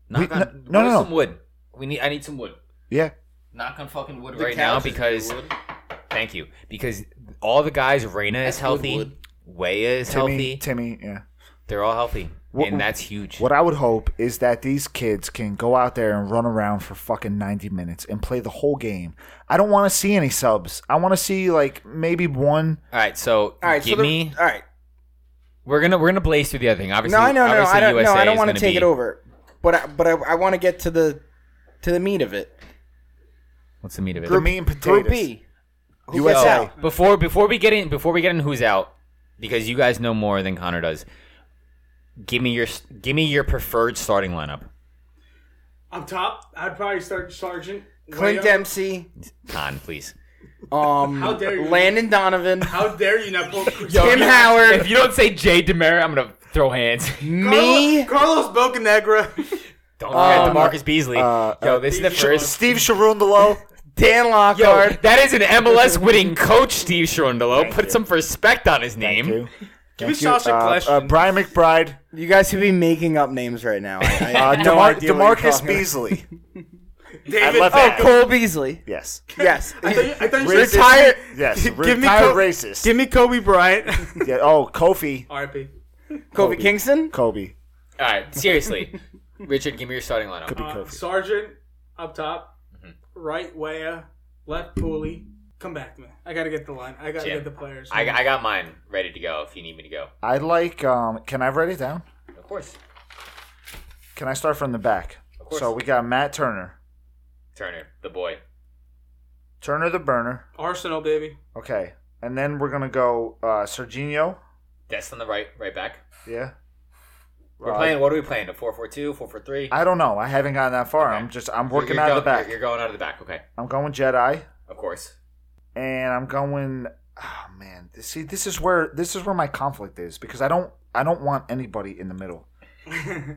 S2: Knock
S4: We-
S2: on.
S4: no, no,
S2: where's
S4: no.
S2: Some wood. We need. I need some wood.
S4: yeah.
S2: Knock on fucking wood right now because.
S1: wood.
S2: Thank you. Because all the guys, Reyna is
S1: That's
S2: healthy.
S1: wood.
S2: Wea is
S4: Timmy,
S2: healthy.
S4: Timmy, yeah.
S2: They're all healthy,
S4: What-
S2: and that's huge.
S4: What I would hope is that these kids can go out there and run around for fucking 90 minutes and play the whole game. I don't want to see any subs. I want to see like maybe one.
S2: All right, so
S1: All right,
S2: give
S1: so
S2: me.
S1: the, all right.
S2: We're gonna we're gonna blaze through the other thing. Obviously,
S1: No, I know, no,
S2: obviously
S1: I don't, no,
S2: USA
S1: I don't
S2: is
S1: want to
S2: gonna
S1: take
S2: be-
S1: it over, but I, but I, I want to get to the to the meat of it.
S2: What's the meat of it?
S4: Group- meat and
S1: Group
S4: potatoes.
S1: B. Who gets
S2: So,
S1: out?
S2: Before before we get in before we get in who's out because you guys know more than Connor does. Give me your give me your preferred starting lineup,
S5: Up top, I'd probably start Sergeant. way
S1: Clint
S5: up.
S1: Dempsey,
S2: Con, please.
S1: um,
S5: How dare you.
S1: Landon Donovan,
S5: How dare you not pull Chris
S1: Tim Howard,
S2: If you don't say Jay Demerit, I'm gonna throw hands.
S1: me.
S5: Carlos Bocanegra.
S2: Don't forget
S1: Um,
S2: Demarcus Beasley. Yo, this is the first.
S4: uh, Steve Cherundolo.
S1: Dan
S2: Yo,
S1: Lockhart.
S2: that is an MLS winning coach, Steve Sherundolo. Put some respect on his name.
S5: Give
S4: Give
S5: me Sasha
S4: uh,
S5: Klesch.
S4: uh, Brian McBride.
S1: You guys could be making up names right now. I, I
S4: Uh,
S1: have no
S4: Demar-
S1: idea what you're
S4: Demarcus
S1: talking about.
S4: Beasley.
S5: David.
S4: love
S5: oh,
S1: Oh, Cole Beasley.
S4: Yes.
S1: Yes.
S5: I thought you, I thought you said
S1: Retired.
S4: Yes. Give
S5: Give me Co-
S4: racist.
S5: Give me Kobe Bryant.
S4: yeah, oh, Kofi.
S5: RIP.
S1: Kobe Kingston.
S4: Kobe.
S2: All right, seriously, Richard, give me your starting lineup.
S4: Could be
S5: Uh,
S4: Kofi.
S5: Sergeant up top,
S4: Mm-hmm.
S5: right Waya, left Pooley. Come back, man. I gotta get the line. I gotta
S2: Jim,
S5: get the players.
S2: I, I got mine ready to go. If you need me to go,
S4: I like. Um, can I write it down?
S2: of course.
S4: Can I start from the back?
S2: Of course.
S4: So we got Matt Turner,
S2: Turner, the boy.
S4: Turner the burner.
S5: Arsenal, baby.
S4: Okay, and then we're gonna go uh, Serginho.
S2: That's on the right, right back.
S4: Yeah.
S2: We're
S4: Uh,
S2: playing. What are we playing? A 4-4-2, 4-4-3?
S4: I don't know. I haven't gotten that far. I'm just. I'm
S2: You're-
S4: working
S2: you're
S4: out of
S2: go-
S4: the back.
S2: You're, you're going out of the back. Okay,
S4: I'm going Jedi,
S2: of course.
S4: and I'm going. Oh man, This- see, this is where this is where my conflict is because I don't. I don't want anybody in the middle.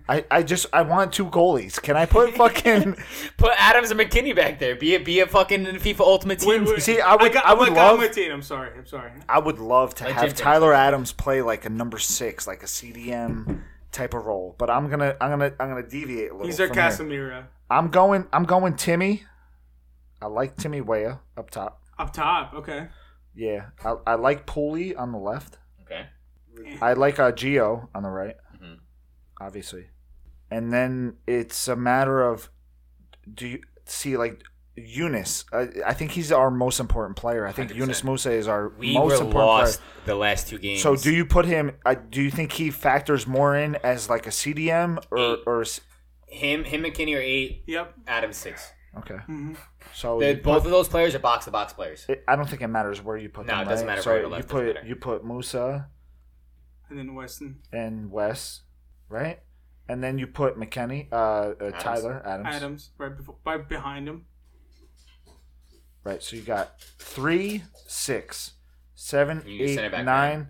S4: I, I just I want two goalies. Can I put fucking
S2: Put Adams and McKinney back there. Be a be a fucking FIFA Ultimate Team.
S4: See, I would-
S5: got,
S4: I would
S5: got
S4: love-
S5: my team. I'm sorry. I'm sorry.
S4: I would love to
S2: Like
S4: have
S2: Jim
S4: Tyler Adams play like a number six, like a CDM type of role. But I'm gonna I'm gonna I'm gonna deviate a little.
S5: He's our
S4: from here.
S5: Casemiro.
S4: I'm going I'm going Timmy. I like Timmy Weah up top.
S5: Up top, okay.
S4: Yeah, I, I like Pulley on the left.
S2: Okay.
S4: I like uh, Geo on the right,
S2: Mm-hmm.
S4: obviously. And then it's a matter of do you see like Eunice? I, I think he's our most important player. I think Eunice Musa is our
S2: We
S4: most
S2: were
S4: important player.
S2: lost the last two games.
S4: So do you put him? Uh, do you think he factors more in as like a CDM or or s-
S2: him him McKinney are eight,
S5: Yep. Mm-hmm.
S2: Adams six.
S4: okay? So
S2: The,
S4: Oh, you put-
S2: both of those players are box to box players.
S4: it, I don't think it matters where you put
S2: No,
S4: them.
S2: it doesn't
S4: right?
S2: matter
S4: So
S2: right or
S4: you
S2: left, doesn't
S4: put
S2: matter.
S4: you put Musa
S5: And then Weston.
S4: and Wes, right? And then you put McKenny, uh, uh Tyler Adams,
S5: Adams right before, right behind him.
S4: right? So you got three, six, seven,
S2: You need a
S4: eight,
S2: center back,
S4: nine,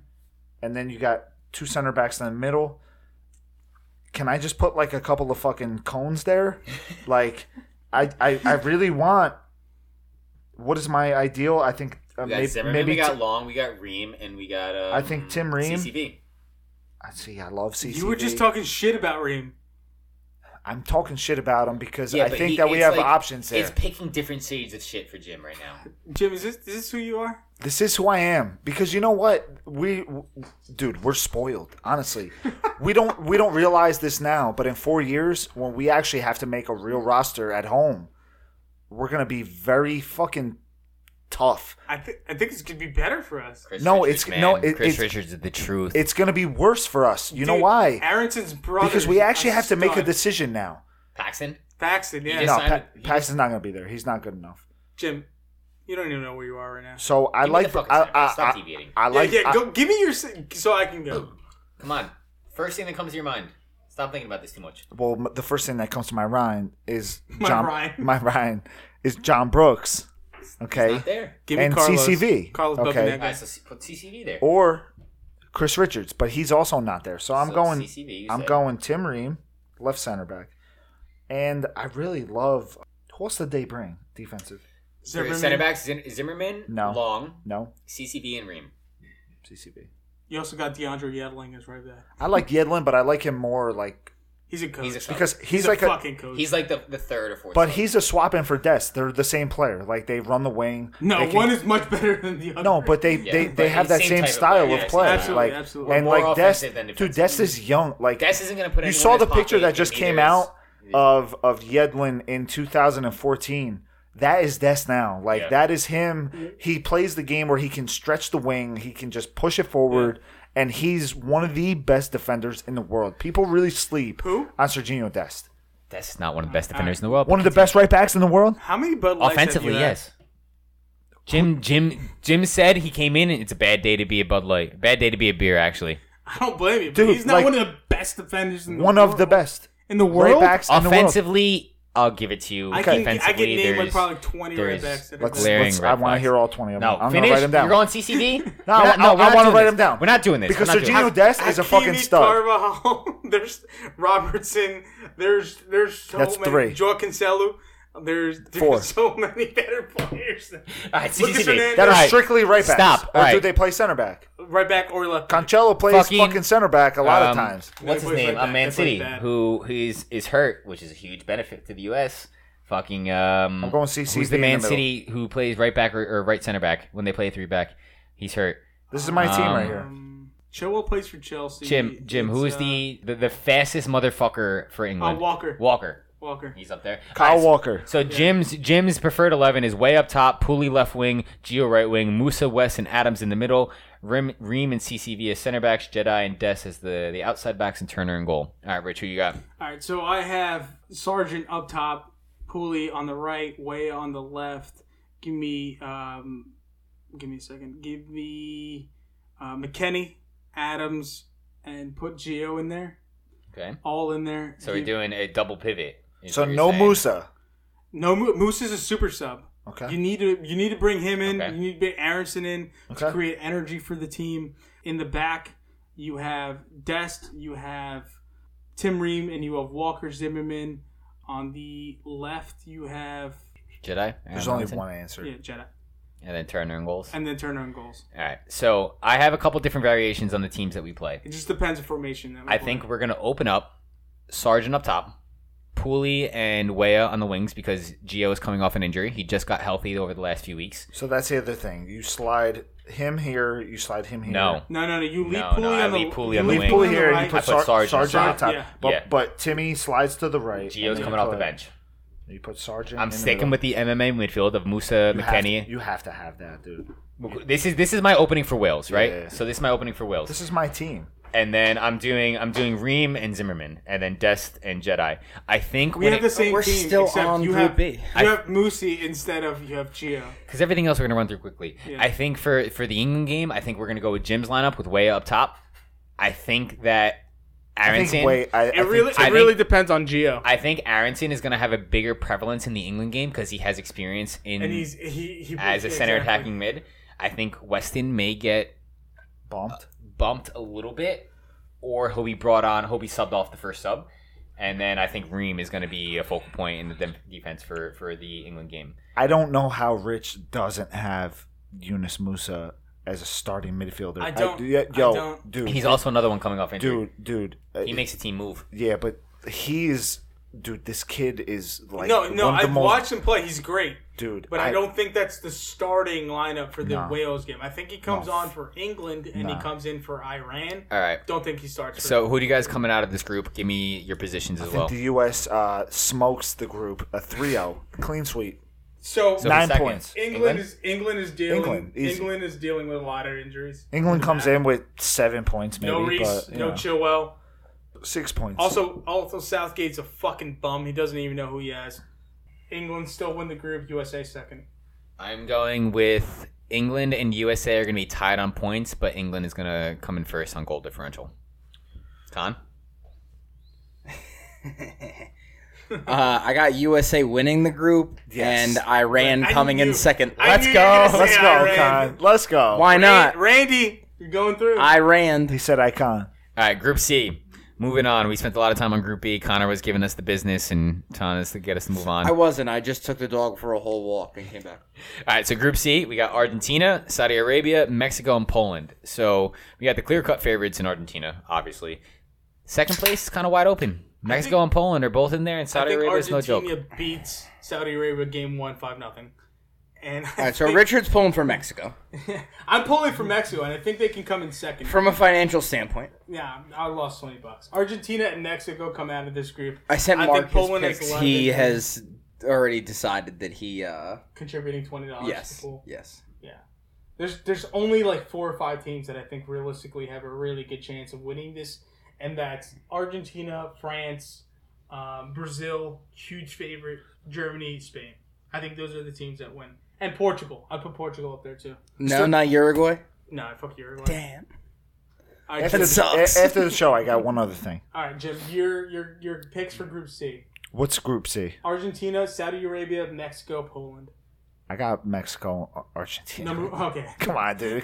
S4: and then you got two center backs in the middle. Can I just put like a couple of fucking cones there? like, I, I I really want. What is my ideal? I think uh,
S2: We got
S4: maybe,
S2: Zimmerman,
S4: maybe
S2: we got
S4: Ti-
S2: Long, we got Ream, and we got uh
S4: I think Tim Ream.
S2: CCV.
S4: I see. I love CCV.
S5: You were just talking shit about Ream.
S4: I'm talking shit about him because
S2: Yeah,
S4: I
S2: but
S4: think
S2: he-
S4: that we
S2: it's
S4: have
S2: like-
S4: options there.
S2: It's picking different shades of shit for Jim right now.
S5: Jim, is this is this who you are?
S4: This is who I am because you know what we, w- dude, we're spoiled. Honestly, we don't we don't realize this now, but in four years when we actually have to make a real roster at home, we're gonna be very fucking tough.
S5: I think I think this could be better for us.
S2: Chris
S4: No,
S2: Richards,
S4: it's- no,
S2: man.
S4: it-
S2: Chris
S4: it's-
S2: Richards is the truth.
S4: It's gonna be worse for us. You know
S5: Dude,
S4: why?
S5: Aronson's brother.
S4: Because we actually have to make a
S5: stud.
S4: decision now.
S2: Paxton.
S5: Paxton, yeah.
S2: just-
S4: No,
S2: signed
S4: pa-
S2: it. He
S4: Paxton's not gonna be there. He's not good enough.
S5: Jim, you don't even know where you are right now.
S4: So I
S2: Give me
S4: like.
S2: the fucking
S4: I,
S2: center.
S4: I,
S2: Stop
S4: I-
S2: deviating.
S4: I like.
S5: yeah, yeah.
S4: I-
S5: Go, give me your s- so I can go.
S2: Come on. First thing that comes to your mind. Stop thinking about this too much.
S4: well, m- the first thing that comes to my mind is
S5: My
S4: John.
S5: Ryan.
S4: my Ryan is John Brooks. Okay.
S2: Not there.
S5: Give me
S4: And
S5: Carlos.
S4: CCV.
S5: Carlos
S4: Okay.
S5: Bocanegra.
S2: All right, so C- put CCV there.
S4: or Chris Richards, but he's also not there. So Oh, I'm
S2: So
S4: going.
S2: CCV, you
S4: I'm
S2: said.
S4: going Tim Ream, left center back, and I really love. Who else did they bring? Defensive?
S5: Zimmerman.
S2: Center backs Zim- Zimmerman,
S4: No.
S2: Long,
S4: No,
S2: CCV, and Ream.
S4: CCB.
S5: You also got DeAndre Yedling as right back.
S4: I like Yedlin, but I like him more like
S5: He's a coach.
S2: He's a
S5: He's
S2: sub.
S4: because he's,
S5: a
S4: like a.
S5: fucking coach.
S2: He's like the, the third or fourth.
S4: But
S2: sub.
S4: he's a swap in for Des. They're the same player. Like they run the wing.
S5: no,
S4: They can-
S5: one is much better than the other.
S4: No, but they
S2: Yeah,
S4: they,
S2: but
S4: they have
S2: he's
S4: that
S2: same
S4: same
S2: type of
S4: style
S2: player.
S4: of
S2: Yes,
S4: play.
S5: absolutely,
S4: like
S5: absolutely.
S4: and
S2: More
S4: like Des,
S2: offensive than
S4: dude,
S2: defensive.
S4: Des is young. Like
S2: Des isn't going to put
S4: you
S2: anyone
S4: saw
S2: in
S4: the
S2: his
S4: picture
S2: pocket
S4: that just
S2: in
S4: came
S2: meters.
S4: out of of Yedlin in 2014. That is Des now. Like
S2: Yeah.
S4: that is him. He plays the game where he can stretch the wing. He can just push it forward. And he's one of the best defenders in the world. People really sleep
S5: Who?
S4: on Sergio Dest.
S2: That's not one of the best defenders in the world.
S4: One of uh, the best right backs in the world.
S5: How many Bud Lights have
S2: Offensively,
S5: you had?
S2: yes. Jim Jim Jim said he came in and it's a bad day to be a Bud Light. Bad day to be a beer, actually.
S3: I don't blame you, but
S4: Dude,
S3: he's not
S4: like-
S3: one of the best defenders in the
S4: One
S3: world.
S4: of the best
S3: in the
S4: right
S3: world.
S4: backs in the world.
S2: Offensively, I'll give it to you.
S3: I can I can
S2: Defensively,
S3: name like
S2: there's-
S3: probably twenty right
S2: there's-
S3: backs. that are
S4: Let's,
S3: good.
S2: glaring
S4: let's
S2: red
S4: I want to
S2: flags.
S4: hear all 20 of them.
S2: No,
S4: I'm
S2: finish.
S4: going to write them down.
S2: You're going CCD.
S4: No, I- no, I
S2: we're not
S4: wanna
S2: doing
S4: write
S2: this.
S4: them down.
S2: We're not doing this.
S4: because
S2: We're not doing
S4: Sergio
S2: this.
S4: Dest is a
S3: Hakimi,
S4: fucking stud.
S3: Carvajal, there's Robertson. There's there's so
S4: That's
S3: many.
S4: three.
S3: Joao Cancelo. There's, there's
S4: Four.
S3: so many better players. than-
S2: All right,
S3: Lucas
S2: CCD.
S3: Hernandez.
S2: All
S4: That are
S2: right,
S4: strictly right backs.
S2: Stop.
S4: Or
S2: All
S4: do
S2: right.
S4: they play center back?
S3: Right back or left. back.
S4: Cancelo plays
S2: Fucking-
S4: fucking center back a lot of
S2: um,
S4: times.
S2: What's his
S3: They play
S2: name?
S3: like
S2: On
S3: that.
S2: Man
S3: They play
S2: City,
S3: like that.
S2: who is is hurt, which is a huge benefit to the U.S. Fucking. Um,
S4: I'm going CCD
S2: Who's the
S4: in the
S2: Man
S4: middle.
S2: City who plays right back or, or right center back when they play three back? He's hurt.
S4: This is my team
S2: Um,
S4: right here.
S3: Um, Chilwell plays for Chelsea.
S2: Jim, Jim, who
S3: It's,
S2: is the, the the fastest motherfucker for
S3: uh, uh,
S2: England?
S3: Walker?
S2: Walker.
S3: Walker.
S2: He's up there.
S4: Kyle
S2: All right,
S4: Walker.
S2: So Jim's Jim's preferred eleven is way up top. Pooley left wing, Gio right wing, Musa West and Adams in the middle. Rim, Ream and CCV as center backs. Jedi and Des as the, the outside backs and Turner in goal. All right, Rich, who you got?
S3: All right, so I have Sergeant up top, Pooley on the right, Way on the left. Give me, um, give me a second. Give me uh, McKenny, Adams, and put Geo in there.
S2: Okay,
S3: All in there.
S2: so we're
S3: Give-
S2: doing a double pivot. is
S4: So
S2: what you're
S4: no
S2: saying.
S4: Musa.
S3: No, Mo- Moose is a super sub. You
S4: Okay.
S3: need to you need to bring him in.
S2: Okay.
S3: You need to bring Aronson in to
S4: Okay.
S3: create energy for the team. In the back, you have Dest, you have Tim Ream, and you have Walker Zimmerman. On the left, you have
S2: Jedi. Aaron
S4: There's only
S2: Robinson,
S4: one answer.
S3: yeah Jedi,
S2: And then Turner in goals.
S3: and then Turner on goals.
S2: All right. So I have a couple different variations on the teams that we play.
S3: It just depends on formation. That we
S2: I
S3: play.
S2: think we're gonna open up Sargent up top, Pooley and Wea on the wings because Gio is coming off an injury. He just got healthy over the last few weeks.
S4: So that's the other thing. You slide him here, you slide him here.
S2: No,
S3: no, no, no. You leave
S2: No, no,
S3: Pooley
S2: I
S3: on the
S2: leave Pooley
S3: you
S2: on the
S3: leave
S4: Leave
S2: wing.
S4: Pooley here.
S3: on the
S4: You put
S3: right.
S2: I put
S4: Sar- Sargent,
S2: Sargent
S4: on
S2: up
S4: top.
S3: top. Yeah.
S4: But,
S2: Yeah.
S4: but Timmy slides to the right. and
S2: Gio's
S4: then
S2: coming
S4: you
S2: off the
S4: put-
S2: bench.
S4: You put Sargent.
S2: I'm sticking with the MMA midfield of Musa McKennie.
S4: You have to have that, dude.
S2: This is this is my opening for Wales, right?
S4: Yeah.
S2: So this is my opening for Wales.
S4: This is my team.
S2: and then I'm doing I'm doing Ream and Zimmerman, and then Dest and Jedi. I think
S3: we
S2: when
S3: have the same
S1: we're
S3: team.
S1: still
S3: except
S1: on
S3: you
S1: Group
S3: have,
S1: B.
S3: You
S2: I-
S3: have Moosey instead of you have Gio.
S2: because everything else we're gonna run through quickly.
S3: Yeah.
S2: I think for for the England game, I think we're gonna go with Jim's lineup with Wea up top. I think that
S4: I
S2: Aronson.
S4: think. Wait, I, I
S3: It
S4: think-
S3: really
S2: I
S3: it really depends on Gio.
S2: I think Aronson is going to have a bigger prevalence in the England game because he has experience in
S3: and he's he, he
S2: as Mm. Ah, a
S3: yeah,
S2: center
S3: exactly.
S2: attacking mid. I think Weston may get
S4: bumped.
S2: bumped a little bit, or he'll be brought on. He'll be subbed off the first sub, and then I think Ream is going to be a focal point in the de- defense for for the England game.
S4: I don't know how Rich doesn't have Yunus Musa as a starting midfielder.
S3: I don't-
S4: yeah,
S3: I
S4: yo,
S3: don't.
S4: dude.
S2: He's also another one coming off injury.
S4: dude, dude. uh,
S2: He makes a team move.
S4: yeah, but he's dude. This kid is like
S3: no, no,
S4: one of the
S3: I've
S4: most-
S3: watched him play. He's great,
S4: dude.
S3: but I, don't think that's the starting lineup for the
S4: No.
S3: Wales game. I think he comes
S4: No.
S3: on for England and
S4: No.
S3: he comes in for Iran.
S2: All right.
S3: Don't think he starts. For
S2: Uh, So who do you guys coming out of this group? Give me your positions
S4: I
S2: as
S4: think
S2: well.
S4: the U.S. Uh, smokes the group a 3-0 clean sweep.
S3: so,
S2: So
S4: Nine
S2: second.
S4: points.
S3: England, is England is dealing
S4: England, easy.
S3: England is dealing with a lot of injuries.
S4: England comes in with seven points, maybe.
S3: No Reese,
S4: but, you
S3: no
S4: know,
S3: Chilwell.
S4: six points.
S3: Also, also Southgate's a fucking bum. He doesn't even know who he has. England still win the group. USA second.
S2: I'm going with England and USA are going to be tied on points, but England is going to come in first on goal differential. Con?
S1: Uh, I got USA winning the group
S4: Yes.
S1: and Iran
S3: I
S1: coming
S3: knew-
S1: in second.
S3: I
S4: let's
S3: knew
S4: go,
S3: you were gonna say
S4: let's go,
S3: Iran.
S4: Khan. Let's go.
S1: Why not?
S3: Ra- Randy, you're going through.
S4: He
S1: Iran.
S4: said icon.
S2: All right, Group C. Moving on. We spent a lot of time on Group B. Connor was giving us the business and telling us to get us to move on.
S1: I
S2: All
S1: wasn't. I just took the dog for a whole walk and came back.
S2: right, so Group C, we got Argentina, Saudi Arabia, Mexico, and Poland. So we got the clear cut favorites in Argentina, obviously. Second place is kind of wide open. Mexico and Poland are both in there, and
S3: I
S2: Saudi
S3: think
S2: Arabia is no joke.
S3: Argentina beats Saudi Arabia game one five nothing, and I
S1: All right, so
S3: think-
S1: Richard's pulling for Mexico.
S3: I'm pulling for Mexico, and I think they can come in second.
S1: From a financial standpoint,
S3: yeah, I lost twenty bucks. Argentina and Mexico come out of this group.
S1: I sent
S3: I think
S1: Mark his
S3: Poland is
S1: picks.
S3: alive
S1: He
S3: and-
S1: has already decided that he. Uh,
S3: contributing twenty dollars.
S1: yes, yes.
S3: yeah. There's there's only like four or five teams that I think realistically have a really good chance of winning this, and that's Argentina, France, um, Brazil, huge favorite, Germany, Spain. I think those are the teams that win. and Portugal. I put Portugal up there too.
S1: No, not Uruguay.
S3: No, I fuck Uruguay.
S1: Damn.
S3: All right,
S1: After
S3: Jim,
S1: the- sucks.
S4: A- after the show, I got one other thing.
S3: all right, Jim. Your your your picks for Group C:
S4: What's Group C?
S3: Argentina, Saudi Arabia, Mexico, Poland.
S4: I got Mexico, Ar- Argentina.
S3: Number okay.
S4: Come on, dude.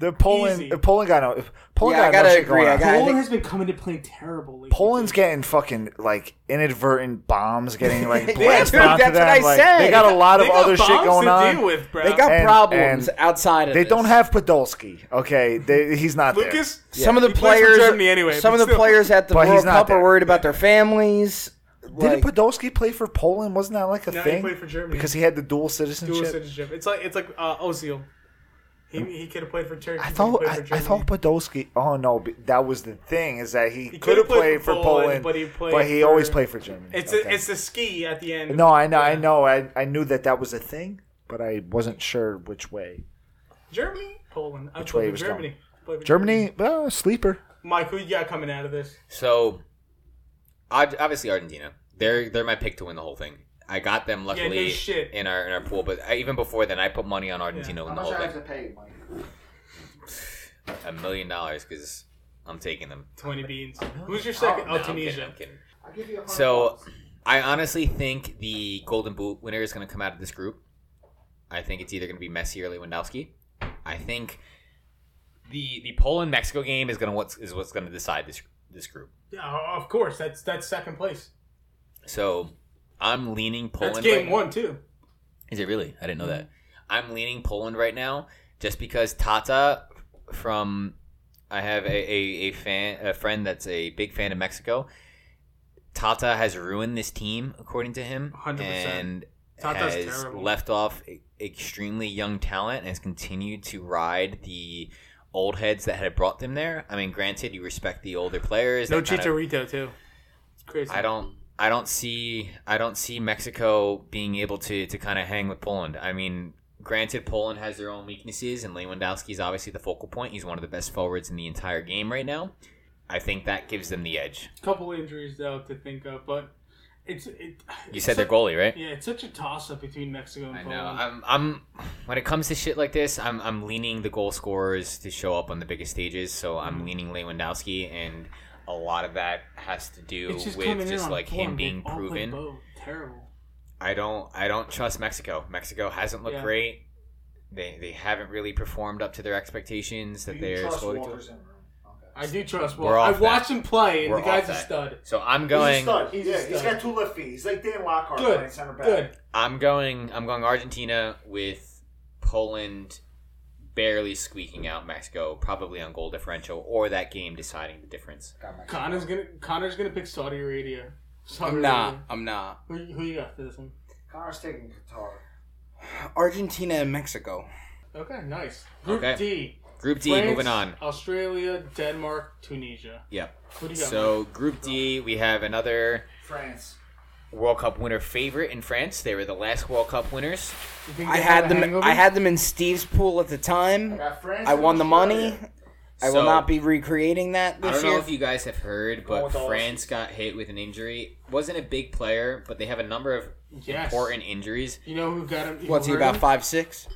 S4: The Poland,
S3: Easy.
S4: Poland got no. Poland
S1: Yeah, I
S4: got no
S1: gotta
S4: shit going
S1: agree. I
S4: on.
S1: got-
S3: Poland
S1: think-
S3: has been coming to play terrible lately.
S4: Poland's getting fucking like inadvertent bombs getting like blasted
S1: dude,
S4: onto
S1: that's
S4: them.
S1: what I
S4: like,
S1: said.
S4: They got a lot
S3: They
S4: of
S3: got
S4: other shit
S3: bombs
S4: going
S3: to
S4: on.
S3: deal with, bro.
S1: They got
S4: And-
S1: problems
S4: and
S1: outside of
S4: They
S1: this.
S4: don't have Podolski. Okay, they, he's not there.
S3: Lucas.
S1: some of the
S3: he plays for
S1: players.
S3: Germany anyway,
S1: some
S3: but
S1: of the
S3: still.
S1: players at the
S4: But he's
S1: World
S4: not
S1: Cup
S4: there.
S1: are worried about their families.
S4: Didn't
S1: Like,
S4: Podolski play for Poland? Wasn't that like a
S3: No, he
S4: thing?
S3: played for Germany.
S4: because he had the dual citizenship.
S3: dual citizenship. It's like it's like uh, Ozil. He, he could have played for Turkey.
S4: I
S3: he
S4: thought
S3: could've
S4: I,
S3: played for
S4: I thought
S3: Germany.
S4: Podolski. Oh no, b- that was the thing is that he, could
S3: could've
S4: have
S3: played
S4: played
S3: for
S4: for
S3: Poland,
S4: Poland,
S3: but he played
S4: but he
S3: for-
S4: always played for Germany.
S3: It's
S4: Okay.
S3: a, it's the ski at the end.
S4: no, I know, I
S3: Yeah.
S4: know, I, I knew that that was a thing, but I wasn't sure which way.
S3: Germany, Poland. I
S4: Which
S3: played
S4: way
S3: for
S4: he was
S3: Germany. Played for
S4: Germany, well, sleeper.
S3: Mike, who you got coming out of this?
S2: So, Ar- obviously Argentina. They're they're my pick to win the whole thing. I got them luckily
S3: shit.
S2: in our in our pool, but I, even before then, I put money on Argentina to win the whole thing.
S1: pay, Mike?
S2: A million dollars because I'm taking them.
S3: Twenty beans. Who's your second?
S2: No,
S3: Oh,
S2: I'm kidding,
S3: Tunisia.
S2: I'm kidding.
S1: I'll give you a
S2: So, I honestly think the Golden Boot winner is going to come out of this group. I think it's either going to be Messi or Lewandowski. I think the the Poland Mexico game is going to what's is what's going to decide this this group.
S3: Yeah, of course. That's that's second place.
S2: So, I'm leaning Poland.
S3: That's game
S2: right-
S3: one too.
S2: Is it really? I didn't know
S3: Mm.
S2: that. I'm leaning Poland right now, just because Tata from I have a, a, a fan a friend that's a big fan of Mexico. Tata has ruined this team, according to him,
S3: 100%.
S2: and
S3: Tata's
S2: has
S3: terrible.
S2: left off e- extremely young talent and has continued to ride the old heads that had brought them there. I mean, granted, you respect the older players.
S3: No
S2: that kind of-
S3: Chicharito too. It's crazy.
S2: I don't I don't see I don't see Mexico being able to to kind of hang with Poland. I mean, granted Poland has their own weaknesses and Lewandowski is obviously the focal point. He's one of the best forwards in the entire game right now. I think that gives them the edge.
S3: Couple injuries though to think of, but it's it.
S2: You said their goalie, right?
S3: Yeah, it's such a toss up between Mexico and
S2: I know.
S3: Poland.
S2: I'm I'm when it comes to shit like this, I'm I'm leaning the goal scorers to show up on the biggest stages, so
S3: Mm-hmm.
S2: I'm leaning Lewandowski and a lot of that has to do
S3: it's just coming
S2: with
S3: in
S2: just
S3: on
S2: like
S3: form.
S2: him
S3: They
S2: being
S3: all play
S2: proven.
S3: both. Terrible.
S2: I don't I don't trust Mexico. Mexico hasn't looked
S3: Yeah.
S2: great. They they haven't really performed up to their expectations that they're slowly to.
S3: I do trust.
S2: We're
S3: Well, I
S2: off that.
S3: watched him play, and
S2: We're
S3: the guy's
S2: off
S3: a
S2: that.
S3: stud.
S2: So I'm going
S4: He's,
S3: Yeah, he's got
S4: two left feet. He's like Dan Lockhart
S3: Good, good.
S2: I'm going I'm going Argentina with Poland barely squeaking out Mexico, probably on goal differential or that game deciding the difference.
S3: Connor's gonna Connor's gonna pick Saudi Arabia. Saudi
S1: I'm not.
S3: Arabia.
S1: I'm not.
S3: Who, who you got for this one?
S4: Connor's taking Qatar.
S1: Argentina and Mexico.
S3: Okay, nice. Group
S2: Okay.
S3: D.
S2: Group D,
S3: France,
S2: moving on.
S3: Australia, Denmark, Tunisia.
S2: Yep.
S3: Who do you got?
S2: So Group D, we have another
S4: France.
S2: World Cup winner favorite in France. They were the last World Cup winners.
S3: You think
S1: I
S3: they
S1: had
S3: a
S1: them.
S3: hangover?
S1: I had them in Steve's pool at the time.
S4: got France.
S1: I won the money. I will
S2: So-
S1: not be recreating that
S2: I
S1: this
S2: don't know
S1: year.
S2: if you guys have heard, but
S4: with all
S2: France got hit with an injury. Wasn't a big player, but they have a number of
S3: yes.
S2: important injuries.
S3: You know who got him? you
S1: What's he
S3: heard
S1: about
S3: him?
S1: five six?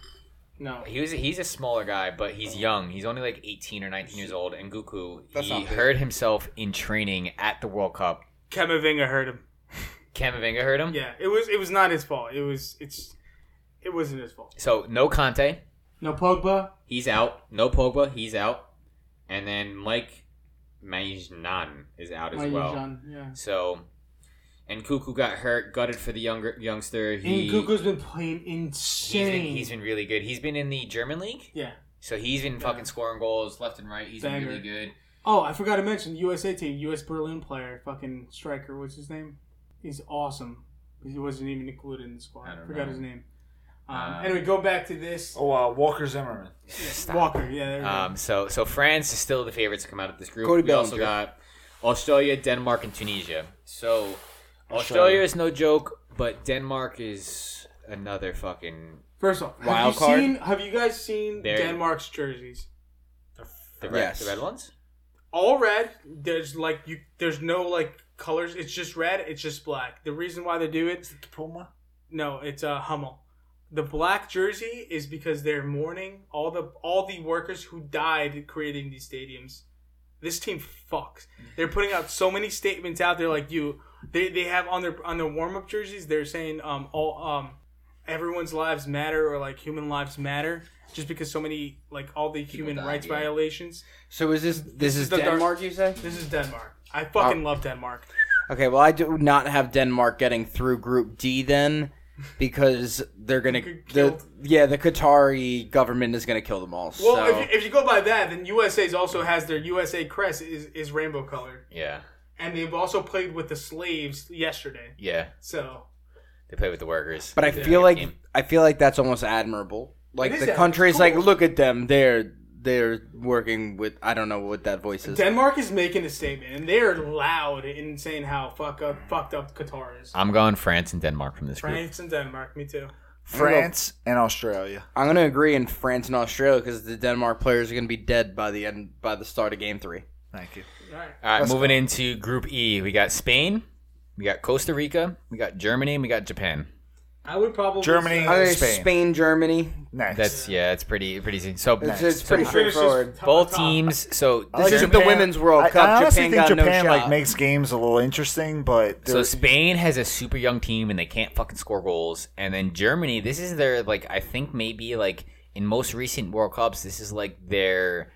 S3: No.
S2: He was he's a smaller guy, but he's young. He's only like 18 or 19 years old. And Goku,
S1: That's
S2: he
S1: not big.
S2: hurt himself in training at the World Cup.
S3: Kamavinga hurt him.
S2: Camavinga hurt him.
S3: Yeah, it was it was not his fault. It was it's it wasn't his fault.
S2: So no Conte,
S3: No Pogba.
S2: he's out. No Pogba, he's out. And then Mike Maignan is out as
S3: Mayu
S2: well.
S3: Jean, Yeah.
S2: So, and Cuckoo got hurt, gutted for the younger youngster. He,
S3: And Cuckoo's been playing
S2: he's
S3: insane.
S2: been, he's been really good. He's been in the German league.
S3: yeah.
S2: So he's been fucking scoring goals left and right. He's
S3: Banger.
S2: been really good.
S3: Oh, I forgot to mention USA team, US Berlin player, fucking striker. What's his name? He's awesome. He wasn't even included in the squad.
S2: I don't
S3: forgot
S2: know.
S3: his name. Um,
S2: Um,
S3: anyway, go back to this
S4: Oh, uh, Walker Zimmerman.
S3: Walker. Yeah, there we go.
S2: Um, so so France is still the favorites to come out of this group.
S1: Cody
S2: we also
S1: Bellinger.
S2: got Australia, Denmark, and Tunisia. So Australia
S4: Australia.
S2: is no joke, but Denmark is another fucking
S3: First off, have
S1: Wild
S3: you
S1: card?
S3: seen? Have you guys seen
S2: There-
S3: Denmark's jerseys?
S2: the red,
S1: Yes.
S2: the red ones.
S3: All red. There's like you. There's no like colors. It's just red. It's just black. The reason why they do it?
S4: Puma.
S3: No, it's a uh, Hummel. The black jersey is because they're mourning all the all the workers who died creating these stadiums. This team fucks. They're putting out so many statements out there like you they, they have on their on their warm up jerseys they're saying um all um everyone's lives matter or like human lives matter just because so many like all the human
S2: died,
S3: rights
S2: yeah.
S3: violations.
S1: So is this this is
S3: the dark-
S1: Denmark? You say?
S3: This is Denmark. I fucking love Denmark.
S1: Okay, well I do not have Denmark getting through Group D then, because they're gonna
S3: Get
S1: the,
S3: killed.
S1: yeah the Qatari government is gonna kill them all.
S3: Well,
S1: so.
S3: if, you, if you go by that, then USA's also has their USA crest is, is rainbow colored,
S2: Yeah,
S3: and they've also played with the slaves yesterday.
S2: yeah.
S3: So
S2: They play with the workers.
S1: But I
S2: They
S1: feel like
S2: make a team.
S1: I feel like that's almost admirable. Like
S3: is
S1: the
S3: admirable.
S1: country's like,
S3: Cool.
S1: look at them. They're they're working with I don't know what that voice is.
S3: Denmark is making a statement, and they're loud in saying how fuck up, fucked up Qatar is.
S2: I'm going France and Denmark from this group.
S3: France and Denmark, me too.
S4: France and Australia.
S1: I'm gonna agree in France and Australia because the Denmark players are gonna be dead by the end by the start of game three.
S4: Thank you.
S3: All right.
S2: All right, moving into Group E, we got Spain, we got Costa Rica, we got Germany, and we got Japan.
S3: I would probably
S4: Germany.
S3: say-
S1: I'm gonna
S4: Spain.
S1: Spain, Germany.
S4: Next.
S2: That's yeah, it's pretty pretty easy. So
S1: It's, it's
S2: so
S1: pretty
S3: Pretty sure it's just
S1: straightforward.
S3: top-
S2: both
S3: top.
S2: teams. So
S4: I like
S1: This is
S2: Germany-
S1: the Women's World
S4: I,
S1: Cup.
S4: I honestly
S1: Japan
S4: think
S1: got
S4: Japan
S1: no
S4: like
S1: shot.
S4: makes games a little interesting, but
S2: So
S4: they're-
S2: Spain has a super young team and they can't fucking score goals. And then Germany, this is their like I think maybe like in most recent World Cups, this is like their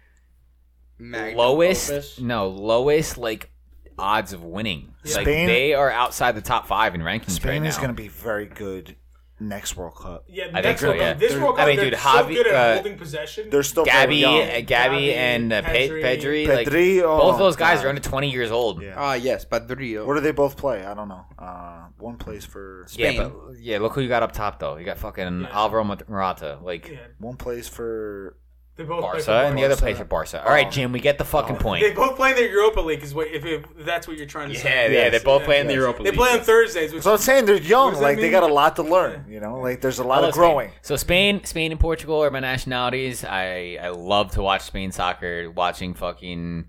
S1: Magnum
S2: lowest
S1: opus.
S2: no lowest like odds of winning. Like
S4: Spain-
S2: they are outside the top five in rankings
S4: Spain
S2: right
S4: is
S2: now.
S4: going to be very good next World Cup.
S3: Yeah,
S2: think
S3: next
S2: so,
S3: World
S2: yeah.
S3: Cup. This
S2: They're-
S3: World
S2: I
S3: Cup,
S2: mean,
S3: they're
S2: dude,
S3: so
S2: Javi-
S3: good at
S2: uh,
S3: holding possession.
S4: They're still very
S2: Gabby,
S4: young.
S2: uh, Gabby,
S3: Gavi,
S2: and uh, Pe- Pedri,
S3: Pedri.
S2: like
S4: Pedri, oh
S2: both of those guys
S4: God.
S2: are under twenty years old.
S4: Yeah.
S1: Ah yes, Padrillo.
S4: Where do they both play? I don't know. Uh, one plays for
S2: Yeah,
S1: Spain.
S2: but yeah, look who you got up top though. You got fucking Alvaro Morata, like
S3: Yeah,
S4: one plays for
S3: they both play for
S2: Barca, and the other
S4: Barca.
S2: plays for Barca. All right, Jim, we get the fucking point.
S3: They both play in the Europa League, is what if, if that's what you're trying to
S2: Yeah,
S3: say.
S2: yeah, they both
S3: Yeah.
S2: play in the Europa
S3: They
S2: League.
S3: play on Thursdays, which
S4: So I'm saying they're young.
S3: does that
S4: Like they
S3: mean?
S4: got a lot to learn. You know, like there's a lot
S2: Hello,
S4: of growing.
S2: Spain. So Spain, Spain and Portugal are my nationalities. I I love to watch Spain soccer. Watching fucking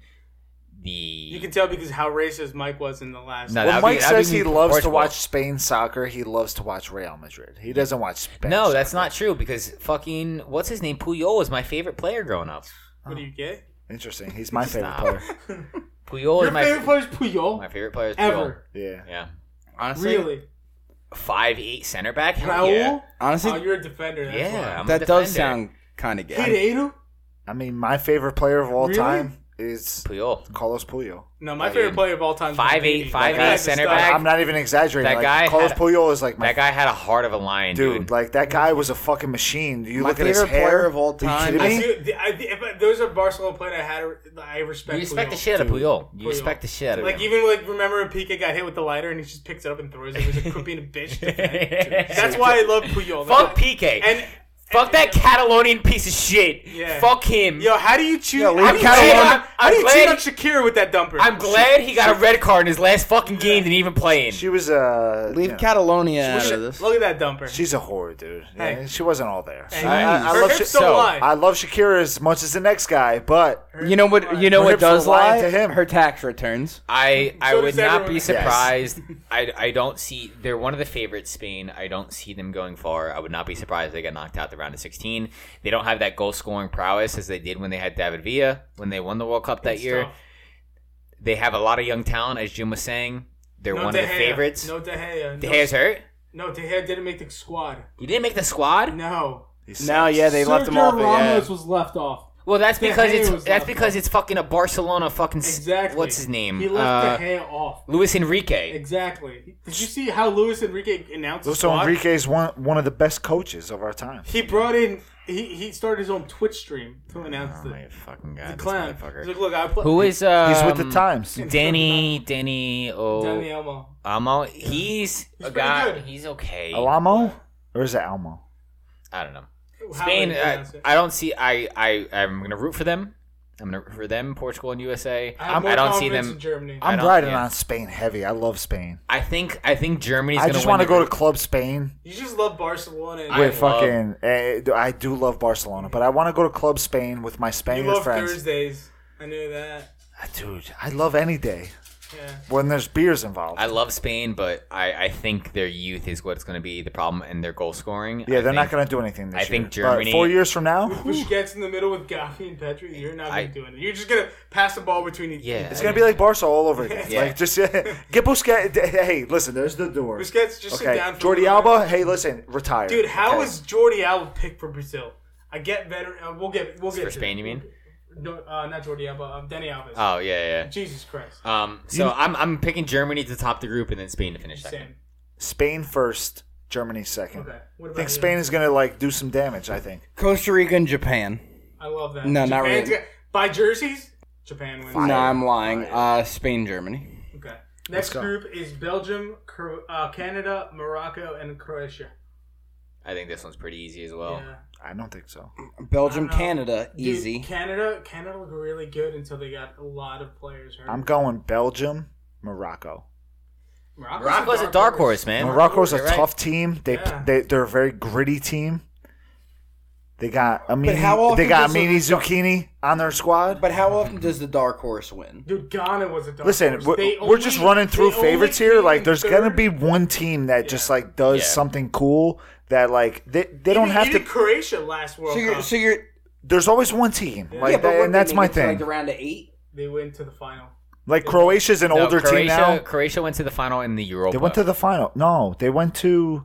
S2: the
S3: you can tell because how racist Mike was in the last.
S2: No,
S4: Well,
S2: that'd be-
S4: Mike
S2: that'd
S4: says
S2: be
S4: he loves to
S2: Portugal.
S4: watch Spain soccer. He loves to watch Real Madrid. He doesn't watch Spain.
S2: No, that's not true because fucking what's his name Puyol was my favorite player growing up.
S3: What do you get?
S4: interesting. He's my favorite
S2: not.
S4: player.
S2: Puyol
S3: Your
S2: is my
S3: favorite player is Puyol
S2: my favorite player is
S3: ever.
S4: Yeah.
S2: Puyol. Yeah,
S1: Honestly,
S3: Really,
S2: five eight center back. Hell
S3: Raul?
S2: yeah.
S1: honestly,
S3: Oh, you're a defender. That's
S2: Yeah, I'm a
S1: that does
S2: defender.
S1: sound kind of
S3: Why.
S1: gay.
S3: Hit Adu?
S4: I mean, my favorite player of all
S3: Really?
S4: time is
S2: Puyol.
S4: Carlos Puyol.
S3: No, my
S2: Oh,
S3: favorite
S2: dude.
S3: player of all time. is
S2: Five
S3: Maldini.
S2: eight, five
S3: That guy's
S2: eight
S3: a
S2: center
S3: stud.
S2: back.
S4: I'm not even exaggerating.
S2: That
S4: like,
S2: guy
S4: Carlos
S2: had-
S4: Puyol is like my
S2: That guy had a heart of a lion,
S4: dude.
S2: dude.
S4: Like that guy was a fucking machine. You
S1: My
S4: look at his
S1: favorite
S4: hair.
S1: player of all
S4: Are you
S1: time
S4: kidding
S3: I
S4: me?
S3: do. the- I, the, if I- those are Barcelona players I had. I respect.
S2: you respect the
S3: Puyol.
S2: shit out of
S4: Dude.
S2: Puyol. You
S3: Puyol.
S2: respect the shit out of
S3: Like
S2: him.
S3: even like remember when Pika got hit with the lighter and he just picks it up and throws it. He was like quit being a bitch. That's why I love Puyol.
S2: Fuck
S3: That's why-
S2: PK.
S3: And
S2: Fuck that Catalonian piece of shit.
S3: Yeah.
S2: Fuck him.
S3: yo, how do you cheat?
S4: Yeah, leave
S3: how do you
S4: Catalan-
S3: cheat on, how
S2: I'm
S3: do you
S2: glad
S3: cheat
S2: he-
S3: on Shakira with that dumper?
S2: I'm glad he got a red card in his last fucking game than even playing.
S4: She was a.
S1: Leave
S4: you know,
S1: Catalonia out of this.
S3: Look at that dumper.
S4: She's a whore, dude. Yeah,
S3: Hey.
S4: She wasn't all there.
S3: Hey,
S4: I, I- I
S3: her
S4: love
S3: hips
S4: Sha-
S3: don't
S2: so,
S3: lie.
S4: I love Shakira as much as the next guy, but
S1: You know what? You know
S4: Her
S1: what
S4: hips were
S1: does lie
S4: lying to him.
S1: Her tax returns.
S2: I I
S3: So
S2: would
S3: does
S2: not
S3: everyone.
S2: be
S3: Yes.
S2: surprised. I, I don't see they're one of the favorites. Spain. I don't see them going far. I would not be surprised if they get knocked out the round of sixteen. They don't have that goal scoring prowess as they did when they had David Villa when they won the World Cup that
S3: It's
S2: year.
S3: tough.
S2: They have a lot of young talent, as Jim was saying. They're
S3: No
S2: one
S3: De
S2: of the
S3: Gea.
S2: favorites.
S3: No De Gea.
S2: De
S3: No,
S2: Gea's hurt.
S3: no, De Gea didn't make the squad.
S2: He didn't make the squad.
S3: No.
S4: He's
S1: Now,
S4: sexy.
S1: yeah, they left him off. it, Yeah.
S3: was left off.
S2: Well, that's
S3: Yeah,
S2: because
S3: Gea
S2: it's
S3: was
S2: that's
S3: left
S2: because it's fucking a Barcelona fucking. s-
S3: Exactly.
S2: What's his name?
S3: He left
S2: Uh,
S3: De Gea off.
S2: Luis Enrique.
S3: Exactly. Did you see how Luis Enrique announced? the
S4: Luis
S3: squad?
S4: Enrique is one one of the best coaches of our time.
S3: He brought in. He, he started his own Twitch stream to announce
S2: Oh my
S3: the,
S2: fucking god!
S3: the
S2: this
S3: clown.
S2: motherfucker.
S3: He's like, look, I play.
S2: Who is um,
S4: He's with the times.
S2: Danny Danny
S3: Danny
S2: oh
S3: Elmo.
S2: Amo. He's a
S3: pretty
S2: guy.
S3: good.
S2: He's okay.
S4: Alamo or is it Almo?
S2: I don't know.
S3: How
S2: Spain. uh,
S3: would you
S2: I,
S3: pronounce it?
S2: I don't see. I I I'm gonna root for them. I'm gonna root for them. Portugal and USA.
S3: I, have
S2: I
S3: more
S2: don't see
S3: confidence in
S2: them.
S3: Germany.
S2: I
S4: I'm
S2: don't-
S4: riding
S2: yeah.
S4: on Spain heavy. I love Spain.
S2: I think I think Germany's.
S4: I
S2: gonna
S4: just
S2: win
S4: want to
S2: the
S4: go to
S2: group.
S4: Club Spain.
S3: you just love Barcelona. And
S2: I
S4: With
S2: love-
S4: fucking, eh, I do love Barcelona, but I want to go to Club Spain with my
S3: you
S4: Spaniard
S3: love
S4: friends.
S3: Thursdays. I knew that.
S4: Dude, I love any day.
S3: Yeah.
S4: when there's beers involved.
S2: I love Spain, but I, I think their youth is what's going to be the problem and their goal scoring.
S4: yeah,
S2: I
S4: they're not
S2: think-
S4: going to do anything this
S2: I
S4: year.
S2: think
S4: But
S2: Germany-
S4: four years from now,
S3: With Busquets in the middle with Gavi and Petri, you're not
S2: I-
S3: gonna do anything. You're just gonna pass the ball between each.
S2: Yeah,
S4: it's going to be like Barca all over again.
S2: Yeah.
S4: Like just get Busquets. Hey, listen, there's the door.
S3: Busquets, just sit
S4: Okay,
S3: down. For a
S4: Jordi
S3: little
S4: Alba. Hey, listen, retire,
S3: bit. dude. How
S4: Okay.
S3: is Jordi Alba picked for Brazil? I get better. Uh, we'll get. We'll get
S2: for
S3: to
S2: Spain. You
S3: that.
S2: mean?
S3: No, uh, not Jordi Alba. Um, Danny Alves.
S2: Oh yeah,
S3: Jesus Christ.
S2: yeah. Um, so I'm I'm picking Germany to top the group and then Spain to finish second.
S3: Same.
S4: Spain first, Germany second.
S3: Okay. What about
S4: I think
S3: you?
S4: Spain is going to like do some damage. I think.
S1: Costa Rica and Japan.
S3: I love that.
S1: No, not
S3: Japan's
S1: really.
S3: got- by jerseys, Japan wins.
S1: No, I'm lying. Uh, Spain, Germany.
S3: Okay. Next
S4: go.
S3: group is Belgium, Cro- uh, Canada, Morocco, and Croatia.
S2: I think this one's pretty easy as well.
S3: Yeah.
S4: I don't think so.
S1: Belgium,
S3: I don't know.
S1: Canada,
S3: Dude,
S1: easy.
S3: Canada, Canada looked really good until they got a lot of players hurt.
S4: I'm going Belgium, Morocco.
S3: Morocco's,
S2: Morocco's a dark horse, man.
S4: Morocco's a
S2: You're right.
S4: tough team. They
S3: Yeah.
S4: they they're a very gritty team. They got Amini.
S1: how often
S4: they got
S1: does the-
S4: Amini Zucchini on their squad.
S1: But how often does the dark horse win?
S3: Dude, Ghana was a dark
S4: Listen,
S3: horse.
S4: we're,
S3: They
S4: we're just
S3: only-
S4: running through
S3: they only
S4: favorites here.
S3: came
S4: Like,
S3: in
S4: there's
S3: third.
S4: gonna be one team that just like does
S2: Yeah.
S4: something cool that like they, they don't
S3: even,
S4: have
S3: even
S4: to.
S3: Croatia last World
S1: So you're,
S3: Cup,
S1: so you're,
S4: There's always one team, like,
S1: yeah, but
S4: that-
S1: what,
S4: and that's
S1: they
S4: my
S1: make it to,
S4: thing.
S1: Like the round of eight.
S3: they went to the final.
S4: Like Croatia's an
S2: No,
S4: older
S2: Croatia,
S4: team now.
S2: Croatia went to the final in the Europa.
S4: They went to the final. No, they went to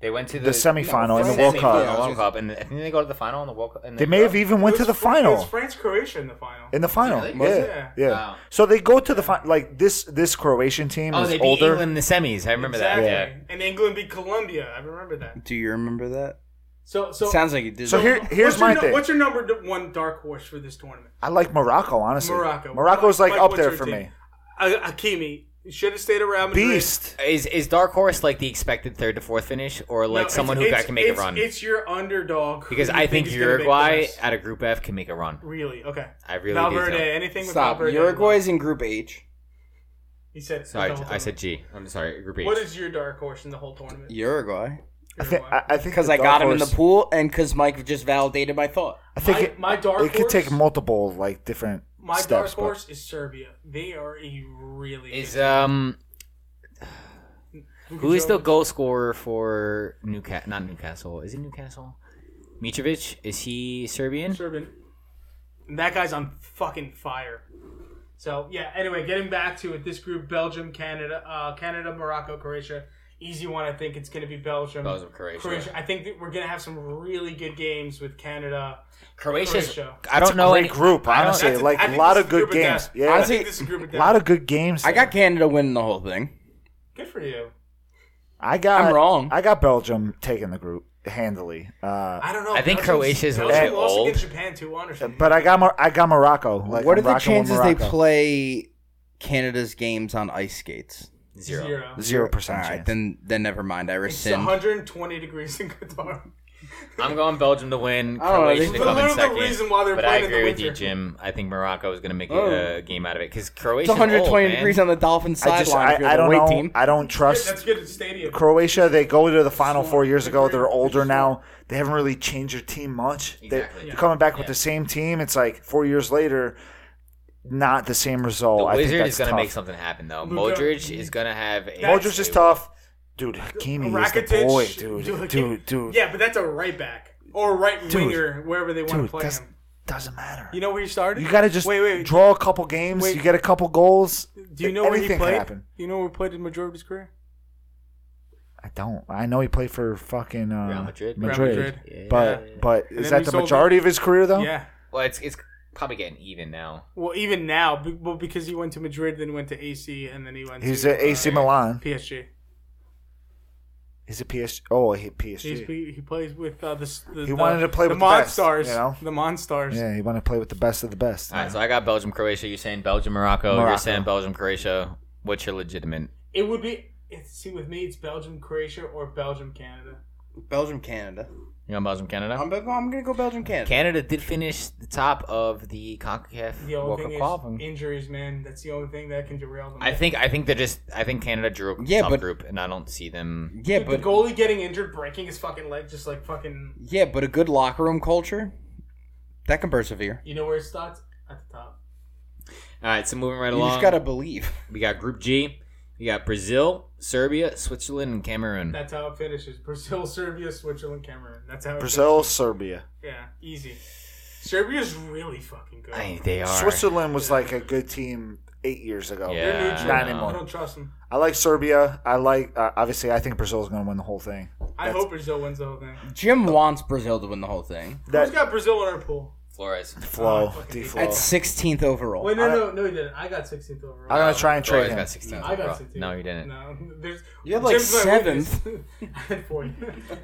S2: They went to the,
S4: the semifinal in the
S1: France-
S4: World
S1: semifinal.
S4: Cup.
S2: in the World Cup, and I think they go to the final in the World Cup. in the
S4: They may
S2: Euro.
S4: have even went
S3: It
S4: to the
S3: was Fran- It
S4: final.
S3: was France Croatia in the final.
S4: In the final,
S2: Really?
S4: yeah,
S2: Was
S3: it?
S4: yeah.
S2: Wow.
S4: So they go to the final. Like this, this Croatian team
S2: Oh,
S4: is
S2: they beat
S4: older.
S2: England in the semis. I remember
S3: exactly.
S2: that. Yeah.
S3: And England beat Colombia. I remember that.
S1: Do you remember that?
S3: So, so
S1: Sounds like you did.
S4: So here, here's
S3: what's
S4: my
S3: your, nu-
S4: thing.
S3: What's your number d- one dark horse for this tournament?
S4: I like Morocco, honestly.
S3: Morocco.
S4: Morocco's like
S3: Mike,
S4: up
S3: what's
S4: there
S3: your
S4: for
S3: team?
S4: me.
S3: Uh, Hakimi should have stayed around. Madrid.
S4: Beast.
S2: Is is dark horse like the expected third to fourth finish, or
S3: No,
S2: like
S3: it's-
S2: someone who
S3: it's-
S2: got can make a
S3: it's-
S2: run?
S3: It's your underdog. who
S2: Because
S3: you
S2: I think
S3: is gonna make the
S2: Uruguay
S3: mess.
S2: out of Group F can make a run.
S3: Really? Okay.
S2: I really do
S3: Valverde.
S2: so.
S3: Anything with
S1: Stop.
S3: Valverde?
S1: Uruguay's in Group H.
S3: He said.
S2: Sorry,
S3: the whole
S2: I said
S3: tournament.
S2: G. I'm sorry, Group H.
S3: What is your dark horse in the whole tournament?
S1: Uruguay.
S4: I think. I, I think
S1: Because
S4: the
S1: I got
S4: dark
S1: him in the
S4: horse-
S1: pool, and because Mike just validated my thought.
S4: I think
S3: My-
S4: it,
S3: my dark
S4: It could
S3: horse-
S4: take multiple like different
S3: My
S4: steps.
S3: dark
S4: but-
S3: horse is Serbia. They are a really.
S2: Is
S3: good-
S2: um who is the
S3: Jovic.
S2: goal scorer for Newcastle? Not Newcastle. Is it Newcastle? Mitrovic is he Serbian?
S3: Serbian. And that guy's on fucking fire. So yeah. Anyway, getting back to it, this group: Belgium, Canada, uh, Canada, Morocco, Croatia. Easy one. I think it's going to be Belgium.
S2: Belgium, Croatia.
S3: Croatia. I think that we're going to have some really good games with Canada.
S2: Croatia's.
S3: Croatia.
S2: I don't
S4: It's a
S2: know
S4: great
S2: any
S4: group,
S2: I don't-
S4: honestly.
S2: that's-
S4: like
S3: I
S4: a
S3: think
S4: lot
S3: this
S4: of
S3: is a
S4: good
S3: group
S4: games.
S3: death.
S4: Yeah,
S3: I
S1: Honestly,
S3: think this is a group of
S4: a
S3: death.
S4: lot of good games.
S1: I
S4: there.
S1: got Canada winning the whole thing.
S3: good for you.
S4: I got.
S1: I'm wrong.
S4: I got Belgium taking the group handily. Uh,
S3: I don't know.
S2: I think
S3: Belgium's-
S2: Croatia's a little
S3: Belgium
S4: bit
S3: lost
S2: old.
S3: against Japan two one or something.
S4: but I got. Mor- I got Morocco. Like,
S1: what are
S4: I'm
S1: the
S4: rocking with
S1: chances they
S4: Morocco.
S1: play Canada's games on ice skates?
S2: zero.
S4: Zero percent
S1: All right,
S4: chance.
S1: then then never mind. I
S3: It's
S1: rescind.
S3: 120 degrees in Qatar.
S2: I'm going Belgium to win.
S1: I don't know,
S2: Croatia
S1: they-
S2: to come in
S3: Literally the
S2: second.
S3: reason why they're
S2: but I
S3: playing in
S2: agree
S3: the
S2: with you,
S3: winter.
S2: Jim. I think Morocco is going to make
S1: Oh.
S2: a, a game out of it because Croatia.
S1: It's 120 degrees on the Dolphins
S4: I just.
S1: sideline.
S4: I,
S1: if you're
S4: I
S1: the
S4: don't
S1: away
S4: know.
S1: Team.
S4: I don't trust.
S3: That's good at the stadium.
S4: Croatia, they go to the final
S3: So
S4: four years ago. They're
S3: different.
S4: older now. They haven't really changed their team much. They-
S2: Exactly.
S4: They're coming back with the same team. It's like four years later, not the same result.
S2: The
S4: I think
S2: Wizard
S4: that's
S2: is going to
S4: tough.
S2: make something happen though.
S3: Luka-
S2: Modric is going to have a.
S4: Modric is tough. Dude, Hakimi is the
S3: Rakitic,
S4: boy,
S3: Dude,
S4: dude. Dude, dude, dude.
S3: Yeah, but that's a right back or right winger, wherever they want to play
S4: that's-
S3: him.
S4: doesn't matter.
S3: You know where he started?
S4: You got to just
S3: wait, wait.
S4: draw a couple games.
S3: Wait.
S4: You get a couple goals.
S3: Do you know where
S4: anything
S3: he
S4: can
S3: played?
S4: happen.
S3: Do you know where he played the majority of his career?
S4: I don't. I know he played for fucking uh,
S2: Real Madrid. Real
S4: Madrid.
S3: Madrid.
S2: Yeah.
S4: But but
S3: And
S4: is
S3: then
S4: that
S3: he
S4: the
S3: sold
S4: majority of his career though?
S3: Yeah.
S2: Well, it's it's probably getting even now.
S3: Well, even now, be- well, because he went to Madrid, then went to AC, and then he went.
S4: He's
S3: to,
S4: at AC
S3: uh,
S4: Milan.
S3: PSG.
S4: He's a PSG. Oh, he
S3: He's,
S4: PSG.
S3: he he plays with uh, the, s- the.
S4: He
S3: the-
S4: wanted to play
S3: the
S4: with the best,
S3: Monstars.
S4: you know?
S3: The Monstars.
S4: Yeah, you want to play with the best of the best.
S2: All right, so I got Belgium, Croatia. You're saying Belgium, Morocco.
S4: Morocco.
S2: You're saying Belgium, Croatia. What's your legitimate?
S3: It would be. it's- See, with me, it's Belgium, Croatia, or Belgium, Canada.
S1: Belgium, Canada.
S2: You on Belgium, Canada?
S1: I'm, I'm gonna go Belgium, Canada.
S2: Canada did finish the top of the CONCACAF
S3: The
S2: World
S3: only
S2: Cup
S3: thing is
S2: qualifying.
S3: injuries, man. That's the only thing that can derail them.
S2: I think I think they're just I think Canada drew a
S1: Yeah,
S2: tough
S1: but-
S2: group, and I don't see them.
S1: yeah,
S3: Dude,
S1: but
S3: the goalie getting injured, breaking his fucking leg, just like fucking.
S1: yeah, but a good locker room culture that can persevere.
S3: You know where it starts? At the top.
S2: All right, so moving right
S1: You
S2: along,
S1: just gotta believe.
S2: we got Group G. We got Brazil, Serbia, Switzerland, and Cameroon.
S3: That's how it finishes. Brazil, Serbia, Switzerland, Cameroon. That's how it
S4: Brazil, Serbia,
S3: finishes. Yeah, easy. Serbia's really fucking good.
S2: I, they are.
S4: Switzerland was like a good team eight years ago.
S2: Yeah.
S3: They're neutral.
S4: Not
S3: I
S4: anymore.
S3: don't trust them.
S4: I like Serbia. I like uh, obviously. I think Brazil is going to win the whole thing.
S3: I hope Brazil wins the whole thing.
S1: Jim wants Brazil to win the whole thing.
S3: Who's
S4: That
S3: got Oh, Brazil in our pool?
S2: Flores.
S4: flow,
S3: fucking
S4: D
S3: hate
S4: flow.
S1: At 16th overall.
S3: Wait, no, no, no, you didn't. I got 16th overall.
S4: I'm gonna try and
S2: Flores
S4: trade him.
S2: got 16.
S3: I got
S2: overall.
S3: 16th.
S2: No, you didn't.
S3: No, there's.
S1: You had, like,
S3: Jim's my
S1: seventh.
S3: witness. I had four.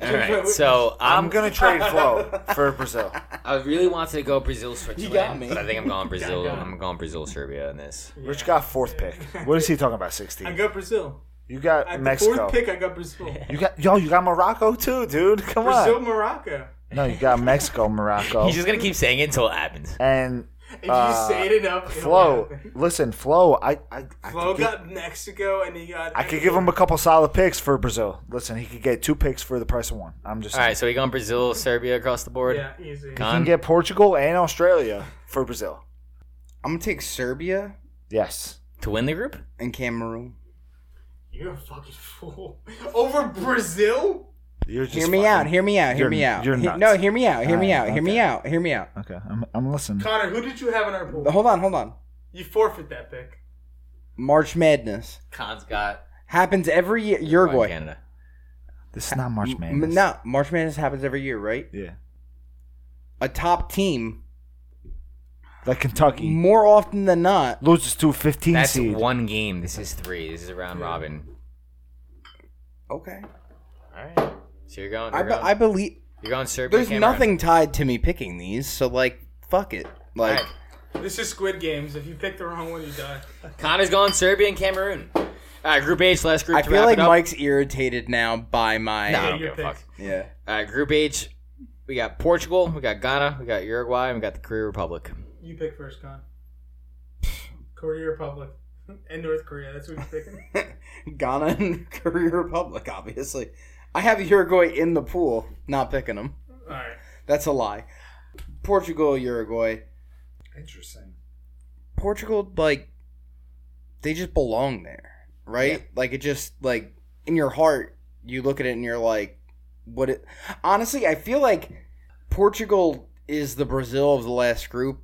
S2: All right, so
S4: I'm
S2: I'm
S4: gonna trade flow for Brazil.
S2: I really wanted to go Brazil, Switzerland.
S1: me.
S2: But I think I'm going Brazil.
S3: got him.
S2: I'm going Brazil, Serbia in this.
S4: Rich got fourth pick. What is he talking about?
S3: I
S4: Sixteen.
S3: got Brazil.
S4: You got
S3: At the
S4: Mexico.
S3: fourth pick, I got Brazil.
S4: You got yo. You got Morocco too, dude. Come
S3: Brazil,
S4: on.
S3: Morocco.
S4: No, you got Mexico, Morocco,
S2: He's just gonna keep saying it until it happens.
S4: and
S3: If you say it enough, it'll
S4: Flo.
S3: happen.
S4: Listen, Flo. I I I
S3: Flo
S4: could, give,
S3: got Mexico, and he got.
S4: I could give him a couple solid picks for Brazil. Listen, he could get two picks for the price of one. I'm just.
S2: All right, so we going Brazil, Serbia across the board.
S3: Yeah, easy.
S4: You can
S2: Con-
S4: get Portugal and Australia for Brazil.
S1: I'm gonna take Serbia
S4: Yes.
S2: to win the group.
S1: and Cameroon.
S3: You're a fucking fool. Over Brazil?
S4: You're just
S1: hear me
S4: fucking-
S1: out. Hear me out. Hear
S4: You're-
S1: me out.
S4: you're
S1: He-
S4: nuts.
S1: No, hear me out. Hear me
S4: Alright,
S1: out. Hear me
S4: okay.
S1: out. Hear me out.
S4: Okay, I'm, I'm listening.
S3: Connor, who did you have in our pool?
S1: Hold on. Hold on.
S3: You forfeit that pick.
S1: March Madness
S2: Con's got
S1: happens every year.
S2: Uruguay,
S1: Uruguay.
S2: Canada.
S4: This is not March
S1: M-
S4: Madness.
S1: No, March Madness happens every year, right?
S4: Yeah.
S1: A top team
S4: Like Kentucky
S1: more often than not.
S4: loses to a 15
S2: That's
S4: seed.
S2: one game. This is three. This is a round robin.
S1: Okay,
S2: All right. So you're going. You're,
S1: I, be-
S2: going,
S1: I believe
S2: you're going Serbia.
S1: there's
S2: Cameroon.
S1: nothing tied to me picking these, so like, fuck it.
S2: All
S1: Like,
S2: right.
S3: This is Squid Games. If you pick the wrong one, you die.
S2: Connor's going Serbia and Cameroon. All right, Group H, last group.
S1: I
S2: to
S1: feel
S2: wrap
S1: like
S2: it up.
S1: Mike's irritated now by my
S2: No, I don't
S3: your
S2: give a fuck.
S3: picks.
S1: yeah.
S2: All right, Group H. We got Portugal. We got Ghana. We got Uruguay. And we got the Korea Republic.
S3: You pick first, Con. Korea Republic. And North Korea. That's what you're picking.
S1: Ghana and Korea Republic, obviously. I have Uruguay in the pool, not picking them.
S3: Alright.
S1: That's a lie. Portugal, Uruguay.
S4: Interesting.
S1: Portugal, like, they just belong there, right? Like, it just, like, in your heart, you look at it and you're like, what it. Honestly, I feel like Portugal is the Brazil of the last group.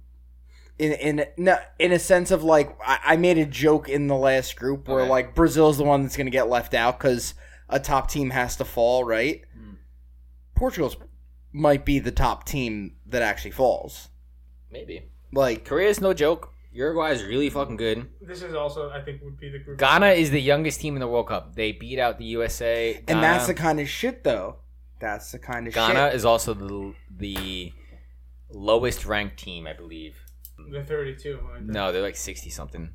S1: In, in no, in a sense of like I, I made a joke in the last group where
S2: Okay.
S1: like Brazil's the one that's gonna get left out because a top team has to fall right. Portugal's might be the top team that actually falls.
S2: Maybe.
S1: Like
S2: Korea's no joke. Uruguay is really fucking good.
S3: This is also, I think, would be the group.
S2: Ghana is the youngest team in the World Cup. They beat out the USA. Ghana,
S1: And that's the kind of shit, though. That's the kind of
S2: Ghana
S1: shit.
S2: is also the the lowest ranked team, I believe.
S3: The 32. Like that.
S2: No, they're like sixty something.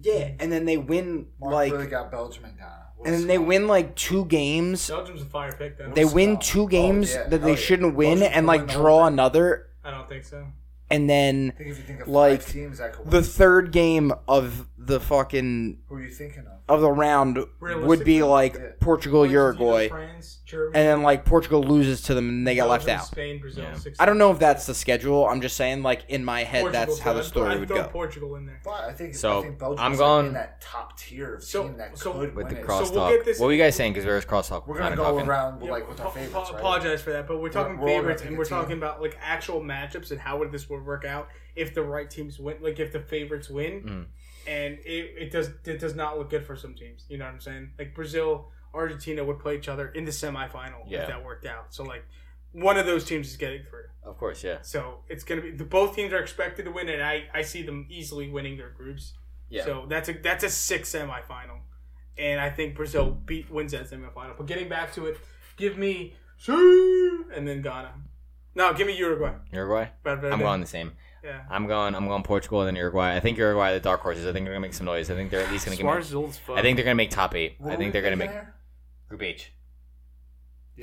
S1: Yeah, and then they win like,
S4: got Belgium and Ghana.
S1: and then they win like two games.
S3: Belgium's a fire pick, though.
S1: They win two games
S4: yeah.
S1: that
S4: Oh,
S1: they
S4: yeah.
S1: shouldn't win,
S4: Belgium
S1: and
S4: can
S1: like
S4: win the whole
S1: draw
S4: thing.
S1: another,
S3: I don't think so.
S1: and then
S4: think if you think of
S1: five like,
S4: teams that could
S1: the third game of the fucking
S4: who are you thinking of?
S1: of the round would be
S3: Realistically,
S1: like
S4: yeah.
S1: Portugal, Uruguay,
S3: France, Germany.
S1: and then like Portugal loses to them, and they get left
S3: Belgium,
S1: out.
S3: Spain, Brazil.
S2: Yeah.
S3: 16.
S1: I don't know if that's the schedule. I'm just saying, like in my head, that's how the
S3: Portugal's good.
S1: story
S3: I'd
S1: would
S3: throw
S1: go.
S3: Portugal in there.
S6: But I think,
S2: So,
S6: I think Belgium's
S2: I'm
S6: like,
S2: going-
S6: in that top tier of
S3: So-
S6: team that
S3: so-
S6: could
S2: With
S6: win
S2: the
S6: it.
S2: crosstalk,
S3: So we'll get this-
S2: what were you guys saying? Because there was crosstalk.
S6: We're gonna
S2: kinda
S6: go
S2: talking.
S6: around with,
S3: Yeah,
S6: like with our
S3: ap-
S6: favorites,
S3: ap-
S6: right?
S3: Apologize for that, but we're talking
S6: we're all gonna
S3: favorites
S6: pick
S3: and
S6: a
S3: we're
S6: team.
S3: talking about like actual matchups and how would this would work out if the right teams win, like if the favorites win,
S2: Mm.
S3: and it, it does it does not look good for some teams. You know what I'm saying? Like Brazil, Argentina would play each other in the semifinal
S2: Yeah.
S3: if that worked out. So like one of those teams is getting through.
S2: Of course, yeah.
S3: So it's gonna be the, both teams are expected to win, and I I see them easily winning their groups.
S2: Yeah.
S3: So that's a that's a six semifinal, and I think Brazil beat wins that semifinal. But getting back to it, give me Sue, and then Ghana. No, give me Uruguay.
S2: Uruguay. I'm going the same.
S3: Yeah.
S2: I'm going. I'm going Portugal and then Uruguay. I think Uruguay are the dark horses. I think they're gonna make some noise. I think they're at least gonna. Give me, I think they're gonna make top eight. I think they're gonna make Group H.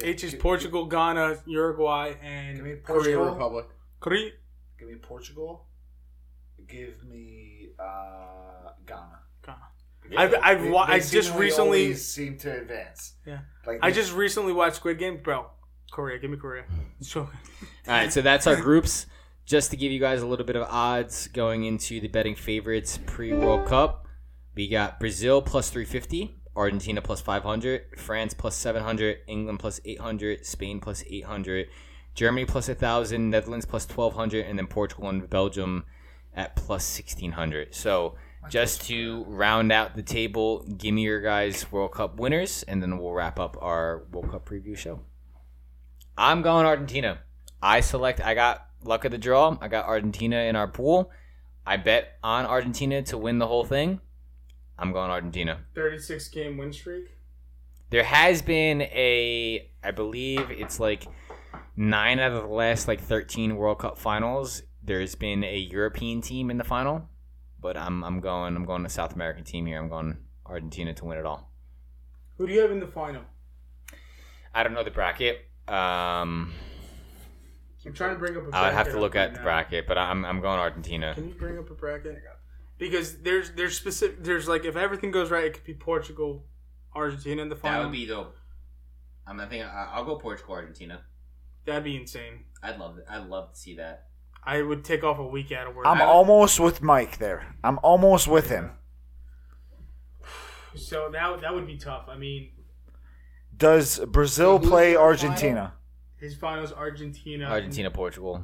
S3: H is Portugal, Ghana, Uruguay, and
S6: Give me
S3: Korea.
S6: Portugal.
S3: Republic. Korea.
S6: Give me Portugal. Give me uh, Ghana.
S3: I've, I've
S6: They-
S3: wa-
S6: they
S3: I just
S6: seemingly
S3: recently
S6: always seem to advance.
S3: Yeah.
S6: Like
S3: I
S6: they-
S3: just recently watched Squid Game, bro. Korea, give me Korea. So
S2: All right, so that's our groups. Just to give you guys a little bit of odds going into the betting favorites pre World Cup, we got Brazil plus 350, Argentina plus 500, France plus 700, England plus 800, Spain plus 800, Germany plus 1,000, Netherlands plus 1,200, and then Portugal and Belgium at plus 1,600. So just to round out the table, give me your guys' World Cup winners, and then we'll wrap up our World Cup preview show. I'm going Argentina. I select. I got luck of the draw. I got Argentina in our pool. I bet on Argentina to win the whole thing. I'm going Argentina.
S3: 36 game win streak.
S2: There has been a, I believe it's like nine out of the last like 13 World Cup finals. There's been a European team in the final, but I'm I'm going I'm going to South American team here. I'm going Argentina to win it all.
S3: Who do you have in the final?
S2: I don't know the bracket. Um,
S3: I'm trying to bring up. a
S2: I would have
S3: bracket
S2: to look
S3: up
S2: at
S3: right
S2: the
S3: now.
S2: bracket, but I'm I'm going Argentina.
S3: Can you bring up a bracket? Because there's there's specific there's like if everything goes right, it could be Portugal, Argentina in the final.
S8: That would be dope. I'm not thinking. I- I'll go Portugal, Argentina.
S3: that'd be insane.
S8: I'd love. it. I'd love to see that.
S3: I would take off a week out of work.
S4: I'm
S3: I would-
S4: almost with Mike there. I'm almost with him.
S3: so that that would be tough. I mean,
S4: Does Brazil play Argentina?
S3: his finals Argentina,
S2: Argentina, Portugal.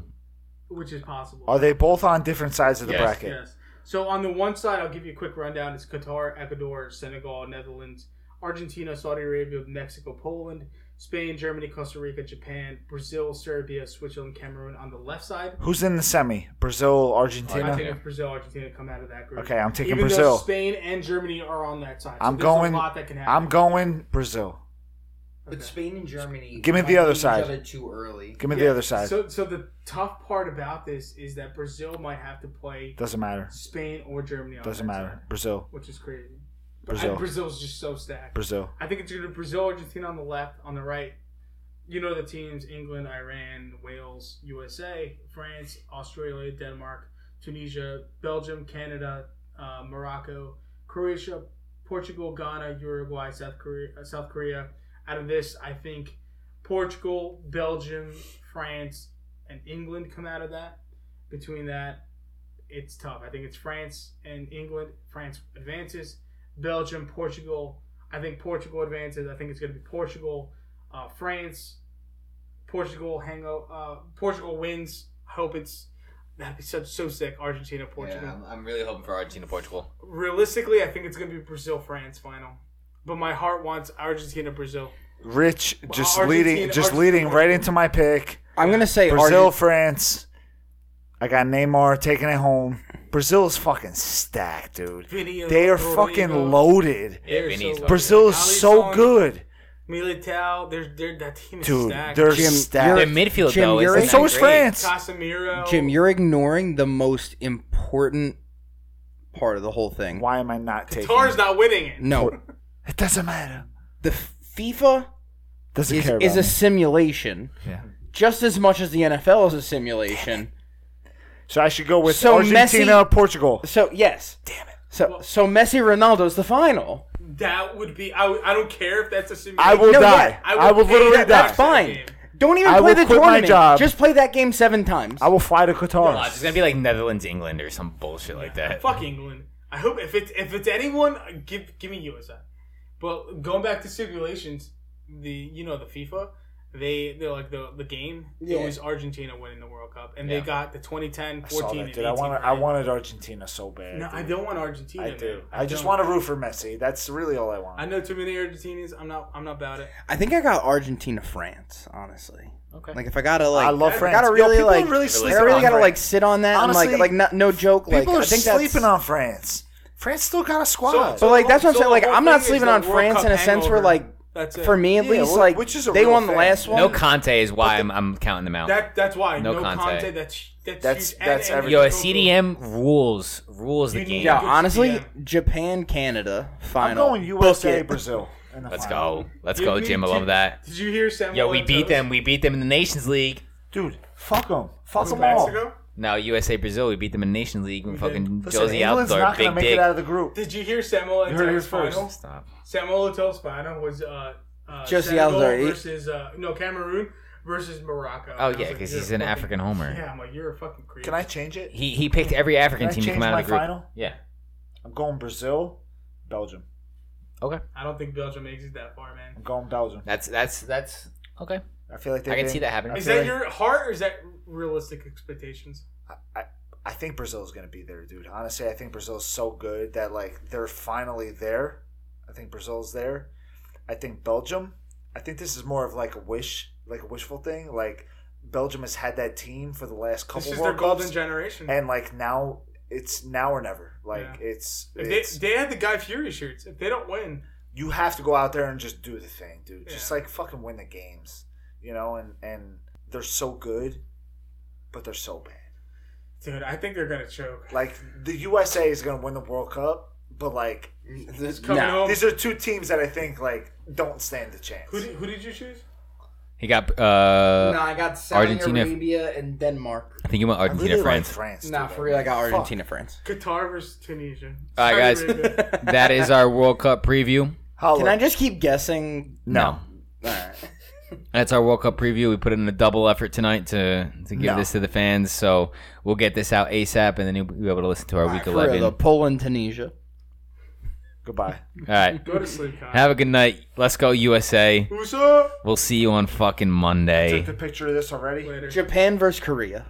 S3: which is possible.
S4: Are they both on different sides of the
S2: Yes.
S4: bracket?
S3: Yes. So on the one side, I'll give you a quick rundown. It's Qatar, Ecuador, Senegal, Netherlands, Argentina, Saudi Arabia, Mexico, Poland, Spain, Germany, Costa Rica, Japan, Brazil, Serbia, Switzerland, Cameroon. On the left side,
S4: Who's in the semi? Brazil,
S3: I
S4: Argentina.
S3: think it's Brazil, Argentina come out of that group.
S4: Okay, I'm taking
S3: Even Though
S4: Brazil.
S3: Spain and Germany are on that side. So
S4: I'm
S3: there's
S4: going.
S3: A lot that can happen.
S4: I'm going Brazil.
S3: Okay.
S9: But Spain and Germany.
S4: Give me the
S9: might
S4: other
S9: beat each
S4: side.
S9: other too early.
S4: Give me
S3: Yeah,
S4: the other side.
S3: So, so the tough part about this is that Brazil might have to play
S4: Doesn't matter.
S3: Spain or Germany. On
S4: Doesn't
S3: that
S4: matter.
S3: side,
S4: Brazil.
S3: which is crazy. Brazil.
S4: Brazil.
S3: Brazil's just so stacked.
S4: Brazil.
S3: I think it's going to Brazil, Argentina on the left, on the right. You know the teams: England, Iran, Wales, USA, France, Australia, Denmark, Tunisia, Belgium, Canada, uh, Morocco, Croatia, Portugal, Ghana, Uruguay, South Korea. uh, South Korea. Out of this, I think Portugal, Belgium, France, and England come out of that. Between that, it's tough. I think it's France and England. France advances. Belgium, Portugal. I think Portugal advances. I think it's going to be Portugal, uh, France, Portugal. Hang o- uh, Portugal wins. I hope it's that'd be such so sick. Argentina, Portugal.
S2: Yeah, I'm, I'm really hoping for Argentina, Portugal.
S3: Realistically, I think it's going to be Brazil France final, but my heart wants Argentina Brazil.
S4: Rich just
S3: Argentina-
S4: leading just
S3: Argentina.
S4: leading right into my pick.
S1: I'm gonna say
S4: Brazil,
S1: Argent-
S4: France. I got Neymar taking it home. Brazil is fucking stacked, dude.
S3: Video.
S4: They are fucking loaded.
S2: Yeah,
S3: They're
S2: Vinny's
S3: so-
S4: Brazil is
S3: Ali
S4: so
S3: Song.
S4: good,
S3: Militao. They're, they're that team is
S4: dude.
S3: stacked.
S4: They're
S1: Jim,
S2: Their
S1: you're-
S4: stacked.
S2: midfield
S1: Jim,
S2: though,
S1: you're-
S2: isn't
S4: And so
S2: that
S4: is
S2: great?
S4: France.
S3: Casemiro.
S1: Jim, you're ignoring the most important part of the whole thing.
S4: Why am I not taking?
S3: Qatar's
S4: It?
S3: not winning it.
S1: No,
S4: it doesn't matter.
S1: the FIFA
S4: Doesn't
S1: is,
S4: care about
S1: is a
S4: me.
S1: simulation,
S4: Yeah.
S1: just as much as the NFL is a simulation.
S4: So I should go with
S1: So
S4: Argentina,
S1: Messi-
S4: Portugal.
S1: So yes, damn it. So so Messi Ronaldo's the final.
S3: That would be. I, would- I don't care if that's a simulation.
S4: I will
S1: No,
S4: die.
S1: yeah,
S4: I, will
S3: pay
S4: literally
S3: that-
S4: die.
S1: That's fine.
S3: game.
S1: Don't even
S4: I
S1: play
S4: will
S1: the
S4: quit my
S1: tournament.
S4: job.
S1: Just play that game seven times.
S4: I will fly to Qatar.
S2: Uh, it's gonna be like Netherlands, England, or some bullshit like that.
S3: Fuck England. I hope if it's if it's anyone, uh, give give me USA. But going back to stipulations, the you know the FIFA, they they're like the the game.
S1: Yeah.
S3: It was Argentina winning the World Cup, and
S2: Yeah.
S3: they got the 2010,
S4: I
S3: 14,
S4: saw that,
S3: and
S4: dude. I
S3: 18
S4: wanted, I
S3: right.
S4: wanted Argentina so bad.
S3: No, I
S4: dude.
S3: don't want Argentina.
S4: I do.
S3: man.
S4: I just
S3: don't.
S4: want to root for Messi. That's really all I want.
S3: I know too many Argentinians. I'm not. I'm not about it.
S1: I think I got Argentina France. Honestly,
S2: Okay.
S1: like if I gotta like,
S4: I love
S1: if
S4: France.
S1: I gotta
S4: Yo,
S1: really
S4: people
S1: like,
S4: are really
S1: if I
S4: sleeping
S1: really
S4: on
S1: gotta
S4: France.
S1: like sit on that
S4: Honestly,
S1: and like, like no, no joke. Like
S4: People
S1: I
S4: are
S1: think
S4: sleeping
S1: that's,
S4: on France. France still got a squad.
S1: But like that's what I'm
S3: So
S1: saying.
S3: the
S1: Like
S3: whole
S1: I'm not
S3: thing is
S1: sleeping
S3: the
S1: on
S3: World
S1: France
S3: Cup
S1: in a sense where
S3: hangover.
S1: like
S3: That's it.
S1: for me at
S4: Yeah,
S1: least
S4: well,
S1: like
S4: which is a
S1: they
S4: real
S1: won the
S4: thing.
S1: last one.
S2: No Conte is why I'm, I'm counting them out.
S3: That that's why
S2: No
S3: no, Conte.
S2: Conte.
S3: That's that's
S4: That's-
S3: huge. And-
S4: that's
S3: and
S4: everything.
S2: Yo, a
S3: Coco.
S2: CDM rules rules the
S3: You
S2: game.
S3: need-
S1: yeah,
S3: Good
S1: honestly,
S3: CDM.
S1: Japan Canada
S4: I'm
S1: final.
S4: going USA,
S1: Book it.
S4: Brazil. in the
S2: Let's
S4: final.
S2: go. Let's
S3: You
S2: go,
S3: need
S2: Jim. I
S3: to-
S2: love that.
S3: Did you hear Samuel?
S2: Yo, we
S3: and
S2: beat
S3: Toast?
S2: them. We beat them in the Nations League.
S4: dude. Fuck them. Fuck them all.
S3: Mexico.
S2: Now USA Brazil, we beat them in the Nations League. We fucking
S4: Listen,
S2: Josie
S4: England's
S2: Altidore,
S4: not gonna
S2: big
S4: make
S2: dick.
S4: it out of the group.
S3: Did you hear Samuel
S4: You heard it here
S3: Eto'o's
S4: first.
S3: final?
S2: Stop.
S3: Samuel Eto'o's final was uh, uh,
S1: Just the
S3: Senegal
S1: other eight.
S3: versus uh, no Cameroon versus Morocco.
S2: Oh
S3: And I was
S2: yeah,
S3: like,
S2: because
S3: "You're
S2: he's an
S3: fucking-
S2: African homer.
S3: Yeah, I'm like, you're a fucking creep.
S4: Can I change it?
S2: He he picked every African
S4: Can I
S2: team to
S4: change
S2: come out
S4: my
S2: of the group.
S4: final?
S2: Yeah.
S4: I'm going Brazil, Belgium.
S2: Okay.
S3: I don't think Belgium makes it that far, man.
S4: I'm going Belgium.
S2: That's that's that's okay.
S4: I feel like they
S2: I can
S4: didn't-
S2: see that happening.
S4: I
S3: Is
S4: feel
S3: that
S4: like-
S3: your heart or is that realistic expectations?
S4: I think Brazil is going to be there, dude. Honestly, I think Brazil is so good that like they're finally there. I think Brazil's there. I think Belgium. I think this is more of like a wish, like a wishful thing. Like Belgium has had that team for the
S3: This
S4: last couple
S3: is their
S4: World
S3: golden
S4: Cups,
S3: generation.
S4: and like now it's now or never. Like it's,
S3: If
S4: it's
S3: they, they had the Guy Fury shirts. If they don't win,
S4: you have to go out there and just do the thing, dude. Just
S3: Yeah.
S4: like fucking win the games, you know. And and they're so good, but they're so bad.
S3: dude, I think they're gonna choke.
S4: Like the USA is going to win the World Cup, but like
S3: It's coming
S1: Nah.
S3: home.
S4: These are two teams that I think like don't stand a chance.
S3: Who did, who did you choose?
S2: He got. uh
S6: no, I got Saudi
S2: Argentina-
S6: Arabia and Denmark.
S2: I think he went
S4: I
S2: Argentina,
S4: really like
S2: France.
S4: France.
S1: Nah,
S4: dude.
S1: for real, I got
S4: Fuck.
S1: Argentina, France.
S3: Qatar versus Tunisia.
S2: All right, guys. that is our World Cup preview.
S4: Holla.
S1: Can I just keep guessing?
S2: No.
S1: All right.
S2: That's our World Cup preview. We put in a double effort tonight to to give
S4: No.
S2: this to the fans. So we'll get this out ASAP, and then you'll be able to listen to our week
S1: For real,
S2: eleven.
S1: though, Poland, Tunisia.
S4: Goodbye.
S2: All right.
S3: Go to sleep, Kyle.
S2: Have a good night. Let's go USA.
S3: Who's up?
S2: We'll see you on fucking Monday.
S4: Took the picture of this already.
S3: Later.
S1: Japan versus Korea.